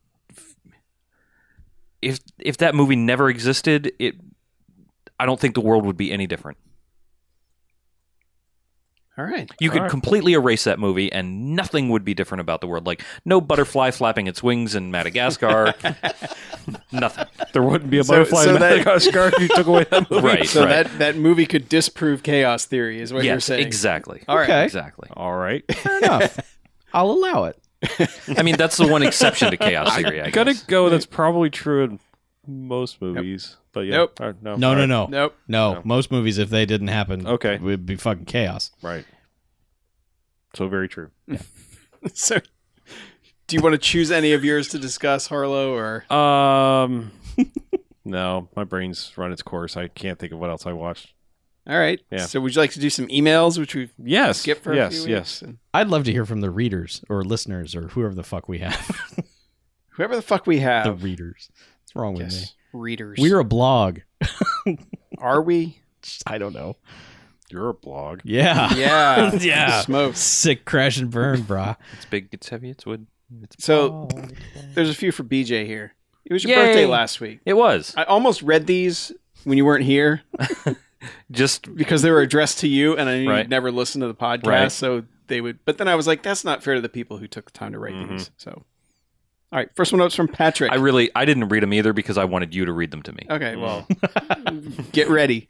Speaker 4: If if that movie never existed, it I don't think the world would be any different.
Speaker 3: All right.
Speaker 4: You could
Speaker 2: Alright.
Speaker 4: completely erase that movie, and nothing would be different about the world. Like no butterfly flapping its wings in Madagascar, nothing.
Speaker 2: There wouldn't be a
Speaker 3: So-
Speaker 2: butterfly
Speaker 3: so
Speaker 2: in
Speaker 3: that-
Speaker 2: Madagascar if you took away that movie.
Speaker 4: Right,
Speaker 3: So
Speaker 4: right.
Speaker 3: that that movie could disprove chaos theory is what you're
Speaker 4: yes,
Speaker 3: saying.
Speaker 4: exactly.
Speaker 3: All right.
Speaker 5: Okay.
Speaker 4: exactly.
Speaker 2: All right.
Speaker 5: Fair enough. I'll allow it.
Speaker 4: I mean, that's the one exception to chaos theory. I
Speaker 2: Gotta
Speaker 4: guess.
Speaker 2: go. That's probably true in most movies, but yeah,
Speaker 3: Nope.
Speaker 2: All right, no,
Speaker 5: No,
Speaker 2: all
Speaker 5: no,
Speaker 2: right.
Speaker 5: no,
Speaker 3: Nope.
Speaker 5: no. Most movies, if they didn't happen,
Speaker 2: Okay.
Speaker 5: would be fucking chaos.
Speaker 2: right. So very true.
Speaker 3: So, do you want to choose any of yours to discuss, Harlow, or
Speaker 2: Um, no, my brain's run its course. I can't think of what else I watched.
Speaker 3: all right?
Speaker 2: Yeah.
Speaker 3: So, would you like to do some emails, which we've
Speaker 2: Yes,
Speaker 3: skipped for
Speaker 2: yes,
Speaker 3: a few
Speaker 2: yes.
Speaker 3: weeks? And
Speaker 5: I'd love to hear from the readers or listeners or whoever the fuck we have.
Speaker 3: whoever the fuck we
Speaker 5: the
Speaker 3: have,
Speaker 5: readers. What's wrong with
Speaker 3: yes, readers.
Speaker 5: me? We're a blog.
Speaker 3: are we?
Speaker 5: I don't know.
Speaker 2: You're a blog.
Speaker 5: Yeah.
Speaker 3: Yeah,
Speaker 5: Yeah.
Speaker 3: Smokes.
Speaker 5: Sick crash and burn, brah.
Speaker 4: It's big. It's heavy. It's wood. It's
Speaker 3: So
Speaker 5: Oh,
Speaker 3: there's a few for BJ here. It was your
Speaker 4: Yay.
Speaker 3: birthday last week.
Speaker 4: it was
Speaker 3: I almost read these when you weren't here
Speaker 4: just
Speaker 3: because they were addressed to you, and I knew
Speaker 4: Right.
Speaker 3: you'd never listened to the podcast,
Speaker 4: Right.
Speaker 3: so they would. But then I was like, that's not fair to the people who took the time to write these. So, all right, first one up's from Patrick.
Speaker 4: Mm-hmm. I really I didn't read them either because I wanted you to read them to me.
Speaker 3: okay, well, get ready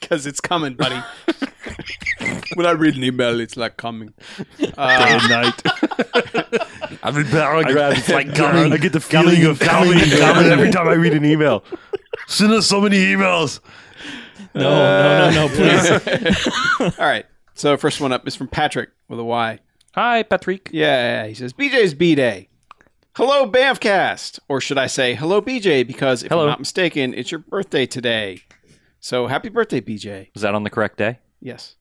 Speaker 3: because it's coming, buddy. when I read an email, it's like coming. Uh,
Speaker 2: night.
Speaker 4: I've been paragraphs. It's like
Speaker 2: I get the feeling of coming every time I read an email. Send us so many emails.
Speaker 5: No, no, Oh, no, no, please.
Speaker 3: all right, so first one up is from Patrick with a Y.
Speaker 4: Hi, Patrick.
Speaker 3: Yeah, he says BJ's B Day. Hello, Bamfcast, or should I say hello, BJ? Because if
Speaker 4: Hello.
Speaker 3: I'm not mistaken, it's your birthday today. So happy birthday, BJ!
Speaker 4: Was that on the correct day?
Speaker 3: Yes,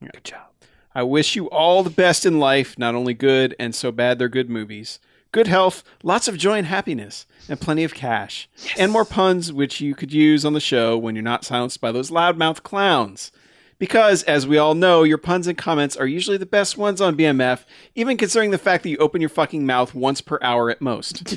Speaker 4: Good job.
Speaker 3: I wish you all the best in life. Not only good and so bad, they're good movies. Good health, lots of joy and happiness, and plenty of cash, and more puns which you could use on the show when you're not silenced by those loudmouth clowns. Because, as we all know, your puns and comments are usually the best ones on BMF, even considering the fact that you open your fucking mouth once per hour at most.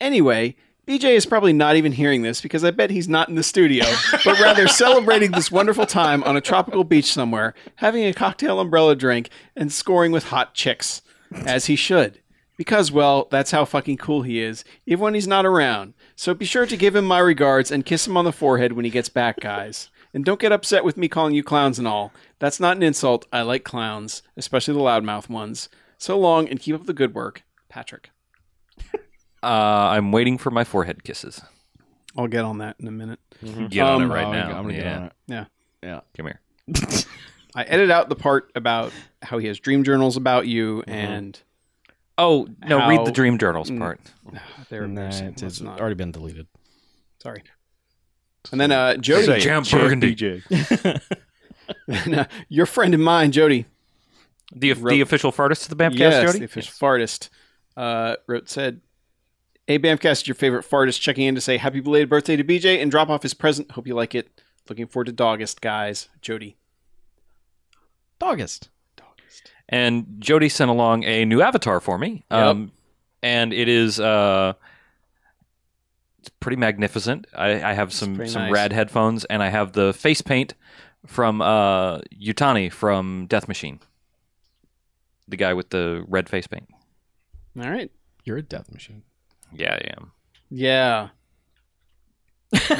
Speaker 3: anyway, BJ is probably not even hearing this because I bet he's not in the studio, but rather celebrating this wonderful time on a tropical beach somewhere, having a cocktail umbrella drink, and scoring with hot chicks, as he should. Because, well, that's how fucking cool he is, even when he's not around. So be sure to give him my regards and kiss him on the forehead when he gets back, guys. And don't get upset with me calling you clowns and all. That's not an insult. I like clowns, especially the loudmouth ones. So long and keep up the good work, Patrick.
Speaker 4: Uh, I'm waiting for my forehead kisses.
Speaker 3: I'll get on that in a minute.
Speaker 4: Get on it
Speaker 3: Um,
Speaker 4: right
Speaker 5: I'm
Speaker 4: now.
Speaker 5: gonna- I'm gonna
Speaker 4: yeah.
Speaker 5: get on it.
Speaker 3: Yeah.
Speaker 4: Come here.
Speaker 3: I edited out the part about how he has dream journals about you,
Speaker 2: Mm-hmm.
Speaker 3: and
Speaker 4: Oh no!
Speaker 3: How-
Speaker 4: Read the dream journals part.
Speaker 3: uh, they're
Speaker 5: Nah,
Speaker 3: embarrassing.
Speaker 5: it's,
Speaker 3: Let's
Speaker 5: it's
Speaker 3: not.
Speaker 5: already been deleted.
Speaker 3: Sorry. And then uh,
Speaker 2: Say
Speaker 3: Jody,
Speaker 2: it,
Speaker 4: Jam
Speaker 2: Chef
Speaker 4: Burgundy.
Speaker 2: BJ.
Speaker 3: then, uh, your friend and mine, Jody,
Speaker 4: The the official fartest of the Bamcast,
Speaker 3: yes,
Speaker 4: Jody.
Speaker 3: the official fartist, uh, wrote said, "Hey Bamcast, your favorite fartist checking in to say happy belated birthday to BJ and drop off his present. Hope you like it. Looking forward to Dogist, guys. Jody,
Speaker 5: August.
Speaker 4: and Jody sent along a new avatar for me. Um, and it is uh, it's pretty magnificent. I, I have some
Speaker 3: pretty
Speaker 4: some
Speaker 3: nice.
Speaker 4: rad headphones, and I have the face paint from uh, Yutani from Death Machine, the guy with the red face paint.
Speaker 3: all right,
Speaker 5: You're a death machine.
Speaker 4: Yeah, I am.
Speaker 3: yeah."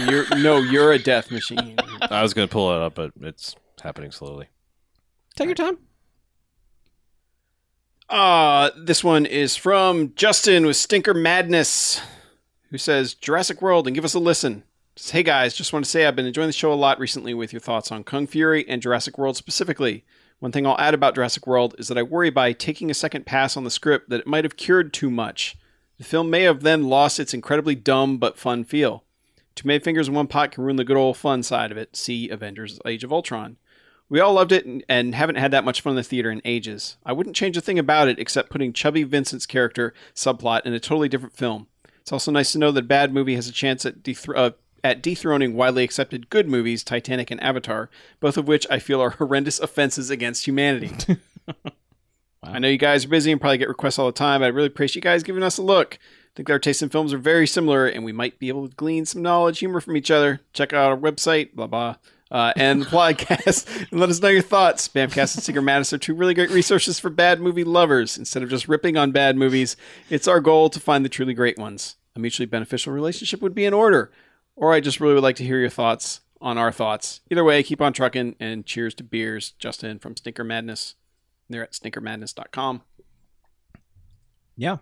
Speaker 3: you're, no, you're a death machine.
Speaker 2: I was going to pull it up, but it's happening slowly.
Speaker 5: Take your time.
Speaker 3: Uh, this one is from Justin with Stinker Madness, who says Jurassic World and give us a listen. Says, hey guys, just want to say I've been enjoying the show a lot recently with your thoughts on Kung Fury and Jurassic World specifically. One thing I'll add about Jurassic World is that I worry by taking a second pass on the script that it might have cured too much. The film may have then lost its incredibly dumb but fun feel. Too many fingers in one pot can ruin the good old fun side of it. See Avengers Age of Ultron. We all loved it and, and haven't had that much fun in the theater in ages. I wouldn't change a thing about it except putting Chubby Vincent's character subplot in a totally different film. It's also nice to know that a bad movie has a chance at, dethr- uh, at dethroning widely accepted good movies, Titanic and Avatar, both of which I feel are horrendous offenses against humanity. I know you guys are busy and probably get requests all the time, but I really appreciate you guys giving us a look. I think our tastes in films are very similar, and we might be able to glean some knowledge, humor from each other. Check out our website, blah, blah, uh, and the podcast, and let us know your thoughts. Bamcast and Secret Madness are two really great resources for bad movie lovers. Instead of just ripping on bad movies, it's our goal to find the truly great ones. A mutually beneficial relationship would be in order. Or I just really would like to hear your thoughts on our thoughts. Either way, keep on trucking, and cheers to beers, Justin from Stinker Madness. They're at stinkermadness.com.
Speaker 5: Yeah.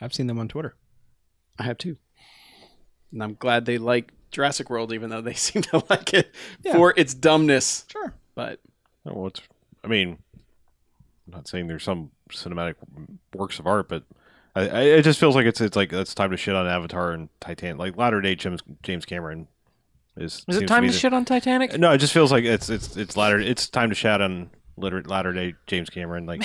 Speaker 5: I've seen them on Twitter.
Speaker 3: I have two. and I'm glad they like Jurassic World, even though they seem to like it for its dumbness.
Speaker 5: Sure.
Speaker 3: But
Speaker 2: Oh, well, it's, I mean, I'm not saying there's some cinematic works of art, but I, I, it just feels like it's it's like it's time to shit on Avatar and Titan. Like latter day James, James Cameron is.
Speaker 4: Is
Speaker 2: seems
Speaker 4: it time
Speaker 2: me
Speaker 4: to shit on Titanic?
Speaker 3: Uh,
Speaker 2: No, it just feels like it's it's it's latter. It's time to shit on latter latter day James Cameron. Like,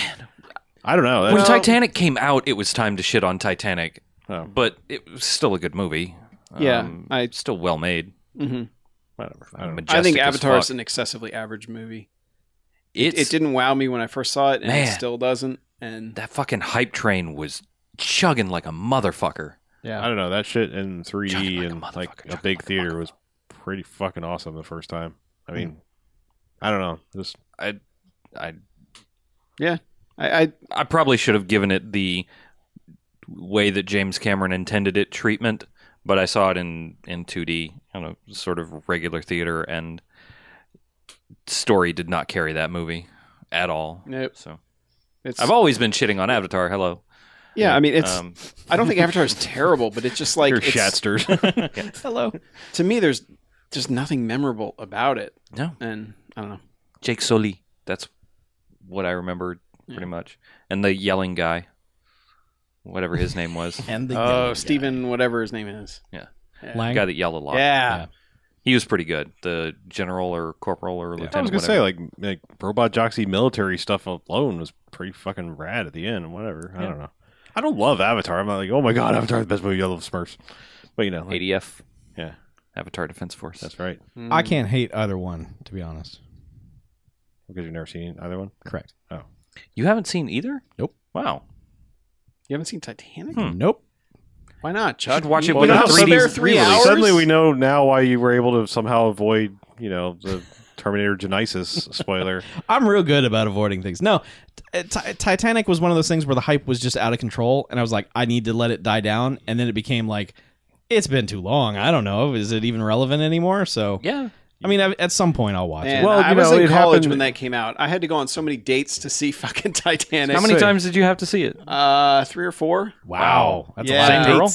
Speaker 2: I don't know.
Speaker 4: When
Speaker 2: That's-
Speaker 4: Titanic came out, it was time to shit on Titanic,
Speaker 2: Oh.
Speaker 4: but it was still a good movie.
Speaker 3: Yeah, I-
Speaker 4: it's still well made.
Speaker 3: mhm.
Speaker 2: whatever. I don't know.
Speaker 4: majestic
Speaker 3: I think
Speaker 4: as
Speaker 3: Avatar is
Speaker 4: fuck.
Speaker 3: an excessively average movie.
Speaker 4: It's,
Speaker 3: It didn't wow me when I first saw it, and it
Speaker 4: Man.
Speaker 3: still doesn't. And
Speaker 4: that fucking hype train was chugging like a motherfucker.
Speaker 2: I don't know that shit in 3D
Speaker 4: Chugging like a
Speaker 2: and like
Speaker 4: motherfucker, Hmm.
Speaker 2: a
Speaker 4: chugging
Speaker 2: big
Speaker 4: like a
Speaker 2: theater was pretty fucking awesome the first time. I mean, I don't know. Just
Speaker 4: I, I,
Speaker 3: I, I
Speaker 4: I probably should have given it the way that James Cameron intended it treatment, but I saw it in in 2D on a sort of regular theater, and story did not carry that movie at all.
Speaker 3: Nope.
Speaker 4: So
Speaker 3: it's
Speaker 4: I've always been shitting on Avatar. Hello.
Speaker 3: yeah. I mean, it's.
Speaker 4: Um,
Speaker 3: I don't think Avatar is terrible, but it's just like
Speaker 2: you're
Speaker 3: it's-
Speaker 2: shatsters.
Speaker 5: Hello.
Speaker 3: to me. There's just nothing memorable about it,
Speaker 4: no,
Speaker 3: and I don't know.
Speaker 4: Jake Sully. That's what I remember pretty much, and the yelling guy, whatever his name was,
Speaker 5: And the yellow
Speaker 3: Oh,
Speaker 5: guy.
Speaker 3: Stephen, whatever his name is.
Speaker 4: the
Speaker 5: Lang.
Speaker 4: guy that yelled a lot.
Speaker 3: Yeah.
Speaker 4: He was pretty good. The general or corporal or lieutenant.
Speaker 2: I was gonna
Speaker 4: whatever.
Speaker 2: say like like robot joxy military stuff alone was pretty fucking rad at the end. and Whatever. I don't know. I don't love Avatar. I'm not like oh my god, Avatar's the best movie. I love Smurfs. But you know, like,
Speaker 4: ADF.
Speaker 2: Yeah.
Speaker 4: Avatar Defense Force.
Speaker 2: that's right
Speaker 3: Mm.
Speaker 5: I can't hate either one, to be honest.
Speaker 2: because you've never seen either one.
Speaker 5: Correct.
Speaker 4: you haven't seen either?
Speaker 5: Nope.
Speaker 4: Wow.
Speaker 3: You haven't seen Titanic?
Speaker 5: Nope.
Speaker 3: Why not,
Speaker 4: I
Speaker 3: Chuck?
Speaker 4: should watch it
Speaker 3: You
Speaker 4: with a
Speaker 3: got
Speaker 2: now
Speaker 3: a
Speaker 4: 3D
Speaker 3: spare three
Speaker 4: release.
Speaker 3: hours?
Speaker 2: Suddenly we know now why you were able to somehow avoid you know the Terminator Genesis spoiler.
Speaker 5: I'm real good about avoiding things. No, t- Ti- Titanic was one of those things where the hype was just out of control, and I was like, I need to let it die down, and then it became like, it's been too long. I don't know. Is it even relevant anymore? So,
Speaker 4: Yeah.
Speaker 5: I mean, I, at some point I'll watch
Speaker 3: Man,
Speaker 5: it.
Speaker 2: Well,
Speaker 3: I
Speaker 2: you
Speaker 3: was
Speaker 2: know,
Speaker 3: in
Speaker 2: it
Speaker 3: college
Speaker 2: happened-
Speaker 3: when that came out. I had to go on so many dates to see fucking Titanic.
Speaker 4: How many
Speaker 2: say-
Speaker 4: times did you have to see it?
Speaker 3: Uh, three or four.
Speaker 5: Wow, that's
Speaker 3: yeah.
Speaker 5: a lot.
Speaker 4: Same girl?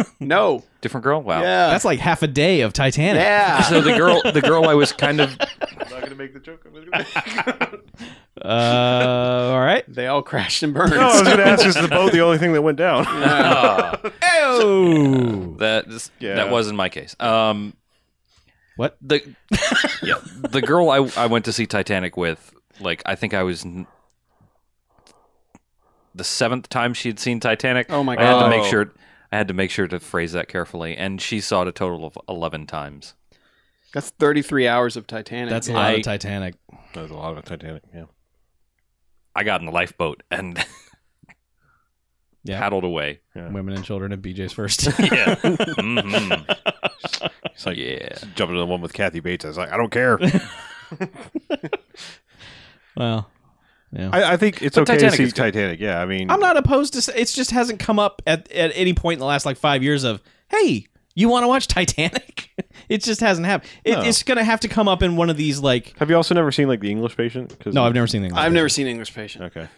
Speaker 3: dates. no.
Speaker 4: Different girl? Wow.
Speaker 3: Yeah.
Speaker 5: That's like half a day of Titanic.
Speaker 3: yeah.
Speaker 4: So the girl the girl I was kind of
Speaker 2: I'm not gonna make the joke. I'm gonna
Speaker 5: Uh, all right.
Speaker 3: they all crashed and burned.
Speaker 2: Oh, no, I
Speaker 3: Uh,
Speaker 2: was gonna ask is the boat the only thing that went down?
Speaker 4: uh,
Speaker 5: Oh,
Speaker 4: that this-
Speaker 2: Yeah.
Speaker 4: that wasn't my case. Um
Speaker 5: What?
Speaker 4: The Yeah. The girl I I went to see Titanic with, like I think I was n- the seventh time she had seen Titanic.
Speaker 3: Oh my
Speaker 4: I had to
Speaker 3: God.
Speaker 4: make
Speaker 3: Oh.
Speaker 4: sure I had to make sure to phrase that carefully and she saw it a total of 11 times.
Speaker 3: That's 33 hours of Titanic.
Speaker 5: that's a
Speaker 3: dude.
Speaker 5: lot
Speaker 4: I-
Speaker 5: of Titanic.
Speaker 2: That was a lot of Titanic. Yeah.
Speaker 4: I got in the lifeboat and
Speaker 5: Yeah.
Speaker 4: paddled away.
Speaker 5: Women and children and BJ's first.
Speaker 4: Yeah. Mhm.
Speaker 2: It's like
Speaker 4: Yeah.
Speaker 2: jumping to the one with Kathy Bates. I was like, I don't care.
Speaker 5: well, yeah.
Speaker 2: I, I think it's
Speaker 4: But
Speaker 2: okay
Speaker 4: Titanic
Speaker 2: to see
Speaker 4: is good.
Speaker 2: Titanic. Yeah, I mean,
Speaker 5: I'm not opposed to. s- It's just hasn't come up at at any point in the last like five years of hey, you want to watch Titanic? it just hasn't happened. It,
Speaker 2: No.
Speaker 5: It's gonna have to come up in one of these like.
Speaker 2: Have you also never seen like the English Patient? 'Cause-
Speaker 5: No, I've never seen the. English
Speaker 3: I've never
Speaker 5: version.
Speaker 3: seen English Patient.
Speaker 2: Okay,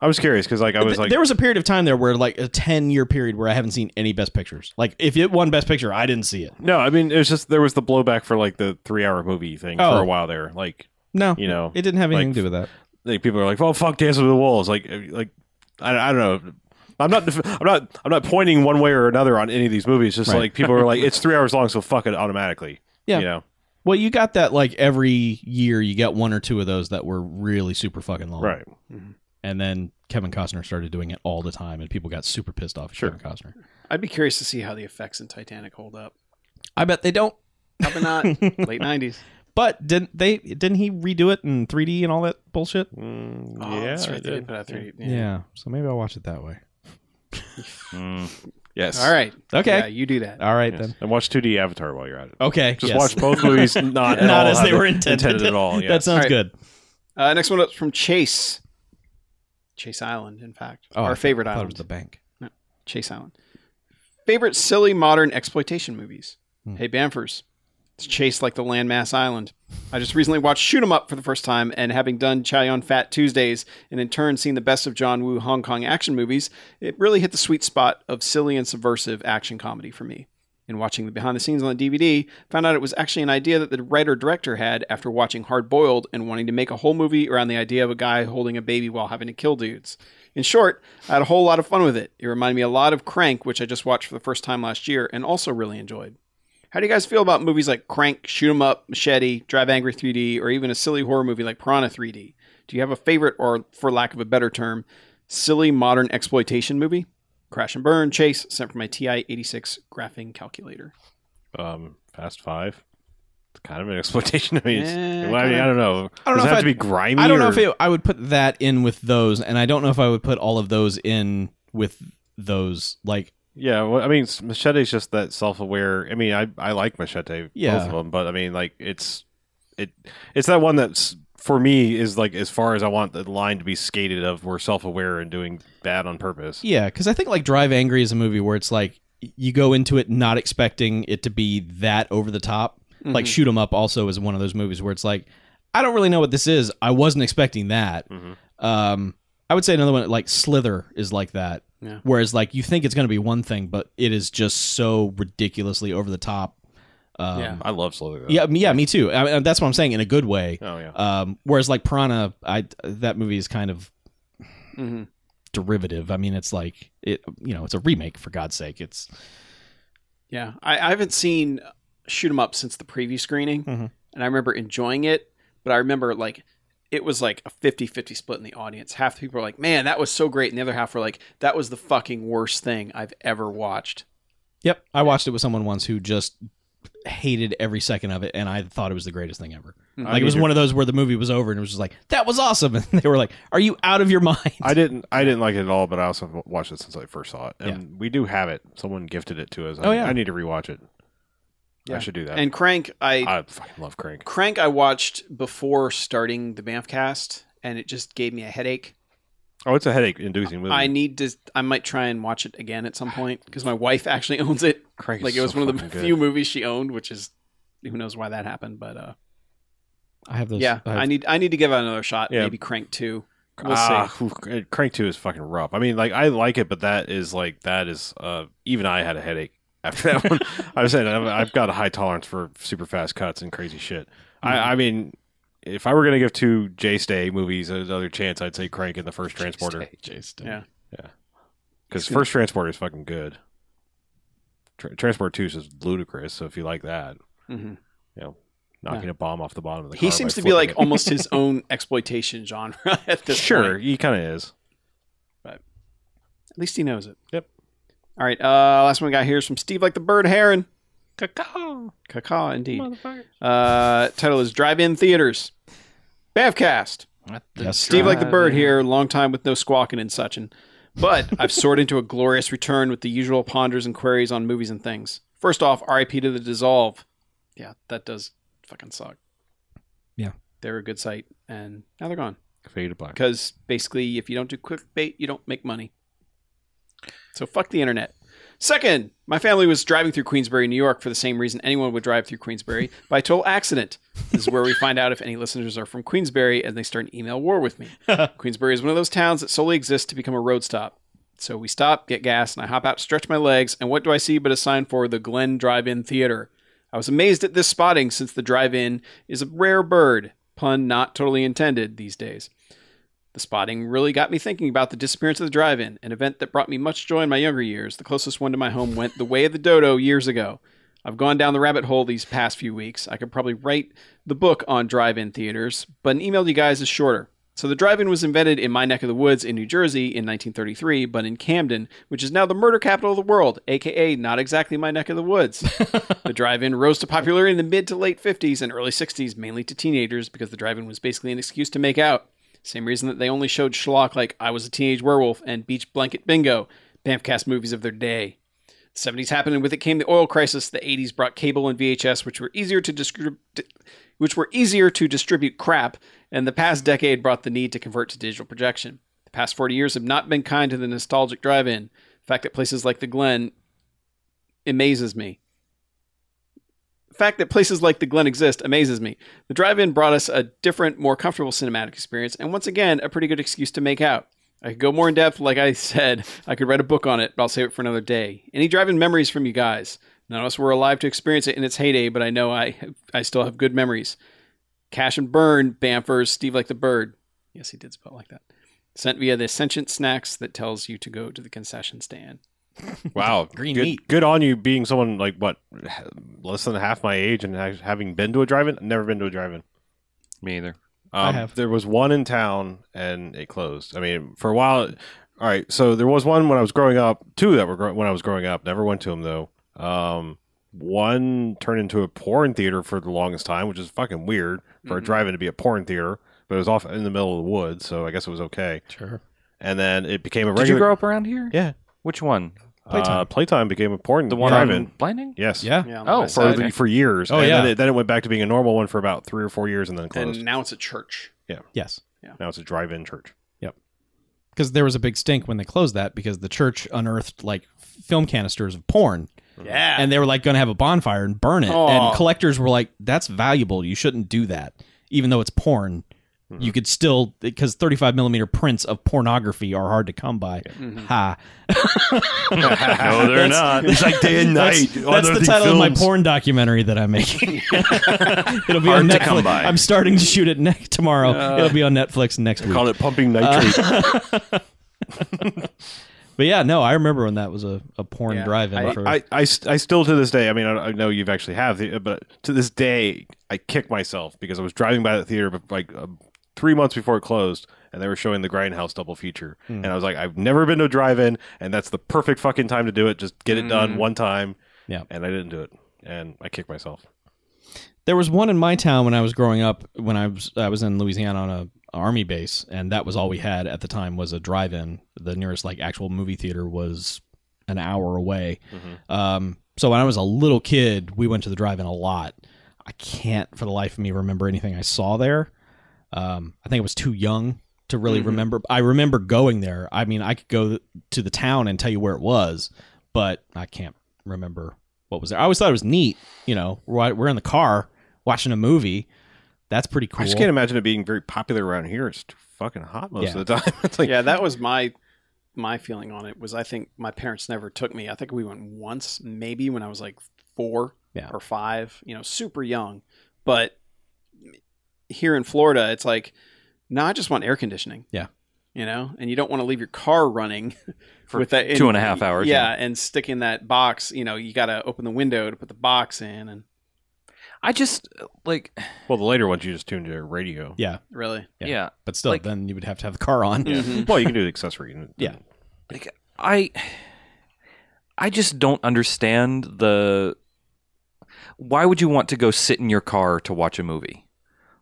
Speaker 2: I was curious because like I was
Speaker 5: Th-
Speaker 2: like,
Speaker 5: there was a period of time there where like a ten year period where I haven't seen any Best Pictures. Like if it won Best Picture, I didn't see it.
Speaker 2: no, I mean it was just there was the blowback for like the three hour movie thing
Speaker 5: Oh.
Speaker 2: for a while there. Like
Speaker 5: No,
Speaker 2: You know,
Speaker 5: it didn't have anything
Speaker 2: like-
Speaker 5: to do with that.
Speaker 2: like people are like, oh fuck, Dancing with the Wolves. Like uh, like I, I don't know. I'm not. def- I'm not. I'm not pointing one way or another on any of these movies. Just
Speaker 5: Right.
Speaker 2: like people are like, it's three hours long, so fuck it automatically.
Speaker 5: Yeah.
Speaker 2: You know.
Speaker 5: Well, you got that like every year you got one or two of those that were really super fucking long,
Speaker 2: Right.
Speaker 5: And then Kevin Costner started doing it all the time, and people got super pissed off at
Speaker 2: Sure.
Speaker 5: Kevin Costner.
Speaker 3: I'd be curious to see how the effects in Titanic hold up.
Speaker 5: I bet they don't.
Speaker 3: Probably not. Late 90s.
Speaker 5: But didn't they? Didn't he redo it in 3D and all that bullshit?
Speaker 2: Mm,
Speaker 3: Oh,
Speaker 2: yeah.
Speaker 3: that's
Speaker 2: I
Speaker 3: right. They did
Speaker 2: did.
Speaker 3: put out 3D.
Speaker 5: Yeah. So maybe I'll watch it that way.
Speaker 4: Mm.
Speaker 2: Yes.
Speaker 3: All right.
Speaker 5: Okay.
Speaker 3: Yeah, you do that.
Speaker 5: All right
Speaker 2: Yes.
Speaker 5: then.
Speaker 2: And watch 2D Avatar while you're at it.
Speaker 5: Okay.
Speaker 2: Just
Speaker 5: yes.
Speaker 2: watch both movies, not at
Speaker 5: Not
Speaker 2: all
Speaker 5: as
Speaker 2: how
Speaker 5: they were intended.
Speaker 2: at all. Yeah.
Speaker 5: That sounds
Speaker 3: All right.
Speaker 5: good.
Speaker 3: Uh, next one up from Chase. Chase Island, in fact.
Speaker 5: Oh, I
Speaker 3: Our
Speaker 5: thought-
Speaker 3: favorite
Speaker 5: I thought it was
Speaker 3: island.
Speaker 5: the bank.
Speaker 3: Chase Island. Favorite silly modern exploitation movies. Hey Bamfers. It's Chase like the landmass island. I just recently watched Shoot 'em Up for the first time, and having done Chow Yun Fat Tuesdays, and in turn seen the best of John Woo Hong Kong action movies, it really hit the sweet spot of silly and subversive action comedy for me. In watching the behind the scenes on the DVD, found out it was actually an idea that the writer director had after watching Hard Boiled and wanting to make a whole movie around the idea of a guy holding a baby while having to kill dudes. In short, I had a whole lot of fun with it. It reminded me a lot of Crank, which I just watched for the first time last year and also really enjoyed. How do you guys feel about movies like Crank, Shoot 'Em Up, Machete, Drive Angry 3D, or even a silly horror movie like Piranha 3D? Do you have a favorite, or for lack of a better term, silly modern exploitation movie? Crash and Burn, Chase, sent from my TI 86 graphing calculator.
Speaker 2: Um, Fast Five. It's kind of an exploitation. I mean, it's,
Speaker 3: Eh,
Speaker 2: well, I, mean
Speaker 3: kinda.
Speaker 2: I don't know.
Speaker 5: I don't
Speaker 2: Does
Speaker 5: know if
Speaker 2: it have
Speaker 5: I'd-
Speaker 2: to be grimy?
Speaker 5: I don't know
Speaker 2: or-
Speaker 5: if it, I would put that in with those, and I don't know if I would put all of those in with those. Like,
Speaker 2: Yeah, well, I mean, s- Machete's just that self-aware. I mean, I I like Machete, both
Speaker 5: Yeah.
Speaker 2: of them, but I mean, like it's it it's that one that's for me is like as far as I want the line to be skated of we're self-aware and doing bad on purpose.
Speaker 5: yeah, because I think like Drive Angry is a movie where it's like you go into it not expecting it to be that over the top.
Speaker 3: Mm-hmm,
Speaker 5: Like Shoot 'Em Up also is one of those movies where it's like I don't really know what this is. I wasn't expecting that.
Speaker 2: Mhm.
Speaker 5: Um, I would say another one like Slither is like that.
Speaker 3: Yeah.
Speaker 5: Whereas like you think it's going to be one thing, but it is just so ridiculously over the top. Um,
Speaker 3: Yeah.
Speaker 2: I love slowly. Though.
Speaker 5: Yeah, me- yeah, me too. I mean, that's what I'm saying in a good way.
Speaker 2: Oh yeah.
Speaker 5: Um, whereas like Piranha, I that movie is kind of
Speaker 3: Mhm.
Speaker 5: derivative. I mean, it's like it, you know, it's a remake for God's sake. It's
Speaker 3: Yeah, I, I haven't seen uh, Shoot 'Em Up since the preview screening,
Speaker 5: Mhm.
Speaker 3: and I remember enjoying it, but I remember like it was like a 50-50 split in the audience. Half the people were like, "Man, that was so great," and the other half were like, "That was the fucking worst thing I've ever watched."
Speaker 5: yep. I watched it with someone once who just hated every second of it, and I thought it was the greatest thing ever.
Speaker 3: Mhm.
Speaker 5: Like it was
Speaker 2: Either-
Speaker 5: one of those where the movie was over and it was just like that was awesome, and they were like, "Are you out of your mind?"
Speaker 2: I didn't. I didn't like it at all, but I also have watched it since I first saw it, and we do have it. Someone gifted it to us. I,
Speaker 5: Oh, yeah.
Speaker 2: I need to rewatch it.
Speaker 3: Yeah.
Speaker 2: I should do that.
Speaker 3: And Crank, I
Speaker 2: I fucking love Crank.
Speaker 3: Crank I watched before starting the Banffcast, and it just gave me a headache.
Speaker 2: Oh, it's a headache inducing movie.
Speaker 3: I need to. I might try and watch it again at some point because my wife actually owns it.
Speaker 2: Crank is
Speaker 3: Like it was
Speaker 2: so
Speaker 3: one of the
Speaker 2: fucking good.
Speaker 3: few movies she owned, which is who knows why that happened, but uh,
Speaker 5: I have those.
Speaker 3: yeah,
Speaker 5: I have-
Speaker 3: I need I need to give it another shot.
Speaker 2: Yeah.
Speaker 3: Maybe Crank two. We'll
Speaker 2: ah,
Speaker 3: see.
Speaker 2: oof, Cr- Crank Two is fucking rough. I mean, like I like it, but that is like that is uh even I had a headache after that one. I was saying I've, I've got a high tolerance for super fast cuts and crazy shit.
Speaker 3: Mm-hmm.
Speaker 2: I, I mean, if I were gonna give two J Stay movies another chance, I'd say Crank in the first Transporter
Speaker 3: Yeah.
Speaker 2: because first Transporter is fucking good. Tra- Transport Two is just ludicrous. So if you like that,
Speaker 3: Mhm.
Speaker 2: you know, knocking a bomb off the bottom of the
Speaker 3: He
Speaker 2: car by
Speaker 3: seems to be
Speaker 2: flipping
Speaker 3: like
Speaker 2: it.
Speaker 3: almost his own exploitation genre at this
Speaker 2: sure
Speaker 3: point.
Speaker 2: he kind of is.
Speaker 3: At least he knows it.
Speaker 2: Yep.
Speaker 3: All right. Uh, last one we got here is from Steve, like the bird heron. Cacaw. Cacaw, indeed. Uh, title is Drive In Theaters. Bavcast.
Speaker 5: Yes,
Speaker 3: Steve, like the bird here, long time with no squawking and such. And, but I've soared into a glorious return with the usual ponders and queries on movies and things. First off, RIP to the dissolve. Yeah, that does fucking suck.
Speaker 5: Yeah.
Speaker 3: they were a good site, and now they're gone.
Speaker 2: Fade to black.
Speaker 3: Because basically, if you don't do clickbait, you don't make money. So fuck the internet. Second, my family was driving through Queensbury, New York for the same reason anyone would drive through Queensbury by total accident. This is where we find out if any listeners are from Queensbury and they start an email war with me. Queensbury is one of those towns that solely exists to become a road stop. So we stop, get gas, and I hop out to stretch my legs, and what do I see but a sign for the Glen Drive In Theater? I was amazed at this spotting since the drive in is a rare bird, pun not totally intended these days. The spotting really got me thinking about the disappearance of the drive in, an event that brought me much joy in my younger years. The closest one to my home went the way of the dodo years ago. I've gone down the rabbit hole these past few weeks. I could probably write the book on drive in theaters, but an email to you guys is shorter. So, the drive in was invented in my neck of the woods in New Jersey in 1933, but in Camden, which is now the murder capital of the world, aka not exactly my neck of the woods. the drive in rose to popularity in the mid to late 50s and early 60s, mainly to teenagers, because the drive in was basically an excuse to make out. Same reason that they only showed schlock like I Was a Teenage Werewolf and Beach Blanket Bingo, Bamfcast movies of their day. The 70s happened, and with it came the oil crisis. The 80s brought cable and VHS, which were easier to distribute, which were easier to distribute crap, and the past decade brought the need to convert to digital projection. The past 40 years have not been kind to the nostalgic drive-in. The fact that places like the Glen amazes me. The fact that places like the Glen exist amazes me. The drive in brought us a different, more comfortable cinematic experience, and once again, a pretty good excuse to make out. I could go more in depth, like I said, I could write a book on it, but I'll save it for another day. Any drive in memories from you guys? None of us were alive to experience it in its heyday, but I know I I still have good memories. Cash and burn, Bamfers, Steve like the bird. Yes, he did spell like that. Sent via the sentient snacks that tells you to go to the concession stand.
Speaker 2: Wow,
Speaker 8: Green
Speaker 2: good,
Speaker 8: meat.
Speaker 2: Good on you, being someone like what, less than half my age, and ha- having been to a drive-in. Never been to a drive-in.
Speaker 4: Me either.
Speaker 2: Um,
Speaker 5: have.
Speaker 2: There was one in town, and it closed. I mean, for a while. All right, so there was one when I was growing up. Two that were grow- when I was growing up. Never went to them though. Um, one turned into a porn theater for the longest time, which is fucking weird for a drive-in to be a porn theater. But it was off in the middle of the woods, so I guess it was okay.
Speaker 5: Sure.
Speaker 2: And then it became a
Speaker 4: Did
Speaker 2: regular.
Speaker 4: you grow up around here?
Speaker 2: Yeah.
Speaker 4: Which one?
Speaker 2: Playtime. Uh, Playtime became a porn.
Speaker 3: Mm,
Speaker 4: The one
Speaker 2: drive-in.
Speaker 4: on Blinding?
Speaker 2: Yes.
Speaker 5: Yeah.
Speaker 3: Yeah, on the
Speaker 4: Oh,
Speaker 3: west
Speaker 2: for
Speaker 3: side.
Speaker 4: Okay.
Speaker 2: for years.
Speaker 5: Oh,
Speaker 2: and
Speaker 5: yeah.
Speaker 2: Then it, then it went back to being a normal one for about three or four years, and then closed.
Speaker 3: and now it's a church.
Speaker 5: Yes.
Speaker 2: now it's a drive-in church.
Speaker 5: Because there was a big stink when they closed that because the church unearthed like film canisters of porn
Speaker 3: Yeah.
Speaker 5: and they were like going to have a bonfire and burn it.
Speaker 3: Ah. Aw.
Speaker 5: And collectors were like, that's valuable. You shouldn't do that. Even though it's porn, you could still, because 35 millimeter prints of pornography are hard to come by. Ha.
Speaker 8: No, they're not. It's like day and night.
Speaker 5: That's, that's the title of my porn documentary that I'm making. It'll be on
Speaker 8: Hard to
Speaker 5: Netflix.
Speaker 8: come by. Uh,
Speaker 5: I'm starting to shoot it ne- tomorrow. It'll be on Netflix next week.
Speaker 2: Call it pumping nitrate.
Speaker 5: But yeah, no, I remember when that was a, a porn
Speaker 3: Yeah.
Speaker 5: drive-in.
Speaker 3: I-
Speaker 5: for,
Speaker 2: I, I, st- I still to this day. I mean, I, I know you've actually have, the, but to this day, I kick myself because I was driving by the theater, but like uh, three months before it closed, and they were showing the Grindhouse double feature,
Speaker 8: Hmm.
Speaker 2: and I was like, I've never been to a drive-in, and that's the perfect fucking time to do it. Just get it
Speaker 8: Hmm.
Speaker 2: done one time.
Speaker 5: Yeah.
Speaker 2: And I didn't do it, and I kicked myself.
Speaker 5: There was one in my town when I was growing up. When I was I was in Louisiana on a army base, and that was all we had at the time was a drive-in. The nearest like actual movie theater was an hour away. Um, so when I was a little kid, we went to the drive-in a lot. I can't for the life of me remember anything I saw there. Um, I think I was too young to really remember. I remember going there. I mean, I could go to the town and tell you where it was, but I can't remember what was there. I always thought it was neat. You know, we're we're in the car watching a movie. That's pretty cool.
Speaker 2: I just can't imagine it being very popular around here. It's too fucking hot most
Speaker 5: Yeah.
Speaker 2: of the time. it's like
Speaker 3: yeah, that was my my feeling on it was I think my parents never took me. I think we went once, maybe when I was like four
Speaker 5: Yeah.
Speaker 3: or five, you know, super young. But here in Florida, it's like, no, I just want air conditioning.
Speaker 5: Yeah.
Speaker 3: You know, and you don't want to leave your car running
Speaker 4: For
Speaker 3: with that
Speaker 4: two and a half hours,
Speaker 3: Yeah, and stick in that box. You know, you got to open the window to put the box in, and
Speaker 4: I just like
Speaker 2: well, the later ones you just tune to radio.
Speaker 5: yeah,
Speaker 3: really, mm-hmm.
Speaker 5: Yeah.
Speaker 4: yeah.
Speaker 5: but still,
Speaker 4: Like-
Speaker 5: then you would have to have the car on.
Speaker 2: well, you can do the accessory. And,
Speaker 5: Yeah.
Speaker 4: Like I I just don't understand the why would you want to go sit in your car to watch a movie?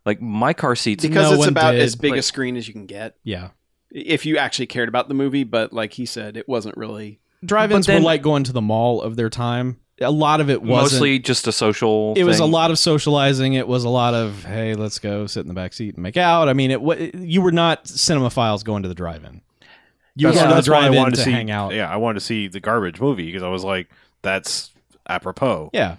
Speaker 4: Like my car seats
Speaker 3: because
Speaker 5: No
Speaker 3: it's
Speaker 5: one
Speaker 3: about
Speaker 5: did,
Speaker 3: as big a
Speaker 4: like-
Speaker 3: screen as you can get.
Speaker 5: yeah.
Speaker 3: If you actually cared about the movie, but like he said, it wasn't really
Speaker 5: Drive-ins
Speaker 4: But then-
Speaker 5: were like going to the mall of their time. A lot of it was
Speaker 4: mostly just a social
Speaker 5: It was a
Speaker 4: thing.
Speaker 5: lot of socializing. It was a lot of hey, let's go sit in the back seat and make out. I mean, it. wa- You were not cinemaphiles going to the drive-in. You were
Speaker 2: That's,
Speaker 5: going to the
Speaker 2: that's why I
Speaker 5: drive-in
Speaker 2: wanted
Speaker 5: to,
Speaker 2: to, see.
Speaker 5: hang out.
Speaker 2: Yeah, I wanted to see the garbage movie because I was like, that's apropos.
Speaker 5: yeah.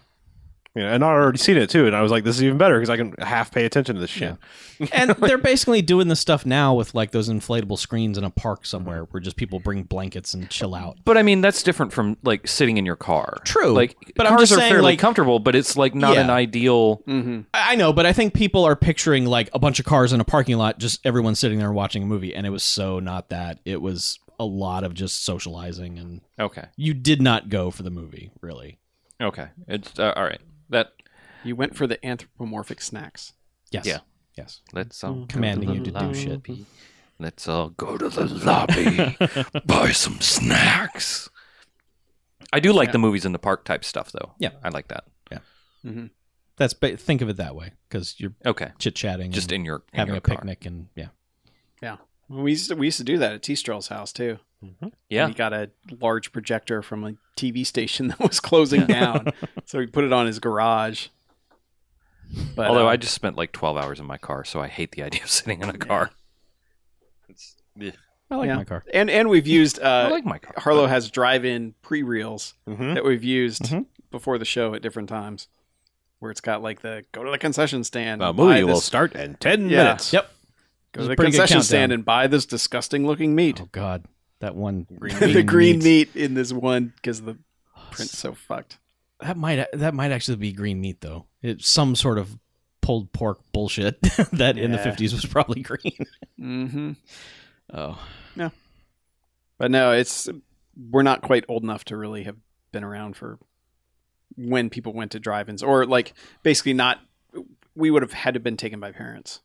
Speaker 2: You know, and I already seen it too, and I was like, this is even better because I can half pay attention to this shit.
Speaker 5: and they're basically doing this stuff now with like those inflatable screens in a park somewhere where just people bring blankets and chill out.
Speaker 4: But I mean, that's different from like sitting in your car.
Speaker 5: True.
Speaker 4: Like,
Speaker 5: But I'm
Speaker 4: cars
Speaker 5: just
Speaker 4: are
Speaker 5: saying,
Speaker 4: fairly
Speaker 5: like-
Speaker 4: comfortable, but it's like not
Speaker 5: Yeah.
Speaker 4: an ideal.
Speaker 3: Mm-hmm.
Speaker 5: I I know, but I think people are picturing like a bunch of cars in a parking lot, just everyone sitting there watching a movie, and it was so not that. It was a lot of just socializing, and
Speaker 4: Okay.
Speaker 5: you did not go for the movie really.
Speaker 4: Okay. It's uh, all right. That
Speaker 3: You went for the anthropomorphic snacks.
Speaker 5: Yes.
Speaker 4: Yeah.
Speaker 5: Yes.
Speaker 4: let's all go
Speaker 5: Commanding
Speaker 4: the
Speaker 5: you to do
Speaker 4: lobby.
Speaker 5: shit.
Speaker 4: Let's all go to the lobby, buy some snacks. I do like the movies in the park type stuff, though.
Speaker 5: Yeah.
Speaker 4: I like that.
Speaker 5: That's ba- think of it that way because you're
Speaker 4: Okay.
Speaker 5: chit chatting,
Speaker 4: Just in your in
Speaker 5: having
Speaker 4: your
Speaker 5: a
Speaker 4: car.
Speaker 5: picnic, and yeah,
Speaker 3: We used to, we used to do that at T Strell's house too.
Speaker 4: Yeah.
Speaker 3: He got a large projector from a TV station that was closing down, so he put it on his garage. But,
Speaker 4: Although
Speaker 5: um,
Speaker 3: uh,
Speaker 4: I just spent like twelve hours in my car, so I hate the idea of sitting in a car. It's, yeah.
Speaker 5: I like
Speaker 3: Yeah.
Speaker 5: my car.
Speaker 3: and and we've used
Speaker 4: I
Speaker 3: uh,
Speaker 4: like my car.
Speaker 3: Harlow has drive-in pre-reels
Speaker 2: Mhm.
Speaker 3: that we've used before the show at different times, where it's got like the go to the concession stand,
Speaker 2: The
Speaker 3: buy
Speaker 2: movie
Speaker 3: this-
Speaker 2: will start in ten
Speaker 3: Yeah.
Speaker 2: minutes.
Speaker 5: Yep.
Speaker 3: go
Speaker 5: It's
Speaker 3: to
Speaker 5: a
Speaker 3: the
Speaker 5: pretty good
Speaker 3: concession
Speaker 5: countdown.
Speaker 3: stand and buy this disgusting-looking meat,
Speaker 5: Oh God, that one
Speaker 3: the green meat in this one because the print's so fucked.
Speaker 5: that might that might actually be green meat though. It's some sort of pulled pork bullshit that in the
Speaker 3: Yeah.
Speaker 5: fifties was probably green.
Speaker 3: Mm-hmm.
Speaker 5: Oh,
Speaker 3: But no, it's we're not quite old enough to really have been around for when people went to drive-ins or like basically not we would have had to been taken by parents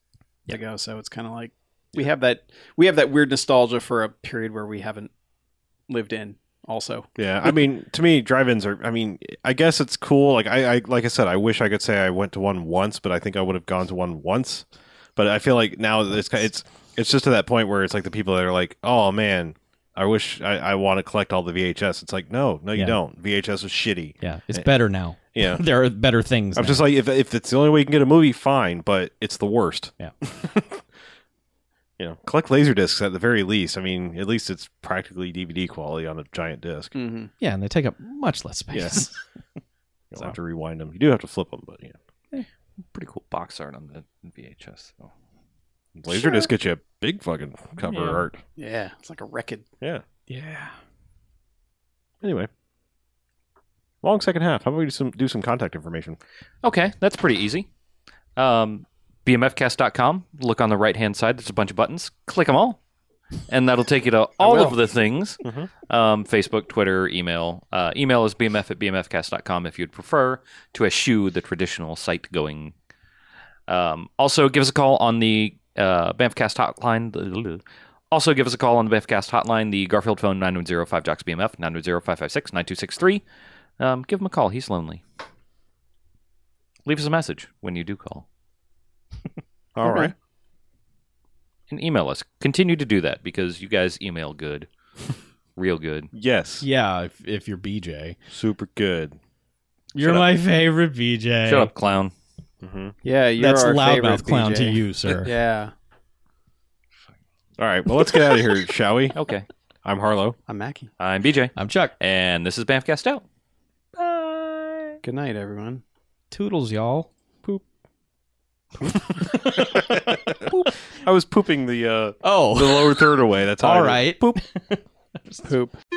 Speaker 3: to go so it's kind of like we have that we have that weird nostalgia for a period where we haven't lived in also
Speaker 2: Yeah, I mean, to me, drive-ins are. I mean, I guess it's cool. Like I, I, like I said, I wish I could say I went to one once, but I think I would have gone to one once. But I feel like now that it's ki- it's it's just to that point where it's like the people that are like, oh man, I wish I, I want to collect all the VHS. It's like, no, no, you
Speaker 5: Yeah.
Speaker 2: don't. VHS was shitty.
Speaker 5: yeah, it's better now.
Speaker 2: Yeah.
Speaker 5: there are better things.
Speaker 2: I'm
Speaker 5: now.
Speaker 2: just like, if if it's the only way you can get a movie, fine, but it's the worst.
Speaker 5: Yeah.
Speaker 2: you know, collect laser discs at the very least. I mean, at least it's practically DVD quality on a giant disc.
Speaker 3: mm-hmm.
Speaker 5: yeah, and they take up much less space.
Speaker 2: Yes. You don't have to rewind them. You do have to flip them, but yeah.
Speaker 4: Pretty cool box art on the VHS. though.
Speaker 2: Laser disc gets you a big fucking cover
Speaker 4: Yeah.
Speaker 2: art.
Speaker 3: yeah it's like a record
Speaker 2: Yeah.
Speaker 5: Yeah.
Speaker 2: Anyway, long second half. How about we do some do some contact information?
Speaker 4: Okay, that's pretty easy. Um, BMFcast.com. Look on the right hand side. There's a bunch of buttons. Click them all, and that'll take you to all of the things
Speaker 2: Mhm.
Speaker 4: um, Facebook, Twitter, email. Uh, email is bmf at bmfcast.com if you'd prefer to eschew the traditional site going. Um, also, give us a call on the uh, BAMFcast hotline. Also, give us a call on the BAMFcast hotline, the Garfield phone 910 5 Jocks BMF, 910 556 9263. Um, give him a call. He's lonely. Leave us a message when you do call
Speaker 2: All right.
Speaker 4: and email us. Continue to do that because you guys email good, real good.
Speaker 2: Yes.
Speaker 5: Yeah, if, if you're BJ,
Speaker 2: Super good.
Speaker 5: you're
Speaker 4: up.
Speaker 5: my favorite BJ.
Speaker 4: Shut up, clown.
Speaker 2: Mhm.
Speaker 3: yeah you're
Speaker 5: That's
Speaker 3: our
Speaker 5: loudmouth
Speaker 3: favorite,
Speaker 5: clown
Speaker 3: BJ.
Speaker 5: to you, sir.
Speaker 3: yeah
Speaker 2: All right. Well, let's get out of here, shall we?
Speaker 4: Okay.
Speaker 2: I'm Harlow.
Speaker 3: i'm mackie
Speaker 4: I'm BJ,
Speaker 5: I'm Chuck.
Speaker 4: and this is Bamfcast out.
Speaker 3: good night everyone
Speaker 5: Toodles, y'all.
Speaker 2: I was pooping the uh,
Speaker 5: Oh,
Speaker 2: Oh, the uh, lower third away. That's how I
Speaker 5: all
Speaker 2: was-
Speaker 5: right.
Speaker 3: poop